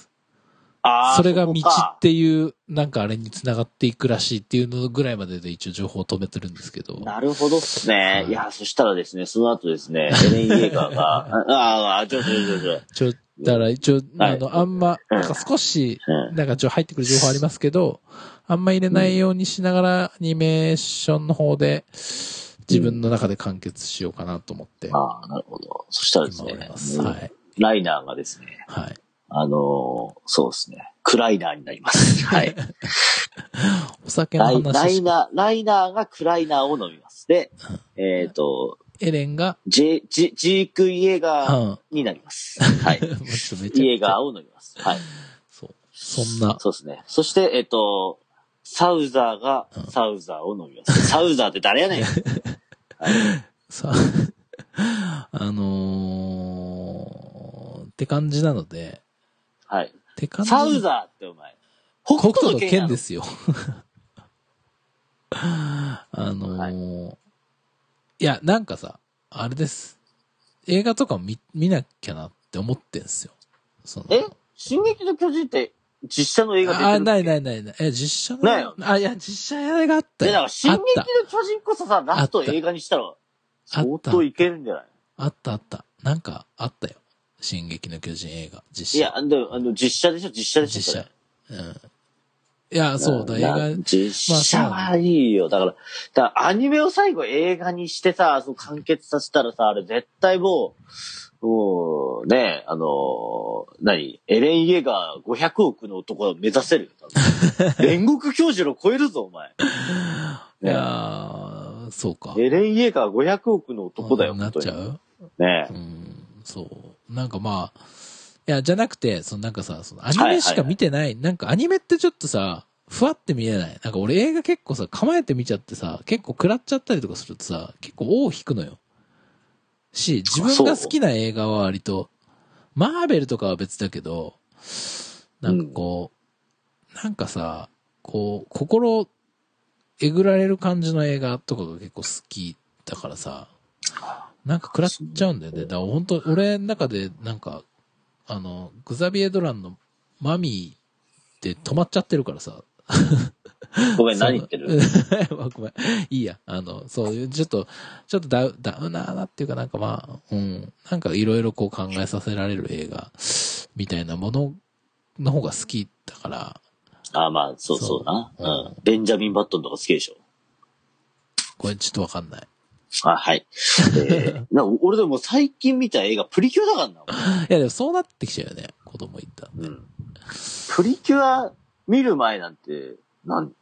[SPEAKER 1] あー
[SPEAKER 2] それが道
[SPEAKER 1] こ
[SPEAKER 2] っ
[SPEAKER 1] か
[SPEAKER 2] ていう、なんかあれに繋がっていくらしいっていうのぐらいまでで一応情報を止めてるんですけど。
[SPEAKER 1] なるほどっすね。
[SPEAKER 2] はい
[SPEAKER 1] いや、そしたらですね、その後ですね、エレン・イエーガーが、あああ、ちょちょちょちょ。
[SPEAKER 2] ちょ、だから一応、
[SPEAKER 1] はい
[SPEAKER 2] あの、あんま、
[SPEAKER 1] うん
[SPEAKER 2] なんか少し、
[SPEAKER 1] うん
[SPEAKER 2] なんかちょ、入ってくる情報ありますけど、あんま入れないようにしながら、アニメーションの方で、自分の中で完結しようかなと思って、今
[SPEAKER 1] ああ、なるほど。そしたらです
[SPEAKER 2] おり
[SPEAKER 1] ね
[SPEAKER 2] ます。、はい。
[SPEAKER 1] ライナーがですね、
[SPEAKER 2] はい。
[SPEAKER 1] あのーそうですね、クライナーになります。はい。
[SPEAKER 2] お酒の <laughs>
[SPEAKER 1] ライラ
[SPEAKER 2] 話
[SPEAKER 1] イ
[SPEAKER 2] しか、
[SPEAKER 1] ナー、ライナーがクライナーを飲みます。で、えっ、と、
[SPEAKER 2] エレンが、
[SPEAKER 1] ジェジジーク・イエー
[SPEAKER 2] うん。
[SPEAKER 1] ガー
[SPEAKER 2] も。
[SPEAKER 1] になります。はいう
[SPEAKER 2] ちょっ <laughs> とめ
[SPEAKER 1] イ
[SPEAKER 2] ち
[SPEAKER 1] エ
[SPEAKER 2] ゃくち
[SPEAKER 1] ーガー
[SPEAKER 2] ゃ、
[SPEAKER 1] を飲みます。はい。
[SPEAKER 2] そう。そんな、
[SPEAKER 1] そうですね。そして、えっと、サウザーがサウザーを飲
[SPEAKER 2] <laughs>
[SPEAKER 1] みます。サウザーって誰やねん。
[SPEAKER 2] さ、 <laughs> あのー、って感じなので、
[SPEAKER 1] はい。
[SPEAKER 2] って感じ
[SPEAKER 1] サウザーってお前。北
[SPEAKER 2] 北
[SPEAKER 1] 斗
[SPEAKER 2] 斗
[SPEAKER 1] の
[SPEAKER 2] の
[SPEAKER 1] 剣な
[SPEAKER 2] 剣
[SPEAKER 1] の
[SPEAKER 2] ですよ。 <laughs> あのーい、や、なんかさ、あれです。映画とか見、見なきゃなって思ってんすよ。その
[SPEAKER 1] え進撃の巨人って実写の映画出てる
[SPEAKER 2] あ、ない
[SPEAKER 1] い。
[SPEAKER 2] ないないない。え、実写の
[SPEAKER 1] ないの
[SPEAKER 2] あ、いや、実写映画あった
[SPEAKER 1] で、だか
[SPEAKER 2] よ。あ
[SPEAKER 1] ら、進撃
[SPEAKER 2] っ
[SPEAKER 1] の
[SPEAKER 2] た。
[SPEAKER 1] 巨人こそさ、ラスト映画にしたら、相当いけるんじゃない
[SPEAKER 2] あったあった。なんか、あったよ。進撃の巨人映画。実
[SPEAKER 1] い
[SPEAKER 2] 写。
[SPEAKER 1] や、でもあの、実写でしょ実写でしょ
[SPEAKER 2] 実
[SPEAKER 1] そ
[SPEAKER 2] 写
[SPEAKER 1] れ。
[SPEAKER 2] うん。いや、そうだ、映
[SPEAKER 1] な
[SPEAKER 2] 画。
[SPEAKER 1] な実写はいいよ。だから、だからアニメを最後映画にしてさ、そう完結させたらさ、あれ絶対もう、もう、ね、あのー、何エレン・イエガー500億の男を目指せるよ。
[SPEAKER 2] <laughs>
[SPEAKER 1] 多分煉獄教授を超えるぞ、お前。
[SPEAKER 2] いやーそうか。
[SPEAKER 1] エレン・イエガー500億の男だよ、
[SPEAKER 2] うんな
[SPEAKER 1] 本
[SPEAKER 2] っ
[SPEAKER 1] 当
[SPEAKER 2] ちゃ
[SPEAKER 1] に。
[SPEAKER 2] う
[SPEAKER 1] ね
[SPEAKER 2] うんそう。なんかまあ、いや、じゃなくて、そのなんかさ、そのアニメしか見てない,、なんかアニメってちょっとさ、ふわって見えない。なんか俺映画結構さ、構えて見ちゃってさ、結構食らっちゃったりとかするとさ、結構尾を引くのよ。し、自分が好きな映画は割と、マーベルとかは別だけど、なんかこう、なんかさ、こう、心、えぐられる感じの映画とかが結構好きだからさ、なんか食らっちゃうんだよね。だから本当俺の中でなんか、あの、グザビエドランのマミーで止まっちゃってるからさ。
[SPEAKER 1] ごめん、何言ってる
[SPEAKER 2] その <laughs> まあごめん。いいや。あの、そういう、ちょっと、ちょっとダウダウナーなっていうかなんかまあ、うん。なんかいろいろこう考えさせられる映画みたいなものの方が好きだから、
[SPEAKER 1] あ、まあ、そうそうな。。
[SPEAKER 2] そううん
[SPEAKER 1] ベンジャミン・バットンとか好きでしょ。
[SPEAKER 2] これちょっとわかんない。
[SPEAKER 1] あ、はい。
[SPEAKER 2] <laughs>
[SPEAKER 1] えーな俺でも最近見た映画、プリキュアだからな。
[SPEAKER 2] いやでもそうなってきちゃうよね。子供いった。
[SPEAKER 1] うんプリキュア見る前なんて、なん、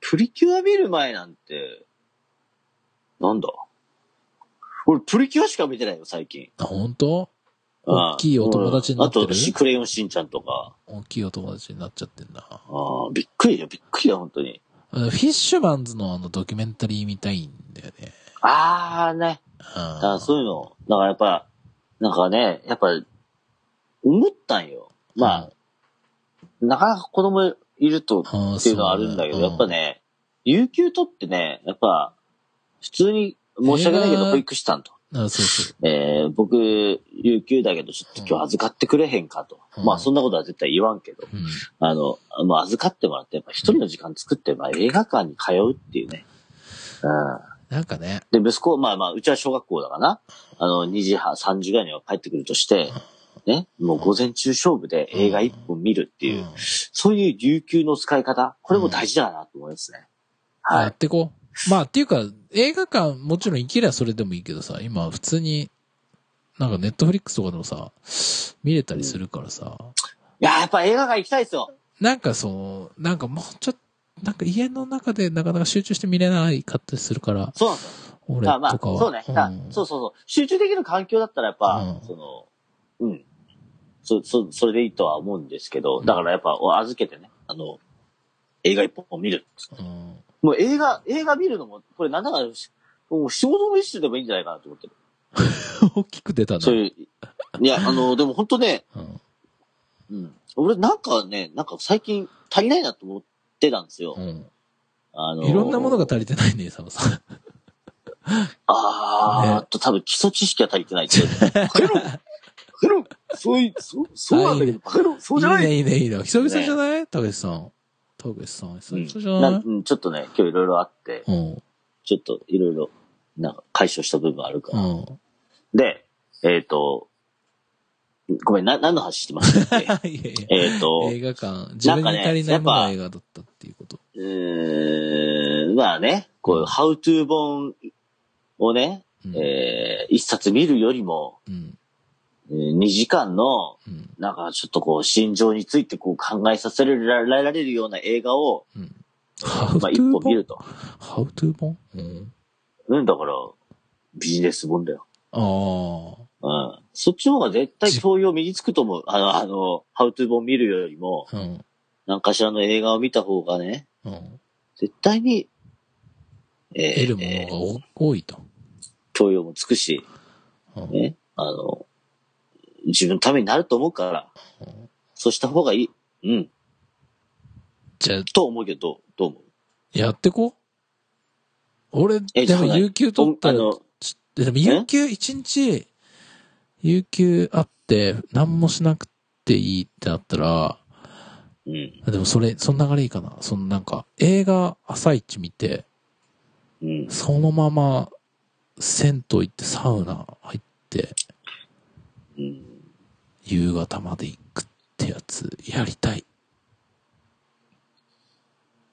[SPEAKER 1] プリキュア見る前なんて、なんだ俺、プリキュアしか見てないよ、最近。
[SPEAKER 2] あ、本当
[SPEAKER 1] うん
[SPEAKER 2] 大きいお友達になってる
[SPEAKER 1] うんあと、シクレヨンしんちゃんとか。
[SPEAKER 2] 大きいお友達になっちゃってんな。
[SPEAKER 1] ああ、びっくりだよ、びっくりだよ、本当に。
[SPEAKER 2] あのフィッシュマンズのあのドキュメンタリー見たいんだよね。
[SPEAKER 1] ああ、ね。
[SPEAKER 2] あ
[SPEAKER 1] あそういうの。だからやっぱ、なんかね、やっぱ、思ったんよ。まあ、なかなか子供いると
[SPEAKER 2] あ、
[SPEAKER 1] っていうのはあるんだけど、やっぱ
[SPEAKER 2] ね。
[SPEAKER 1] ね、有給取ってね、やっぱ、普通に、申し訳ないけ
[SPEAKER 2] 映
[SPEAKER 1] ど、
[SPEAKER 2] 画
[SPEAKER 1] 保育士さんと。
[SPEAKER 2] あそうそう。
[SPEAKER 1] えー、僕、有給だけど、ちょっと今日預かってくれへんかと。
[SPEAKER 2] うん
[SPEAKER 1] まあ、そんなことは絶対言わんけど、
[SPEAKER 2] うん。
[SPEAKER 1] あの、まあ、預かってもらって、やっぱ一人の時間作って、まあ、映画館に通うっていうね。うん。
[SPEAKER 2] なんかね、
[SPEAKER 1] で、息子、まあまあ、うちは小学校だからな。あの、2時半、3時ぐらいには帰ってくるとして、ね、もう午前中勝負で映画1本見るっていう、
[SPEAKER 2] うん
[SPEAKER 1] そういう有給の使い方、これも大事だなと思いますね。は
[SPEAKER 2] や
[SPEAKER 1] い
[SPEAKER 2] っ。てこう。まあ、っていうか、映画館、もちろん行けりゃそれでもいいけどさ、今普通に、なんかネットフリックスとかでもさ、見れたりするからさ、
[SPEAKER 1] いや、やっぱ映画館行きたいですよ。
[SPEAKER 2] なんかそう、なんかもうちょっと、なんか家の中でなかなか集中して見れないかったりするから、
[SPEAKER 1] そうなんですよ。
[SPEAKER 2] 俺
[SPEAKER 1] だからまあ、
[SPEAKER 2] とかは。
[SPEAKER 1] そうね。だから
[SPEAKER 2] ん
[SPEAKER 1] そうそうそう。集中できる環境だったらやっぱ、
[SPEAKER 2] うん
[SPEAKER 1] その、うん。そ、そ、それでいいとは思うんですけど、だからやっぱ、お預けてね、あの、映画1本見る。
[SPEAKER 2] うん
[SPEAKER 1] もう映画、映画見るのも、これなんだか、もう仕事の一種でもいいんじゃないかなと思ってる。
[SPEAKER 2] 大きく出たな。
[SPEAKER 1] そういう、いや、あの、でも本当ね、
[SPEAKER 2] うん
[SPEAKER 1] うん。俺なんかね、なんか最近足りないなと思ってたんですよ
[SPEAKER 2] う。ん。
[SPEAKER 1] あの、
[SPEAKER 2] いろんなものが足りてないね、サムさん。
[SPEAKER 1] あー、
[SPEAKER 2] ね
[SPEAKER 1] あと多分基礎知識が足りてないって。バカ野郎バカ野郎そういう、そう、そうなんだけど、バカ野郎そうじゃない
[SPEAKER 2] いね、いいね、いいね。久々じゃないたけしさん。たけしさん、久
[SPEAKER 1] うん
[SPEAKER 2] 々じゃな
[SPEAKER 1] ないうんちょっとね、今日いろいろあって、
[SPEAKER 2] うん。
[SPEAKER 1] ちょっといろいろ、なんか解消した部分あるか
[SPEAKER 2] う
[SPEAKER 1] ら。
[SPEAKER 2] ん。
[SPEAKER 1] で、えっ、と、ごめん、な、何の話してましたっけ
[SPEAKER 2] いやいや。
[SPEAKER 1] えっと、
[SPEAKER 2] 映画館、自分に足りないものが映画だったっていうこと。
[SPEAKER 1] うーん、まあね、こういう、How to 本をね、
[SPEAKER 2] うん
[SPEAKER 1] えー一冊見るよりも、
[SPEAKER 2] うん。
[SPEAKER 1] えー2時間の、
[SPEAKER 2] うん。
[SPEAKER 1] なんかちょっとこう、心情についてこう考えさせられられるような映画を、
[SPEAKER 2] うん。ハウト
[SPEAKER 1] まあ
[SPEAKER 2] ゥ
[SPEAKER 1] 一
[SPEAKER 2] ー
[SPEAKER 1] 本見
[SPEAKER 2] 本
[SPEAKER 1] ると。
[SPEAKER 2] ハウトゥー本うん。
[SPEAKER 1] うん、だから、ビジネス本だよ。
[SPEAKER 2] あ
[SPEAKER 1] うん。そっちの方が絶対教養身につくと思う。あの、あの、ハウトゥー本見るよりも、
[SPEAKER 2] あ。うん。
[SPEAKER 1] 何かしらの映画を見た方がね、
[SPEAKER 2] うん。
[SPEAKER 1] 絶対に、えー
[SPEAKER 2] 得るも
[SPEAKER 1] えー
[SPEAKER 2] のが多いと。
[SPEAKER 1] 教養もつくし、
[SPEAKER 2] うん
[SPEAKER 1] ね、あの、自分のためになると思うから、
[SPEAKER 2] うん
[SPEAKER 1] そうした方がいい。うん。
[SPEAKER 2] じゃあ、
[SPEAKER 1] と思うけど、どうどう思う
[SPEAKER 2] やってこ俺、
[SPEAKER 1] え
[SPEAKER 2] でも
[SPEAKER 1] じゃあ
[SPEAKER 2] 有給取ったら
[SPEAKER 1] おあの、
[SPEAKER 2] ちでも有給一日、有給あって、何もしなくていいってなったら、
[SPEAKER 1] うん。
[SPEAKER 2] でもそれ、その流れいいかな。そのなんか、映画朝一見て、
[SPEAKER 1] うん。
[SPEAKER 2] そのまま、銭湯行ってサウナ入って、
[SPEAKER 1] うん。
[SPEAKER 2] 夕方まで行くってやつ、やりたい。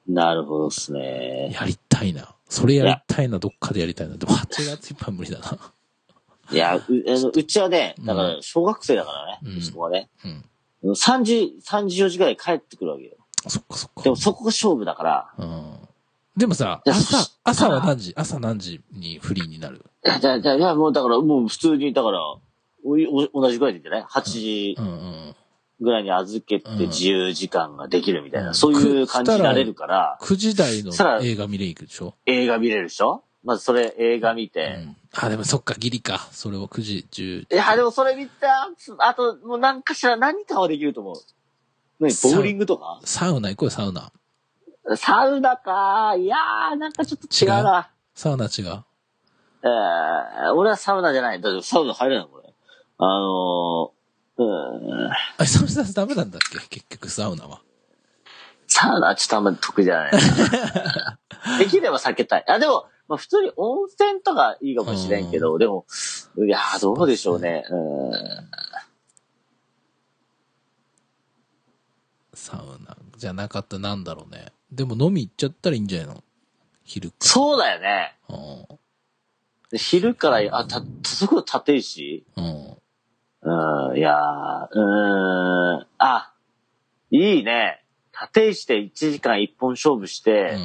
[SPEAKER 1] なるほどですね。
[SPEAKER 2] やりたいな。それやりたいな、どっかでやりたいな。でも8月いっぱい無理だな。 <laughs>
[SPEAKER 1] いや、うあのうちはね、だか
[SPEAKER 2] う
[SPEAKER 1] ら、小学生だから
[SPEAKER 2] う
[SPEAKER 1] ね、
[SPEAKER 2] ん
[SPEAKER 1] 息子はね。
[SPEAKER 2] うん。
[SPEAKER 1] 3時、3時4時ぐらい帰ってくるわけよ。
[SPEAKER 2] そっかそっか。
[SPEAKER 1] でもそこが勝負だから、
[SPEAKER 2] うんでもさ、
[SPEAKER 1] いやそ
[SPEAKER 2] 朝
[SPEAKER 1] し、
[SPEAKER 2] 朝は何時朝何時にフリーになる
[SPEAKER 1] いや、じゃあじゃあいや、もうだから、もう普通に、だから、おいお同じぐらいでいいんじゃない ?8 時
[SPEAKER 2] うんうん。
[SPEAKER 1] ぐらいに預けて
[SPEAKER 2] うん
[SPEAKER 1] 自由時間ができるみたいな、
[SPEAKER 2] うん
[SPEAKER 1] そういう感じになれるから、
[SPEAKER 2] 9時台の
[SPEAKER 1] さら
[SPEAKER 2] 映画見れ行くでしょ
[SPEAKER 1] 映画見れるでしょまずそれ映画見
[SPEAKER 2] う
[SPEAKER 1] て。
[SPEAKER 2] ん。あ、でもそっか、ギリか。それを9時、10。
[SPEAKER 1] いや、でもそれ見た、あと、もう何かしら何かはできると思う。何
[SPEAKER 2] そう
[SPEAKER 1] ボーリングとか
[SPEAKER 2] サウナ行こうよ、サウナ。
[SPEAKER 1] サウナか。いやー、なんかちょっと違うな。
[SPEAKER 2] サウナ違う。
[SPEAKER 1] えー、俺はサウナじゃない。だってサウナ入れないもん、俺。あのー、うん、
[SPEAKER 2] あ、サウナダメなんだっけ結局サウナは。
[SPEAKER 1] サウナはちょっとあんまり得意じゃないな。できれば避けたい。あ、でも、まあ、普通に温泉とかいいかもしれんけど、でも、いやー、どうでしょうね。うん
[SPEAKER 2] サウナじゃなかったなんだろうね。でも飲み行っちゃったらいいんじゃないの昼か。
[SPEAKER 1] そうだよね。
[SPEAKER 2] う
[SPEAKER 1] で昼から、あ、た、すごい縦石
[SPEAKER 2] ん。うん。
[SPEAKER 1] うん、いやー、うーん、あ、いいね。立石で1時間一本勝負し
[SPEAKER 2] う
[SPEAKER 1] て、
[SPEAKER 2] ん。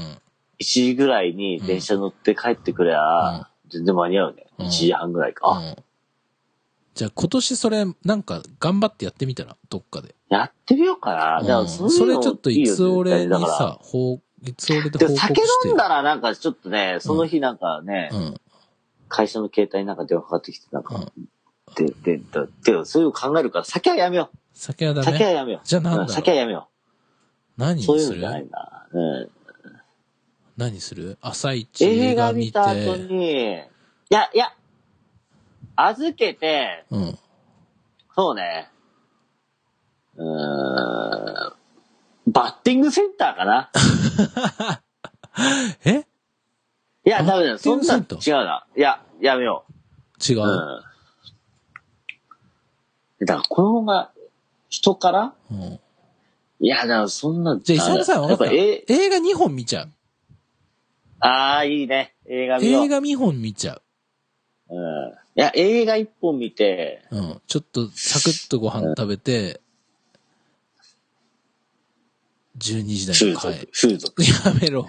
[SPEAKER 1] 1時ぐらいに電車乗って帰ってくりゃ、全然間に合うね。
[SPEAKER 2] うん
[SPEAKER 1] 1時半ぐらいか。
[SPEAKER 2] う
[SPEAKER 1] あ、
[SPEAKER 2] んじゃあ今年それ、なんか頑張ってやってみたら、どっかで。
[SPEAKER 1] やってみようかな。だか
[SPEAKER 2] う
[SPEAKER 1] ら
[SPEAKER 2] ん
[SPEAKER 1] そういう
[SPEAKER 2] そ
[SPEAKER 1] の
[SPEAKER 2] れちょっといつ
[SPEAKER 1] いいよ
[SPEAKER 2] 俺
[SPEAKER 1] ね
[SPEAKER 2] に
[SPEAKER 1] だから
[SPEAKER 2] さ、ほう、いつ俺で
[SPEAKER 1] で
[SPEAKER 2] 報告して
[SPEAKER 1] 酒
[SPEAKER 2] よ。
[SPEAKER 1] 飲んだらなんかちょっとね、その日なんかね、
[SPEAKER 2] うん。
[SPEAKER 1] 会社の携帯なんか電話かかってきてなんか、
[SPEAKER 2] うん
[SPEAKER 1] で、で、だで、そういうの考えるから酒はやめよ
[SPEAKER 2] 酒は
[SPEAKER 1] う。
[SPEAKER 2] ダ
[SPEAKER 1] 酒は
[SPEAKER 2] メ。
[SPEAKER 1] やめよう。
[SPEAKER 2] じゃあなんだろう
[SPEAKER 1] う
[SPEAKER 2] ん
[SPEAKER 1] 酒はやめよ
[SPEAKER 2] 何
[SPEAKER 1] う。
[SPEAKER 2] に
[SPEAKER 1] そういう
[SPEAKER 2] す
[SPEAKER 1] のじ
[SPEAKER 2] る
[SPEAKER 1] ゃないな。うん。
[SPEAKER 2] 何する朝一
[SPEAKER 1] 映
[SPEAKER 2] 映
[SPEAKER 1] 画
[SPEAKER 2] 画
[SPEAKER 1] 見
[SPEAKER 2] 見
[SPEAKER 1] た後
[SPEAKER 2] て。
[SPEAKER 1] に、いや、いや、預けて、
[SPEAKER 2] うん。
[SPEAKER 1] そうね、うーん、バッティングセンターか
[SPEAKER 2] <laughs>
[SPEAKER 1] な。
[SPEAKER 2] え
[SPEAKER 1] いや、ダメだ
[SPEAKER 2] バッ
[SPEAKER 1] よ。
[SPEAKER 2] ティ
[SPEAKER 1] そ
[SPEAKER 2] ン
[SPEAKER 1] ん
[SPEAKER 2] グ
[SPEAKER 1] な
[SPEAKER 2] セ
[SPEAKER 1] ん
[SPEAKER 2] ンター
[SPEAKER 1] 違うな。いや、やめよ
[SPEAKER 2] 違
[SPEAKER 1] う。う
[SPEAKER 2] う。
[SPEAKER 1] ん。だから、この方が、人から
[SPEAKER 2] うん。
[SPEAKER 1] いや、だから、そんな。
[SPEAKER 2] じゃあ、石原さん分かっ
[SPEAKER 1] や
[SPEAKER 2] た。
[SPEAKER 1] ぱえ
[SPEAKER 2] 映画2本見ちゃう。
[SPEAKER 1] ああ、いいね。映画見よう。
[SPEAKER 2] 映画2本見ちゃう。
[SPEAKER 1] うん。いや、映画一本見て、
[SPEAKER 2] うん。ちょっと、サクッとご飯食べて、12時台
[SPEAKER 1] 風
[SPEAKER 2] に帰
[SPEAKER 1] 俗
[SPEAKER 2] る。、
[SPEAKER 1] 風俗。
[SPEAKER 2] やめろ。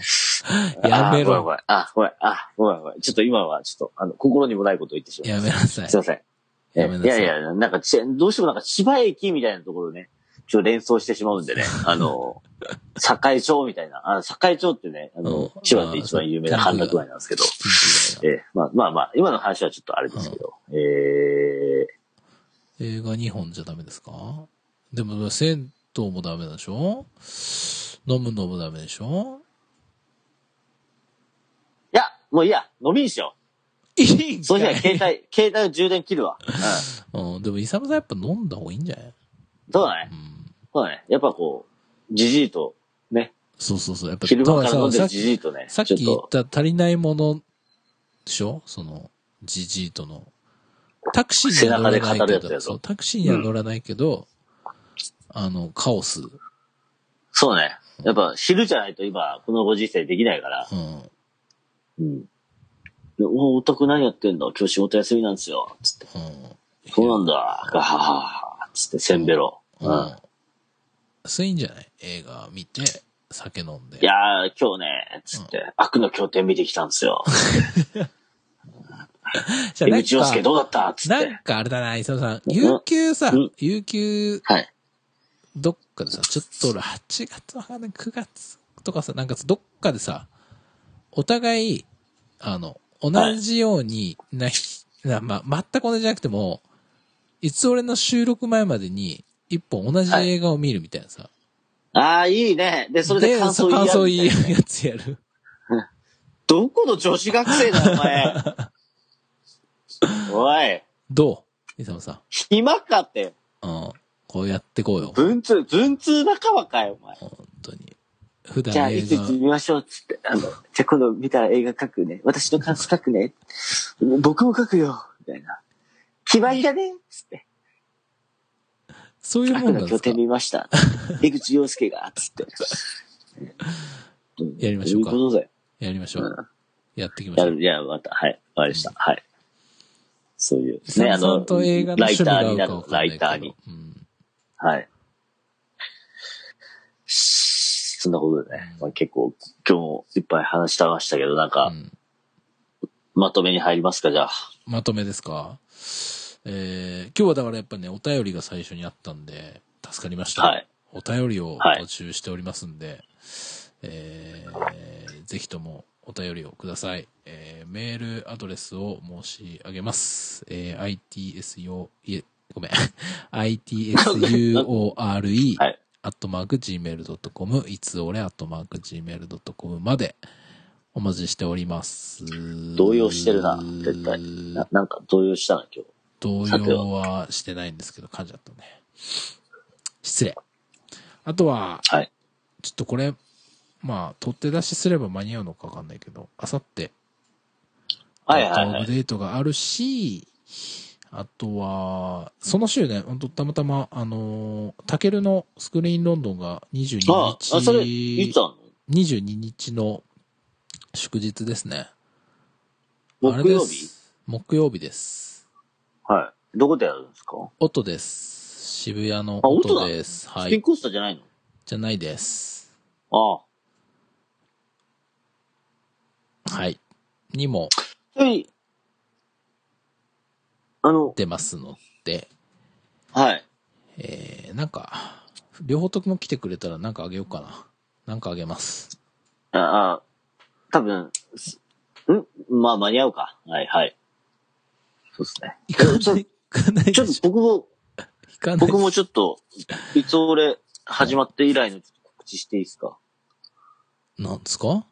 [SPEAKER 2] やめ
[SPEAKER 1] あーごめんごめ
[SPEAKER 2] ろ。
[SPEAKER 1] ん。あ、ごめん。あ、ごめんごめん。ちょっと今は、ちょっと、あの、心にもないことを言ってしまい
[SPEAKER 2] や
[SPEAKER 1] ま
[SPEAKER 2] めなさ
[SPEAKER 1] した。
[SPEAKER 2] い
[SPEAKER 1] すい。ません。え
[SPEAKER 2] やめなさい
[SPEAKER 1] いやいや、なんかち、どうしてもなんか芝駅みたいなところね、ちょっと連想してし
[SPEAKER 2] <laughs>
[SPEAKER 1] まうんでね、あの、堺町みたいな、あ堺町ってね、あ
[SPEAKER 2] う
[SPEAKER 1] の、
[SPEAKER 2] ん
[SPEAKER 1] 千葉で一番有名な歓楽街なんですけど、
[SPEAKER 2] ピンクだよ
[SPEAKER 1] えーまあまあまあ、今の話はちょっとあれですけど、え
[SPEAKER 2] 映画2本じゃダメですかでも、銭湯もダメでしょ飲むのもダメでしょ
[SPEAKER 1] ー、いや、もういいや、飲みにしよ
[SPEAKER 2] いいん
[SPEAKER 1] う。そ
[SPEAKER 2] か
[SPEAKER 1] ういう日
[SPEAKER 2] い
[SPEAKER 1] は携帯、携帯の充電切る
[SPEAKER 2] <laughs>
[SPEAKER 1] わ。うん。
[SPEAKER 2] うん、でも、イサムさんやっぱ飲んだ方がいいんじゃない
[SPEAKER 1] そうだね
[SPEAKER 2] う。ん。
[SPEAKER 1] そうだね。やっぱこう、じじいと、ね、
[SPEAKER 2] そうそうそう。やっぱ、
[SPEAKER 1] 昼間から飲んで
[SPEAKER 2] さ
[SPEAKER 1] る
[SPEAKER 2] っき
[SPEAKER 1] じじいとね、
[SPEAKER 2] さっ
[SPEAKER 1] ちょ
[SPEAKER 2] き
[SPEAKER 1] っ
[SPEAKER 2] 言
[SPEAKER 1] と、
[SPEAKER 2] った足りないものでしょその、じじいとの。タクシーには乗らない
[SPEAKER 1] 背中で語る
[SPEAKER 2] け
[SPEAKER 1] やつや
[SPEAKER 2] ど、
[SPEAKER 1] ぞ
[SPEAKER 2] そう、タクシーには乗らないけど、あの、カオス。う
[SPEAKER 1] そうね。やっぱ昼じゃないと今、このご時世できないから。
[SPEAKER 2] ん。
[SPEAKER 1] うん。でお、オタク何やってんだ今日仕事休みなんですよ。つって。
[SPEAKER 2] うん。
[SPEAKER 1] そうなんだ。ガハハハ。つって、せんべろ。うん。
[SPEAKER 2] うん。安いんじゃない映画見て、酒飲んで。
[SPEAKER 1] いやー、今日ね、つって、悪の経典見てきたんですよ。
[SPEAKER 2] じゃあ <laughs>
[SPEAKER 1] 江
[SPEAKER 2] なん
[SPEAKER 1] 口洋介
[SPEAKER 2] か、
[SPEAKER 1] どうだったつっ
[SPEAKER 2] なん
[SPEAKER 1] て。
[SPEAKER 2] かあれだな、伊沢さん。
[SPEAKER 1] ん
[SPEAKER 2] 有給さ
[SPEAKER 1] うん、
[SPEAKER 2] 有給
[SPEAKER 1] はい。
[SPEAKER 2] どっかでさ、ちょっと俺8月わかんない、9月とかさ、なんかどっかでさ、お互い、あの、同じように、な、な、ま、全く同じじゃなくても、いつ俺の収録前までに、一本同じ映画を見るみたいなさ。
[SPEAKER 1] あー、いいね。で、それで感想
[SPEAKER 2] そう
[SPEAKER 1] 言い合う
[SPEAKER 2] 感想言
[SPEAKER 1] みたいな
[SPEAKER 2] い合うやつやる。
[SPEAKER 1] どこの女子学生だ、お前。
[SPEAKER 2] <laughs>
[SPEAKER 1] おい、
[SPEAKER 2] どう伊沢さ
[SPEAKER 1] 暇かって。
[SPEAKER 2] ん。うん。こうやってこうよ。
[SPEAKER 1] 文通、文通仲間かよ、お前。
[SPEAKER 2] 本当に。普段
[SPEAKER 1] じゃあ、
[SPEAKER 2] 映
[SPEAKER 1] いつい
[SPEAKER 2] 画
[SPEAKER 1] つ、見ましょう、つって。あの、じゃあ今度見たら映画書くね。私の感想書くね。僕も書くよ、みたいな。決まりだね、つって。
[SPEAKER 2] そういうも
[SPEAKER 1] 悪
[SPEAKER 2] んなん
[SPEAKER 1] の
[SPEAKER 2] で
[SPEAKER 1] 拠
[SPEAKER 2] すか
[SPEAKER 1] 点見ました。江口洋介が、つって。
[SPEAKER 2] <laughs> やりましょうか
[SPEAKER 1] どいことだよ。
[SPEAKER 2] やりましょう。やっていきまし
[SPEAKER 1] や
[SPEAKER 2] ょう。
[SPEAKER 1] る、いや、また、はい、わかりました。はい。そういう。
[SPEAKER 2] ね、あの、と映画の
[SPEAKER 1] ライ
[SPEAKER 2] 趣味
[SPEAKER 1] タ
[SPEAKER 2] が合
[SPEAKER 1] ー
[SPEAKER 2] う
[SPEAKER 1] にな
[SPEAKER 2] か
[SPEAKER 1] る
[SPEAKER 2] わ、かんな
[SPEAKER 1] ラ
[SPEAKER 2] いけ
[SPEAKER 1] イ
[SPEAKER 2] ど
[SPEAKER 1] ターに。
[SPEAKER 2] うん。
[SPEAKER 1] はい。そんなことでね、まあ、結構今日もいっぱい話してましたけど、なんか、
[SPEAKER 2] うん
[SPEAKER 1] まとめに入りますか、じゃあ。
[SPEAKER 2] まとめですか。えー、今日はだからやっぱね、お便りが最初にあったんで、助かりました。
[SPEAKER 1] はい
[SPEAKER 2] お便りを
[SPEAKER 1] はい
[SPEAKER 2] 募集しておりますんで、えー、ぜひともお便りをください。えー、メールアドレスを申し上げます。えー、itsuo、いえ、ごめん。itsure、
[SPEAKER 1] はい
[SPEAKER 2] アットマーク gmail.com、いつ俺アットマーク gmail.com までお待ちしております。
[SPEAKER 1] 動揺してるな、絶対。ななんか動揺したな、今日。
[SPEAKER 2] 動揺はしてないんですけど、噛んじゃったね。失礼。あとは、
[SPEAKER 1] はい。
[SPEAKER 2] ちょっとこれ、まあ、取って出しすれば間に合うのかわかんないけど、あさって、
[SPEAKER 1] はいはい
[SPEAKER 2] ア
[SPEAKER 1] は
[SPEAKER 2] ウト
[SPEAKER 1] い。
[SPEAKER 2] デートがあるし、あとは、その週ね、ほんとたまたま、あのー、タケルのスクリーンロンドンが22日、
[SPEAKER 1] あ、あ、それ、いつあんの
[SPEAKER 2] 22日の祝日ですね。あ
[SPEAKER 1] 木
[SPEAKER 2] れで
[SPEAKER 1] 曜日
[SPEAKER 2] す木曜日です。
[SPEAKER 1] はい。どこでやるんですか
[SPEAKER 2] 音です。渋谷の
[SPEAKER 1] あ音
[SPEAKER 2] 音
[SPEAKER 1] だ
[SPEAKER 2] です。は
[SPEAKER 1] スピン
[SPEAKER 2] い。
[SPEAKER 1] コースターじゃないの
[SPEAKER 2] じゃないです。
[SPEAKER 1] ああ。
[SPEAKER 2] はい。にも
[SPEAKER 1] はい。あの、
[SPEAKER 2] 出ますので、
[SPEAKER 1] はい。
[SPEAKER 2] えー、なんか、両方とも来てくれたらなんかあげようかな。なんかあげます。
[SPEAKER 1] ああ、多分、すんまあ間に合うか。はいはい。そうですね。
[SPEAKER 2] 行かない、行かないで
[SPEAKER 1] ちょっと
[SPEAKER 2] しょ。
[SPEAKER 1] 僕も、
[SPEAKER 2] 行かない
[SPEAKER 1] 僕もち
[SPEAKER 2] ょっ
[SPEAKER 1] ょっと、いつ俺始まって以来のちょっと告知していいですか
[SPEAKER 2] と。なんですか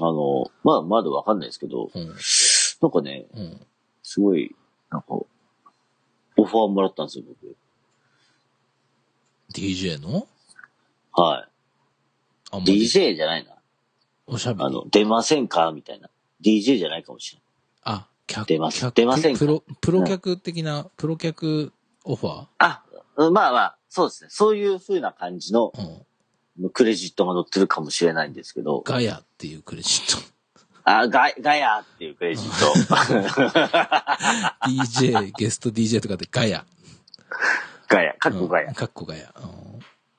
[SPEAKER 1] あの、まあまだわかんないですけど、
[SPEAKER 2] うん。
[SPEAKER 1] なんかね、
[SPEAKER 2] うん。
[SPEAKER 1] すごい、なんか、オファーもらったんですよ、僕。
[SPEAKER 2] DJ の
[SPEAKER 1] は
[SPEAKER 2] あんま
[SPEAKER 1] い。
[SPEAKER 2] り
[SPEAKER 1] DJ じゃないな。
[SPEAKER 2] おしゃべり
[SPEAKER 1] あ。の、出ませんかみたいな。DJ じゃないかもしれない。
[SPEAKER 2] あ、客、
[SPEAKER 1] 出ます
[SPEAKER 2] 客
[SPEAKER 1] 出ませんか
[SPEAKER 2] プロ、プロ客的な、プロ客オファ
[SPEAKER 1] あ、うんまあまあ、そうですね。そういう風な感じの
[SPEAKER 2] ーうん。
[SPEAKER 1] クレジットが載ってるかもしれないんですけど、
[SPEAKER 2] ガヤっていうクレジット。
[SPEAKER 1] あ、ガガヤっていうクレジ <laughs> ット。
[SPEAKER 2] DJ、ゲスト DJ とかでガヤ。
[SPEAKER 1] ガヤ、かっこガ
[SPEAKER 2] う
[SPEAKER 1] ヤ
[SPEAKER 2] ん。かっこガヤ。う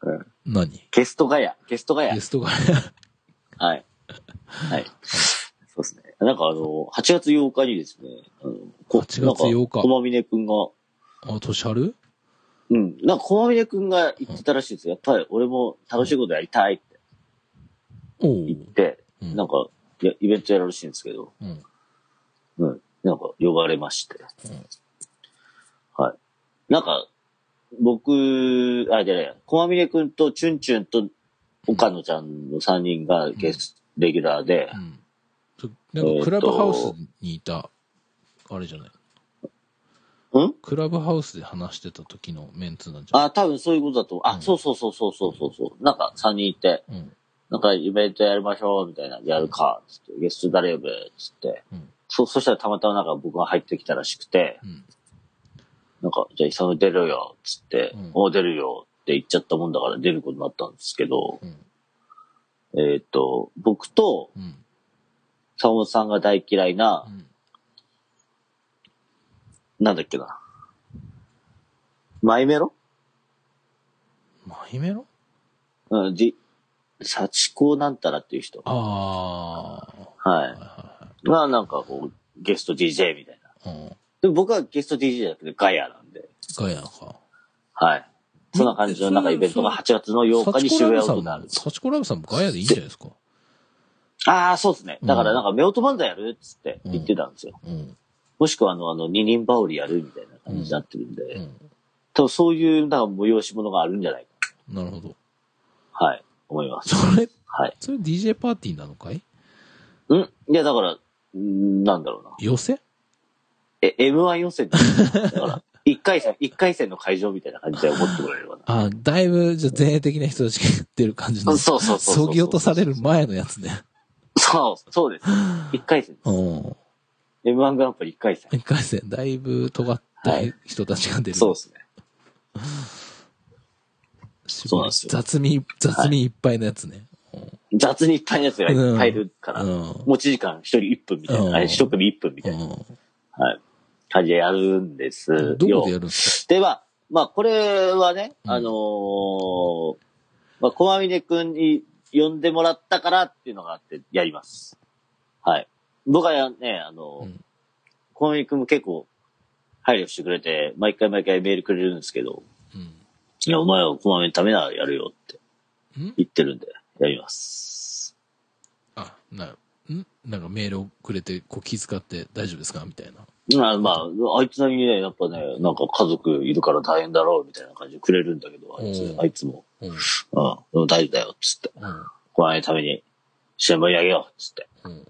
[SPEAKER 2] ん
[SPEAKER 1] うん
[SPEAKER 2] 何
[SPEAKER 1] ゲストガヤ、ゲストガヤ
[SPEAKER 2] ゲ。ストガヤ。
[SPEAKER 1] はい。はい。そうですね。なんかあの、8月8日にですね、あのこ
[SPEAKER 2] 8月8日
[SPEAKER 1] なんか、駒峰くんが、
[SPEAKER 2] あ、年春
[SPEAKER 1] うん、なんか駒峰くんが言ってたらしいんですよ。やっぱり俺も楽しいことやりたいって
[SPEAKER 2] お
[SPEAKER 1] 言っ
[SPEAKER 2] う
[SPEAKER 1] て、
[SPEAKER 2] うん
[SPEAKER 1] なんか、いやイベントやるらしいんですけど、
[SPEAKER 2] うん。
[SPEAKER 1] うん。なんか、呼ばれまして。
[SPEAKER 2] うん
[SPEAKER 1] はい。なんか、僕、あ、じゃない、駒峰くんとチュンチュンと岡野ちゃんの3人がゲス、レギュラーで
[SPEAKER 2] う、ん。そなんかクラブハウスにいた、あれじゃない。
[SPEAKER 1] うん
[SPEAKER 2] クラブハウスで話してた時のメンツなんじゃない
[SPEAKER 1] あ、多分そういうことだと思う。
[SPEAKER 2] う
[SPEAKER 1] あ、
[SPEAKER 2] ん
[SPEAKER 1] そうそうそうそうそうそうそう。なんか3人いて、
[SPEAKER 2] うん。
[SPEAKER 1] なんかイベントやりましょう、みたいな、やるか、つって、ゲスト誰呼ぶ、つって。
[SPEAKER 2] うん
[SPEAKER 1] そ、そしたらたまたまなんか僕が入ってきたらしくて、
[SPEAKER 2] うん。
[SPEAKER 1] なんか、じゃあ、イサム出るよ、つって、
[SPEAKER 2] うん
[SPEAKER 1] もう出るよって言っちゃったもんだから出ることになったんですけど、
[SPEAKER 2] うん。
[SPEAKER 1] えっ、と、僕と、
[SPEAKER 2] うん。
[SPEAKER 1] 坂本さんが大嫌いな
[SPEAKER 2] う、ん。
[SPEAKER 1] なんだっけな。マイメロ
[SPEAKER 2] マイメロ
[SPEAKER 1] うん、じ、サチコなんたらっていう人。
[SPEAKER 2] ああ。
[SPEAKER 1] は。
[SPEAKER 2] はい
[SPEAKER 1] が、なんかこう、ゲスト DJ みたいな。
[SPEAKER 2] いはい。うん。
[SPEAKER 1] でも僕はゲスト DJ じゃなくてガヤなんで、
[SPEAKER 2] ガヤか。
[SPEAKER 1] はい。そんな感じのなんかイベントが8月の8日に渋谷
[SPEAKER 2] さ
[SPEAKER 1] を
[SPEAKER 2] ん
[SPEAKER 1] なる
[SPEAKER 2] も、。サチコラブさんもガヤでいいんじゃないですか。
[SPEAKER 1] ああ、そうですね。だからなんか、夫婦漫才やるっつって言ってたんですよ。
[SPEAKER 2] うん。
[SPEAKER 1] もしくはあの、あの、二人羽織やるみたいな感じになってるんで、
[SPEAKER 2] うん。
[SPEAKER 1] 多分そういう、なんか催し物があるんじゃない
[SPEAKER 2] なるほど。
[SPEAKER 1] か。はい。思います。
[SPEAKER 2] それ、
[SPEAKER 1] はい。
[SPEAKER 2] それ DJ パーティーなのかい
[SPEAKER 1] んいや、だから、んなんだろうな。
[SPEAKER 2] 寄せ
[SPEAKER 1] え、M1 予選だ <laughs> から、一回戦、一回戦の会場みたいな感じで思ってもらえればな。
[SPEAKER 2] あ、だいぶ、じゃあ前衛的な人たちがやってる感じの。
[SPEAKER 1] そうそうそうそう。
[SPEAKER 2] そぎ落とされる前のやつね。
[SPEAKER 1] そう、そうです。一回戦。
[SPEAKER 2] うん。
[SPEAKER 1] M1 グランプリ一回戦。
[SPEAKER 2] 一回戦、だいぶ尖った
[SPEAKER 1] はい
[SPEAKER 2] 人たちが出る。
[SPEAKER 1] そうですね。
[SPEAKER 2] し
[SPEAKER 1] そうなんですよ
[SPEAKER 2] 雑味、雑味いっぱいのやつね。
[SPEAKER 1] 雑にいっぱいのやつがいっぱいいるから、
[SPEAKER 2] うん
[SPEAKER 1] 持ち時間一人一分みたい
[SPEAKER 2] うん
[SPEAKER 1] な、あれ一組一分みたいな、
[SPEAKER 2] う
[SPEAKER 1] はい、感じでやるんですよ
[SPEAKER 2] ん。。どこでやるんです
[SPEAKER 1] では、まあこれはね、
[SPEAKER 2] うん
[SPEAKER 1] あのーまあ小峰くんに呼んでもらったからっていうのがあってやります。はい。僕はね、あ
[SPEAKER 2] か
[SPEAKER 1] の
[SPEAKER 2] う
[SPEAKER 1] ー
[SPEAKER 2] ん
[SPEAKER 1] 小峰くんも結構配慮してくれて、毎回毎回メールくれるんですけど、
[SPEAKER 2] うん。
[SPEAKER 1] いや、お前は小まめのためならやるよって
[SPEAKER 2] ん
[SPEAKER 1] 言ってるんで、やります。
[SPEAKER 2] あ、な、んなんかメールをくれて、こう気遣って大丈夫ですかみたいな。
[SPEAKER 1] まあ、まあ、あいつなりにね、やっぱね、なんか家族いるから大変だろうみたいな感じでくれるんだけど、あいつ
[SPEAKER 2] う、ん
[SPEAKER 1] あいつも、
[SPEAKER 2] うん。うん。
[SPEAKER 1] うん、でも大事だよ、つって。ご飯のために、新聞にあげよう、つって
[SPEAKER 2] うん。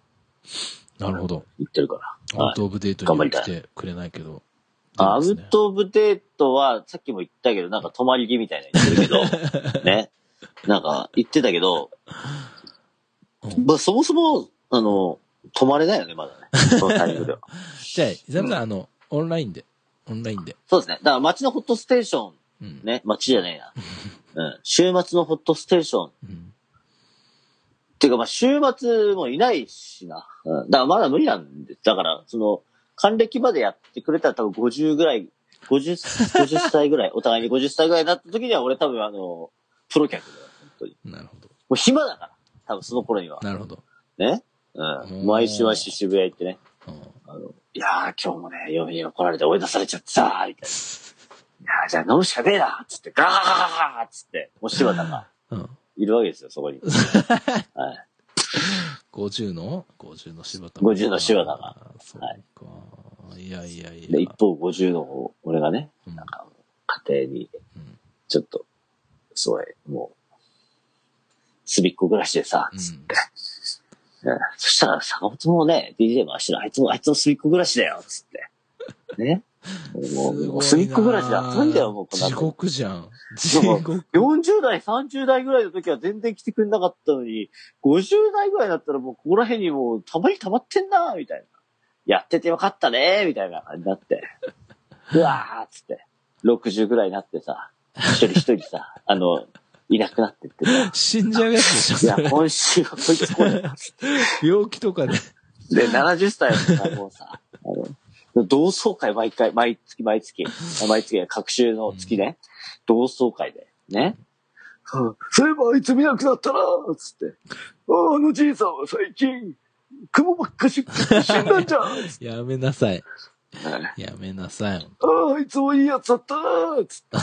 [SPEAKER 2] なるほど。
[SPEAKER 1] 言ってるから。
[SPEAKER 2] ア
[SPEAKER 1] は
[SPEAKER 2] ウ
[SPEAKER 1] い。
[SPEAKER 2] トオブデートには来てくれないけど。
[SPEAKER 1] ア
[SPEAKER 2] 出る
[SPEAKER 1] ウ
[SPEAKER 2] んですね
[SPEAKER 1] トオブデートは、さっきも言ったけど、なんか泊まり木みたいなの言って
[SPEAKER 2] <laughs>
[SPEAKER 1] るけど、ね。なんか言ってたけど、
[SPEAKER 2] うん
[SPEAKER 1] まあそもそも、あの、泊まれないよね、まだね。そのタイミン
[SPEAKER 2] <laughs>
[SPEAKER 1] グでは。
[SPEAKER 2] じゃあ、ザムさん、あの、オンラインで。オンラインで。
[SPEAKER 1] そうですね。だから街のホットステーション、
[SPEAKER 2] うん。
[SPEAKER 1] ね、街じゃねえな。うん。週末のホットステーション
[SPEAKER 2] うん。
[SPEAKER 1] っていうか、まあ、週末もいないしな。うん。だからまだ無理なんです。だから、その、還暦までやってくれたら多分50ぐらい、50、50歳ぐらい、お互いに50歳ぐらいになった時には、俺多分あの、プロ客だよ当に。
[SPEAKER 2] なるほど。
[SPEAKER 1] もう暇だから。多分その頃には。
[SPEAKER 2] なるほど。
[SPEAKER 1] ね。
[SPEAKER 2] う
[SPEAKER 1] うんん。毎週は渋谷行ってね。
[SPEAKER 2] うん
[SPEAKER 1] いやー、今日もね、嫁に怒られて追い出されちゃってさー、みたいな。いやー、じゃあ飲むしかねえなっつって、ガーガーガーガーっつって、もう柴田が
[SPEAKER 2] うん。
[SPEAKER 1] いるわけですよ、そこに。はい。
[SPEAKER 2] 50の ?50 の柴田。
[SPEAKER 1] 50の柴田が。
[SPEAKER 2] そうか。いやいやいや。
[SPEAKER 1] で、一方50の方、俺がね、
[SPEAKER 2] うん
[SPEAKER 1] なんかもう家庭に
[SPEAKER 2] うん、
[SPEAKER 1] ちょっと、すごい、もう、すびっこ暮らしでさ、つって。うんそしたら、坂本もね、DJ 回してる、あいつも、あいつのすびっこ暮らしだよ、つって。 <laughs> ね。もう、もうすびっこ暮らしだ。熱いんだよ、もう、こんな
[SPEAKER 2] 地
[SPEAKER 1] の
[SPEAKER 2] 獄じゃん。地
[SPEAKER 1] そう
[SPEAKER 2] 獄。
[SPEAKER 1] 40代、30代ぐらいの時は全然来てくれなかったのに、50代ぐらいだったらもうここら辺にもうたまに溜まってんな、みたいな。やっててよかったね、みたいな感じになって。うわーっつって。60ぐらいになってさ、一人一人さ、あの、いなくなってっ
[SPEAKER 2] <laughs>
[SPEAKER 1] てさ。
[SPEAKER 2] 死んじゃうやつでしょ、
[SPEAKER 1] い
[SPEAKER 2] そ
[SPEAKER 1] や、
[SPEAKER 2] れ。
[SPEAKER 1] 今週はこいつこうだよ。
[SPEAKER 2] 病気とかで。
[SPEAKER 1] で、70歳のさ、もうさ、あの、同窓会毎回、毎月毎月、あ毎月、各週の月ね、同窓会で、ね。うんそういえばあいつ見なくなったなーつって。あああのじいさんは最近、雲ばっかし食って死んだんじゃんつって
[SPEAKER 2] やめなさい。
[SPEAKER 1] あ
[SPEAKER 2] やめなさい。
[SPEAKER 1] あ、あいつもいいやつだったなーつって。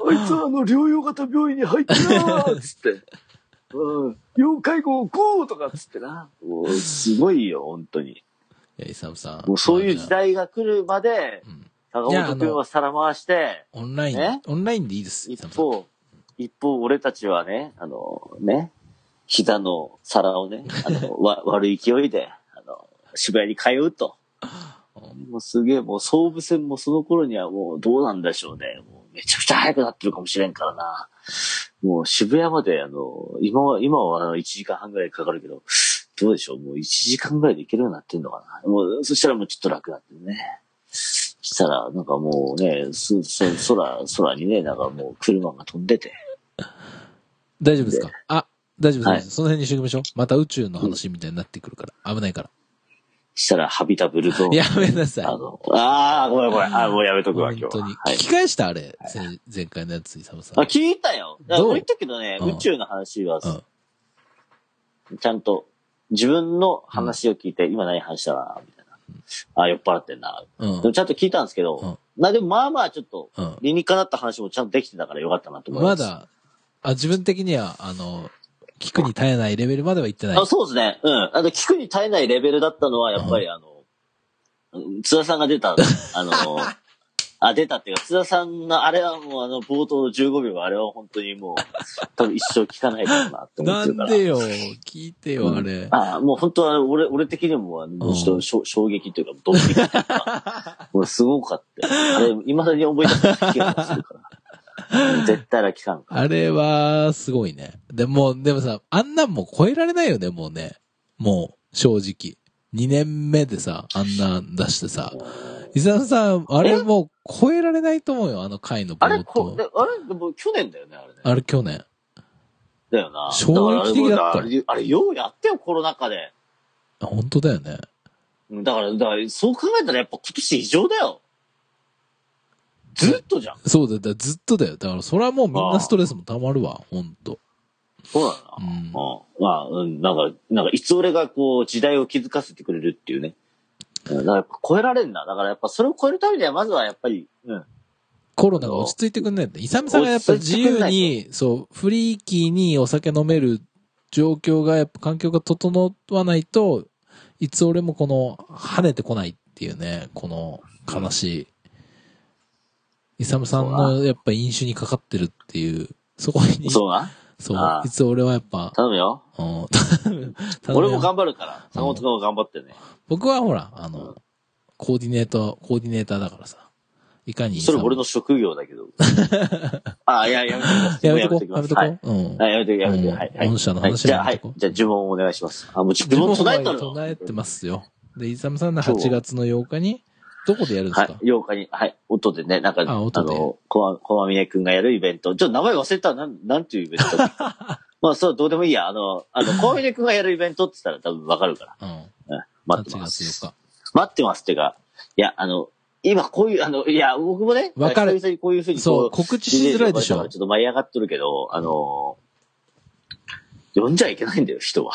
[SPEAKER 1] あいつはあの療養型病院に入ってなーつって。うん。要介護をこうとかつってな。もうすごいよ、本当に。
[SPEAKER 2] いや、イサムさん。
[SPEAKER 1] もうそういう時代が来るまで、
[SPEAKER 2] うん。
[SPEAKER 1] 坂本君はさら回して、
[SPEAKER 2] オンライン
[SPEAKER 1] え、
[SPEAKER 2] オンラインでいいです。イ
[SPEAKER 1] 一
[SPEAKER 2] サムさん
[SPEAKER 1] 方、一方俺たちはね、あの、ね、膝の皿をね、あ
[SPEAKER 2] <laughs>
[SPEAKER 1] の、わ悪い勢いで、あの、渋谷に通うと。もうすげえ、もう総武線もその頃にはもうどうなんでしょうね。もうめちゃくちゃ早くなってるかもしれんからな。もう渋谷まで、あの、今は、今はあの1時間半ぐらいかかるけど、どうでしょうもう1時間ぐらいで行けるようになってんのかな。もう、そしたらもうちょっと楽だってね。したら、なんかもうね、す、そ、空、空にね、なんかもう車が飛んでて。
[SPEAKER 2] 大丈夫ですかあ、大丈夫です、
[SPEAKER 1] はい
[SPEAKER 2] その辺にしておきましょう。また宇宙の話みたいになってくるから。危ないから。
[SPEAKER 1] したら、ハビタブルゾーン。
[SPEAKER 2] やめなさい
[SPEAKER 1] あ。の、ああ、ごめんごめん。あーもうやめとくわ、
[SPEAKER 2] 本
[SPEAKER 1] 今日
[SPEAKER 2] 当
[SPEAKER 1] は。
[SPEAKER 2] に。
[SPEAKER 1] はい
[SPEAKER 2] 聞。き返したあれ、前前回のやつ、イサムさん。
[SPEAKER 1] あ、聞いたよ。だから
[SPEAKER 2] どう
[SPEAKER 1] 言ったけどね、
[SPEAKER 2] うん
[SPEAKER 1] 宇宙の話は、
[SPEAKER 2] うん
[SPEAKER 1] ちゃんと自分の話を聞いて、今何話したな、みたいな。あー酔っ払ってんな。
[SPEAKER 2] うん
[SPEAKER 1] でもちゃんと聞いたんですけど、な、でもまあまあちょっと、
[SPEAKER 2] うん。
[SPEAKER 1] 理にかなった話もちゃんとできてたからよかったなと思い
[SPEAKER 2] ま
[SPEAKER 1] ます。
[SPEAKER 2] だ、あ、自分的には、あの、聞くに耐えないレベルまでは行ってない。
[SPEAKER 1] あそうですね。うん。あの、聞くに耐えないレベルだったのは、やっぱりあの、津田さんが
[SPEAKER 2] <laughs>
[SPEAKER 1] 出た、あの、あ、出たっていうか、津田さんのあれはもうあの、冒頭の15秒はあれは本当にもう、多分一生聞かないだろうなって思
[SPEAKER 2] な
[SPEAKER 1] ってるか
[SPEAKER 2] ん
[SPEAKER 1] ら。
[SPEAKER 2] でよ、聞いてよ、あれ。
[SPEAKER 1] あもう本当は俺、俺的にも、あの、もうちょっとしょ衝撃というか、ドン引きという
[SPEAKER 2] <laughs>
[SPEAKER 1] か、もうすごかったよ。あれ、未だに覚えてた気がするから。絶対ら
[SPEAKER 2] <laughs>
[SPEAKER 1] 聞かんから。
[SPEAKER 2] あれは、すごいね。でも、でもさ、あんなんもう超えられないよね、もうね。もう、正直。2年目でさ、あんなん出してさ。伊沢さん、あれもう超えられないと思うよ、あの回の
[SPEAKER 1] あれ、
[SPEAKER 2] 冒
[SPEAKER 1] こ
[SPEAKER 2] 頭
[SPEAKER 1] で。あれ、でも去年だよね、あれね。
[SPEAKER 2] あれ去年。
[SPEAKER 1] だよな。
[SPEAKER 2] 衝撃的だった
[SPEAKER 1] からあれあれ、あれようやってよ、コロナ禍で。
[SPEAKER 2] あ本当だよね。
[SPEAKER 1] うんだから、だから、そう考えたらやっぱ今年異常だよ。ずっとじゃん。
[SPEAKER 2] そうだよ、だからずっとだよ。だから、それはもうみんなストレスも溜まるわ、ほんと。
[SPEAKER 1] そうだな。
[SPEAKER 2] う
[SPEAKER 1] うん
[SPEAKER 2] ん。
[SPEAKER 1] まあ、うん、なんか、なんか、いつ俺がこう、時代を気づかせてくれるっていうね。うんだからやっぱ超えられんな。だからやっぱそれを超えるためには、まずはやっぱり、うん。
[SPEAKER 2] コロナが落ち着いてくんないんだ。イサムさんがやっぱ自由に、そう、フリーキーにお酒飲める状況が、やっぱ環境が整わないと、いつ俺もこの、跳ねてこないっていうね、この悲しい。イサムさん
[SPEAKER 1] そう
[SPEAKER 2] のやっぱ飲酒にかかってるっていう、そこに、そう、
[SPEAKER 1] そうな。ああ
[SPEAKER 2] いつ俺はやっぱ、
[SPEAKER 1] 頼むよ。
[SPEAKER 2] うん、
[SPEAKER 1] 俺も頑張るから。坂本君も頑張ってね。
[SPEAKER 2] 僕はほら、あの、コーディネート、コーディネーターだからさ、いかにイサ
[SPEAKER 1] そ
[SPEAKER 2] ム。
[SPEAKER 1] れ俺の職業だ
[SPEAKER 2] <laughs>
[SPEAKER 1] けど。ああ、いや、やめときます。
[SPEAKER 2] やめとこう、
[SPEAKER 1] や
[SPEAKER 2] やめとこ
[SPEAKER 1] めとき
[SPEAKER 2] う。
[SPEAKER 1] ます
[SPEAKER 2] うん。
[SPEAKER 1] はい、やめとき、やめとき。
[SPEAKER 2] うん
[SPEAKER 1] はい。はい
[SPEAKER 2] 御社の話は
[SPEAKER 1] はいじゃあ、は
[SPEAKER 2] やめ
[SPEAKER 1] い
[SPEAKER 2] とこ。う
[SPEAKER 1] じゃあ、呪文をお願いします。あ、もう呪
[SPEAKER 2] 呪
[SPEAKER 1] 文
[SPEAKER 2] 文
[SPEAKER 1] 唱えた
[SPEAKER 2] は
[SPEAKER 1] の
[SPEAKER 2] 唱えてますよ。で、イサムさんの8月の8日に、どこでやるんです
[SPEAKER 1] はい
[SPEAKER 2] か、、
[SPEAKER 1] 8日に、はい、音でね、なんか、あ
[SPEAKER 2] あ音で
[SPEAKER 1] の、こわ、こまみねくんがやるイベント。ちょっと名前忘れた、なん、なんていうイベン
[SPEAKER 2] <laughs>
[SPEAKER 1] トだっけまあ、そう、どうでもいいや。あの、あの、こまみねくんがやるイベントって言ったら多分わかるから。
[SPEAKER 2] うん。
[SPEAKER 1] うん、待って
[SPEAKER 2] 8
[SPEAKER 1] ま
[SPEAKER 2] 月
[SPEAKER 1] す。
[SPEAKER 2] 8日。
[SPEAKER 1] 待ってますっていうか、いや、あの、今こういう、あの、いや、僕もね、
[SPEAKER 2] わかる
[SPEAKER 1] 久々にこういうふうにこ
[SPEAKER 2] そう、告知しづらいでし
[SPEAKER 1] ちょ
[SPEAKER 2] ょ
[SPEAKER 1] っ。と舞い上がっとるけど、あのー、呼んじゃいけないんだよ、人は。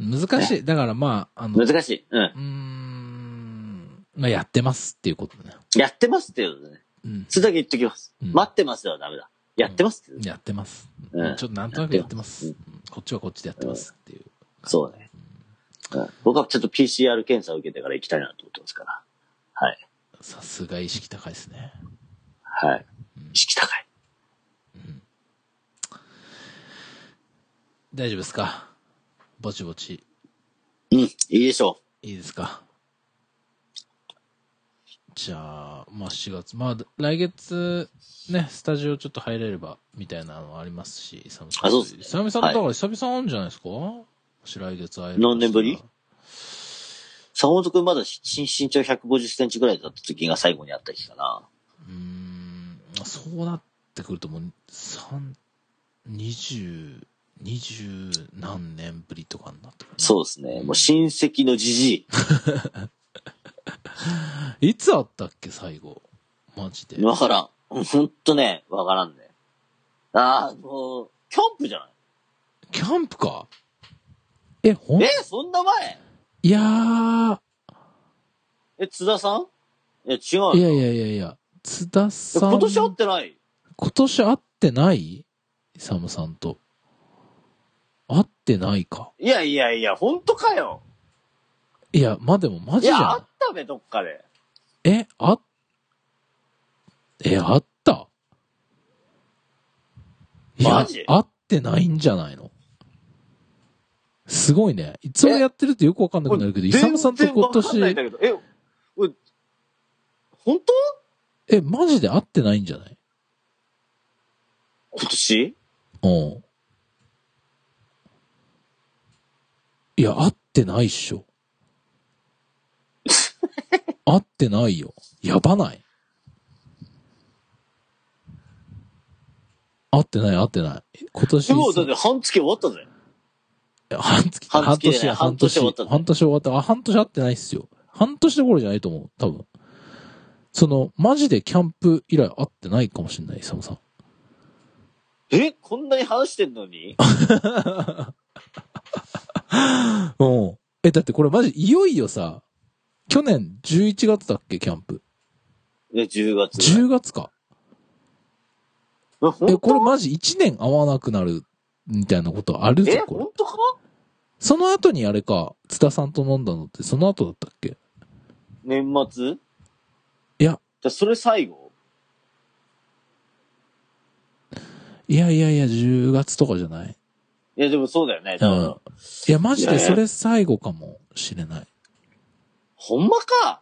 [SPEAKER 2] 難しい。だからまあ、あの、う
[SPEAKER 1] 難しい。うん。
[SPEAKER 2] ーん、まあやってますっていうことね。
[SPEAKER 1] やってますっていうのね。
[SPEAKER 2] うん。
[SPEAKER 1] それだけ言っときます。
[SPEAKER 2] うん
[SPEAKER 1] 待ってますではダメだ。やってますっていう、
[SPEAKER 2] やってます。
[SPEAKER 1] うん
[SPEAKER 2] ちょっとなんとなくやってます。うんこっちはこっちでやってますっていう。
[SPEAKER 1] そうね、うん。僕はちょっと PCR 検査を受けてから行きたいなと思ってますから。はい。
[SPEAKER 2] さすが意識高いですね。
[SPEAKER 1] はい。意識高い。
[SPEAKER 2] 大丈夫ですかぼちぼち。
[SPEAKER 1] うん。いいでしょ
[SPEAKER 2] いいですかじゃあ、まあ7月。まあ来月、ね、スタジオちょっと入れれば、みたいなのもありますし、イサムさん。
[SPEAKER 1] あそうですね
[SPEAKER 2] イサムさん、
[SPEAKER 1] はい
[SPEAKER 2] だから久々あるんじゃないですかもし来月会えるとしたら。
[SPEAKER 1] 何年ぶりう。坂本くんまだ身身長150センチぐらいだった時が最後にあった日かな。
[SPEAKER 2] うーん、そうなってくるともう、三、二十、二十何年ぶりとかになってくるな
[SPEAKER 1] そうですね。もう親戚のじじ
[SPEAKER 2] いつあったっけ、最後。マジで
[SPEAKER 1] い。。わからん。うんほんとね、わからんね。ああ、もう、キャンプじゃない
[SPEAKER 2] キャンプかえ、ほん
[SPEAKER 1] えそんな前
[SPEAKER 2] いやー、
[SPEAKER 1] え、津田さんえ、違うよ。
[SPEAKER 2] いやいやいやいや、津田
[SPEAKER 1] え
[SPEAKER 2] さん。
[SPEAKER 1] 今年会ってない
[SPEAKER 2] 今年会ってないイサムさんと。会ってないか。
[SPEAKER 1] いやいやいや、ほんとかよ。
[SPEAKER 2] いや、まあ、でもマ
[SPEAKER 1] い
[SPEAKER 2] ジじ
[SPEAKER 1] や、あっ
[SPEAKER 2] ゃ
[SPEAKER 1] たべ、どっかで。
[SPEAKER 2] ん。え、あ、え、あったいや
[SPEAKER 1] マジ、
[SPEAKER 2] 会ってないんじゃないのすごいね。いつもやってるとよくわかんなくなるけど、イサムさんと今
[SPEAKER 1] 全然わかんないん
[SPEAKER 2] 年
[SPEAKER 1] だ、けど、え、おいほんと
[SPEAKER 2] え、マジで会ってないんじゃない
[SPEAKER 1] 今年
[SPEAKER 2] うん。いや、会ってないっし
[SPEAKER 1] <laughs>
[SPEAKER 2] ょ。会ってないよ。やばない。会ってない、会ってない。今年
[SPEAKER 1] で、もうだって半月終わったぜ。
[SPEAKER 2] 半月、半
[SPEAKER 1] 半月
[SPEAKER 2] 年
[SPEAKER 1] じゃ
[SPEAKER 2] や、
[SPEAKER 1] ない
[SPEAKER 2] 半年、
[SPEAKER 1] 半年終わったの
[SPEAKER 2] 半年終わった。あ、半年会ってないっすよ。半年どころじゃないと思う、多分。その、マジでキャンプ以来会ってないかもしれない、サムさん。
[SPEAKER 1] え、こんなに話してんのに
[SPEAKER 2] うん。え、だってこれマジ、いよいよさ、去年11月だっけ、キャンプ。
[SPEAKER 1] え、10月ぐらい。
[SPEAKER 2] 10月か。
[SPEAKER 1] え、ほ
[SPEAKER 2] え、
[SPEAKER 1] ん
[SPEAKER 2] これ
[SPEAKER 1] と
[SPEAKER 2] マジ1年会わなくなる、みたいなことあるぞ
[SPEAKER 1] え、、
[SPEAKER 2] こ
[SPEAKER 1] ほ
[SPEAKER 2] れ。
[SPEAKER 1] んとか
[SPEAKER 2] その後にあれか、津田さんと飲んだのって、その後だったっけ
[SPEAKER 1] 年末い
[SPEAKER 2] や。
[SPEAKER 1] じゃ、それ最後
[SPEAKER 2] いやいやいや、10月とかじゃない
[SPEAKER 1] いや、でもそうだよね。
[SPEAKER 2] う
[SPEAKER 1] だから、
[SPEAKER 2] ん。いや、マジで
[SPEAKER 1] ね
[SPEAKER 2] それ最後かもしれない。
[SPEAKER 1] ほんまか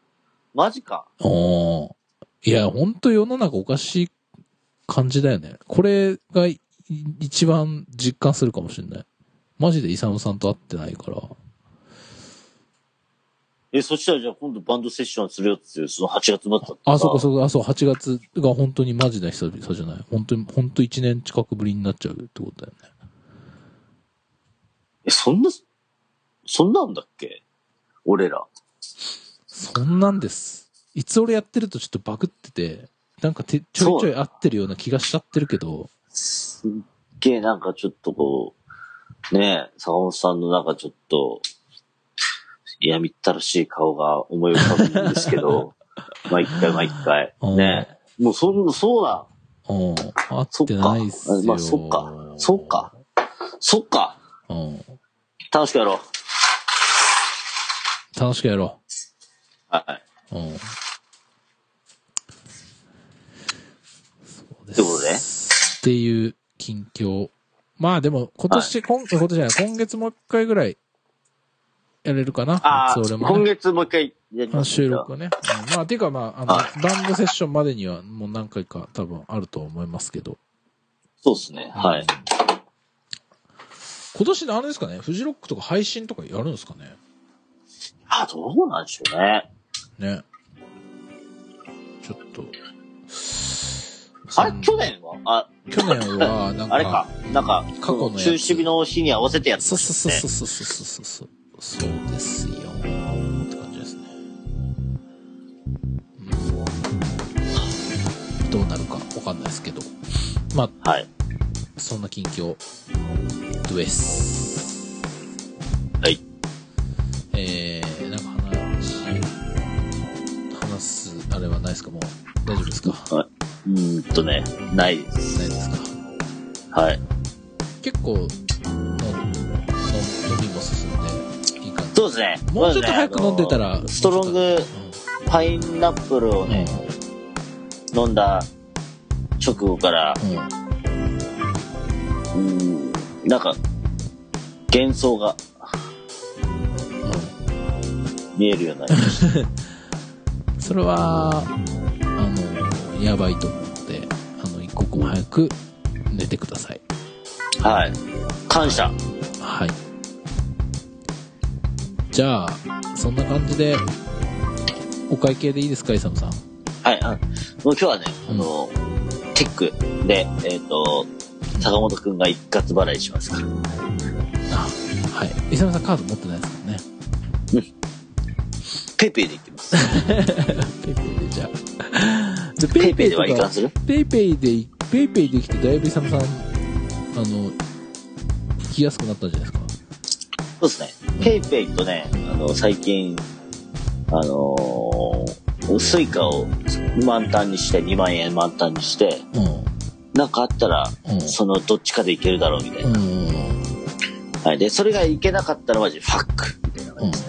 [SPEAKER 1] マジか。
[SPEAKER 2] おーいや、ほんと世の中おかしい感じだよね。これがい一番実感するかもしれない。マジでイサムさんと会ってないから。
[SPEAKER 1] え、そしたらじゃあ今度バンドセッションするよっていう、その8月末だったから
[SPEAKER 2] あ、そうかそうか、あ、そう、8月が本当にマジな久々じゃない。本当に、本当1年近くぶりになっちゃうってことだよね。
[SPEAKER 1] え、そんな、そんなんだっけ俺ら。
[SPEAKER 2] そんなんです。いつ俺やってるとちょっとバグってて、なんかてちょいちょい合ってるような気がしちゃってるけど、
[SPEAKER 1] すっげえなんかちょっとこう、ねえ、坂本さんのなんかちょっと、嫌みったらしい顔が思い浮かぶんですけ
[SPEAKER 2] <laughs>
[SPEAKER 1] ど、毎回毎回。ねえ。もうそんな、そうだ。
[SPEAKER 2] うん、会ってないっすよ。
[SPEAKER 1] まあそっかそっか。そっか。
[SPEAKER 2] うん。
[SPEAKER 1] 楽しくやろう。
[SPEAKER 2] 楽しくやろ
[SPEAKER 1] はい。
[SPEAKER 2] う。うん。そうで。
[SPEAKER 1] ってことです
[SPEAKER 2] っていう近況。まあでも、今年、今今年じゃない、今月もう一回ぐらい、やれるかな。
[SPEAKER 1] ああ、
[SPEAKER 2] いつ俺もね
[SPEAKER 1] 今月もう一回やり
[SPEAKER 2] あ
[SPEAKER 1] ま
[SPEAKER 2] の
[SPEAKER 1] す
[SPEAKER 2] 収録をね。うんまあ、ていうかまあ、あの、
[SPEAKER 1] は
[SPEAKER 2] バンドセッションまでにはもう何回か多分あると思いますけど。
[SPEAKER 1] そうですね。はい。
[SPEAKER 2] 今年のあれですかね、フジロックとか配信とかやるんですかね。
[SPEAKER 1] あ、どうなんでしょうね。
[SPEAKER 2] ね。ちょっと。
[SPEAKER 1] あれ
[SPEAKER 2] そ、ん
[SPEAKER 1] 去年はあ、
[SPEAKER 2] 去年は、なんか、
[SPEAKER 1] あれか。なんか、
[SPEAKER 2] 過去のやつ
[SPEAKER 1] 中止日の日に合わせてやって
[SPEAKER 2] そ
[SPEAKER 1] ま
[SPEAKER 2] う
[SPEAKER 1] し
[SPEAKER 2] そう
[SPEAKER 1] たね
[SPEAKER 2] そうそうそうそうそう。そうですよ。って感じですね。うんどうなるかわかんないですけど、まあ、
[SPEAKER 1] はい。
[SPEAKER 2] そんな近況、ドゥエス。
[SPEAKER 1] はい。
[SPEAKER 2] えー、なんか話、話す、あれはないですかもう、大丈夫ですかな
[SPEAKER 1] うーんとね、ないです。
[SPEAKER 2] いですか
[SPEAKER 1] はい。
[SPEAKER 2] 結構、の、の、飲みも進んで、いい感じ。
[SPEAKER 1] そうですね。
[SPEAKER 2] もうちょっと早く飲んでた
[SPEAKER 1] まずねあ
[SPEAKER 2] ら、
[SPEAKER 1] のストロングパイナップルを
[SPEAKER 2] うん、うん
[SPEAKER 1] ね、飲んだ直後から、
[SPEAKER 2] うん
[SPEAKER 1] うーん、なんか、幻想が
[SPEAKER 2] う
[SPEAKER 1] 見えるようになりました。
[SPEAKER 2] んそれは、あの、やばいと思って、あの、一刻も早く寝てください。
[SPEAKER 1] はい。感謝。
[SPEAKER 2] はい。じゃあ、そんな感じで、お会計でいいですか、イサムさん。
[SPEAKER 1] はい。あもう今日はね、
[SPEAKER 2] うん
[SPEAKER 1] あの、チェックで、えっ、と、坂本くんが一括払いしますから。
[SPEAKER 2] あ、はい。イサムさんカード持ってないですからね。
[SPEAKER 1] ペイペイで行きます。
[SPEAKER 2] ペイペイでじゃあ。じゃあ
[SPEAKER 1] ペイペイでは
[SPEAKER 2] ペ
[SPEAKER 1] い
[SPEAKER 2] イ
[SPEAKER 1] かんする
[SPEAKER 2] ペイペイで、ペイペイできて、だいぶイサムさん、あの、聞きやすくなったんじゃないですか。
[SPEAKER 1] そうですね。ペイペイとね、あの、最近、あのースイカを満タンにして、2万円満タンにして、
[SPEAKER 2] う
[SPEAKER 1] なんかあったら、
[SPEAKER 2] ん。うん。
[SPEAKER 1] そのどっちかでいけるだろうみたいな。
[SPEAKER 2] うんうんうん。
[SPEAKER 1] はい。で、それがいけなかったらマジファックみたいな
[SPEAKER 2] う
[SPEAKER 1] 感
[SPEAKER 2] ん
[SPEAKER 1] じ。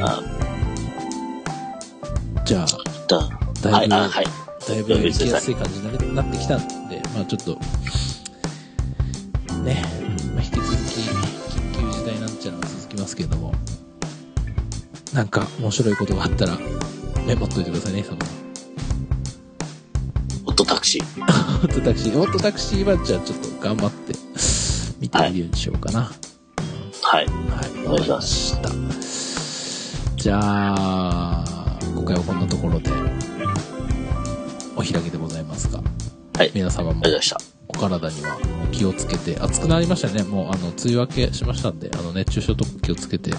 [SPEAKER 1] あ
[SPEAKER 2] じゃあ、
[SPEAKER 1] だ
[SPEAKER 2] だ
[SPEAKER 1] はいい、
[SPEAKER 2] ぶ、
[SPEAKER 1] あ、はい。
[SPEAKER 2] だいぶ行きやすい感じになってきたんで、まあちょっと、ね、まあ、引き続き、緊急事態なんちゃらが続きますけれども、なんか面白いことがあったら、メモっといてくださいね、サ <laughs> ムさん。
[SPEAKER 1] ホットタクシー。
[SPEAKER 2] オットタクシー、オットタクシーはじゃあちょっと頑張って、見てみるようにしようかな。
[SPEAKER 1] は
[SPEAKER 2] は
[SPEAKER 1] い。
[SPEAKER 2] い、
[SPEAKER 1] お
[SPEAKER 2] わ
[SPEAKER 1] 願
[SPEAKER 2] か
[SPEAKER 1] い
[SPEAKER 2] りま
[SPEAKER 1] しま
[SPEAKER 2] した。じゃあ、今回はこんなところで、お開きでございますが、
[SPEAKER 1] はい
[SPEAKER 2] 皆様も
[SPEAKER 1] ありがとうございました。
[SPEAKER 2] お体にはお気をつけて、暑くなりましたね。もう、あの、梅雨明けしましたんで、あの、熱中症とか気をつけて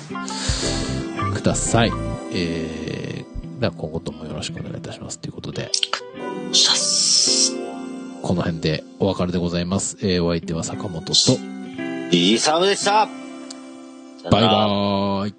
[SPEAKER 2] ください。えー、では今後ともよろしくお願いいたします。ということで、
[SPEAKER 1] シャッ
[SPEAKER 2] この辺でお別れでございます。えー、お相手は坂本と、
[SPEAKER 1] ス。いいサムでした
[SPEAKER 2] バイ
[SPEAKER 1] さよなら
[SPEAKER 2] バーイ。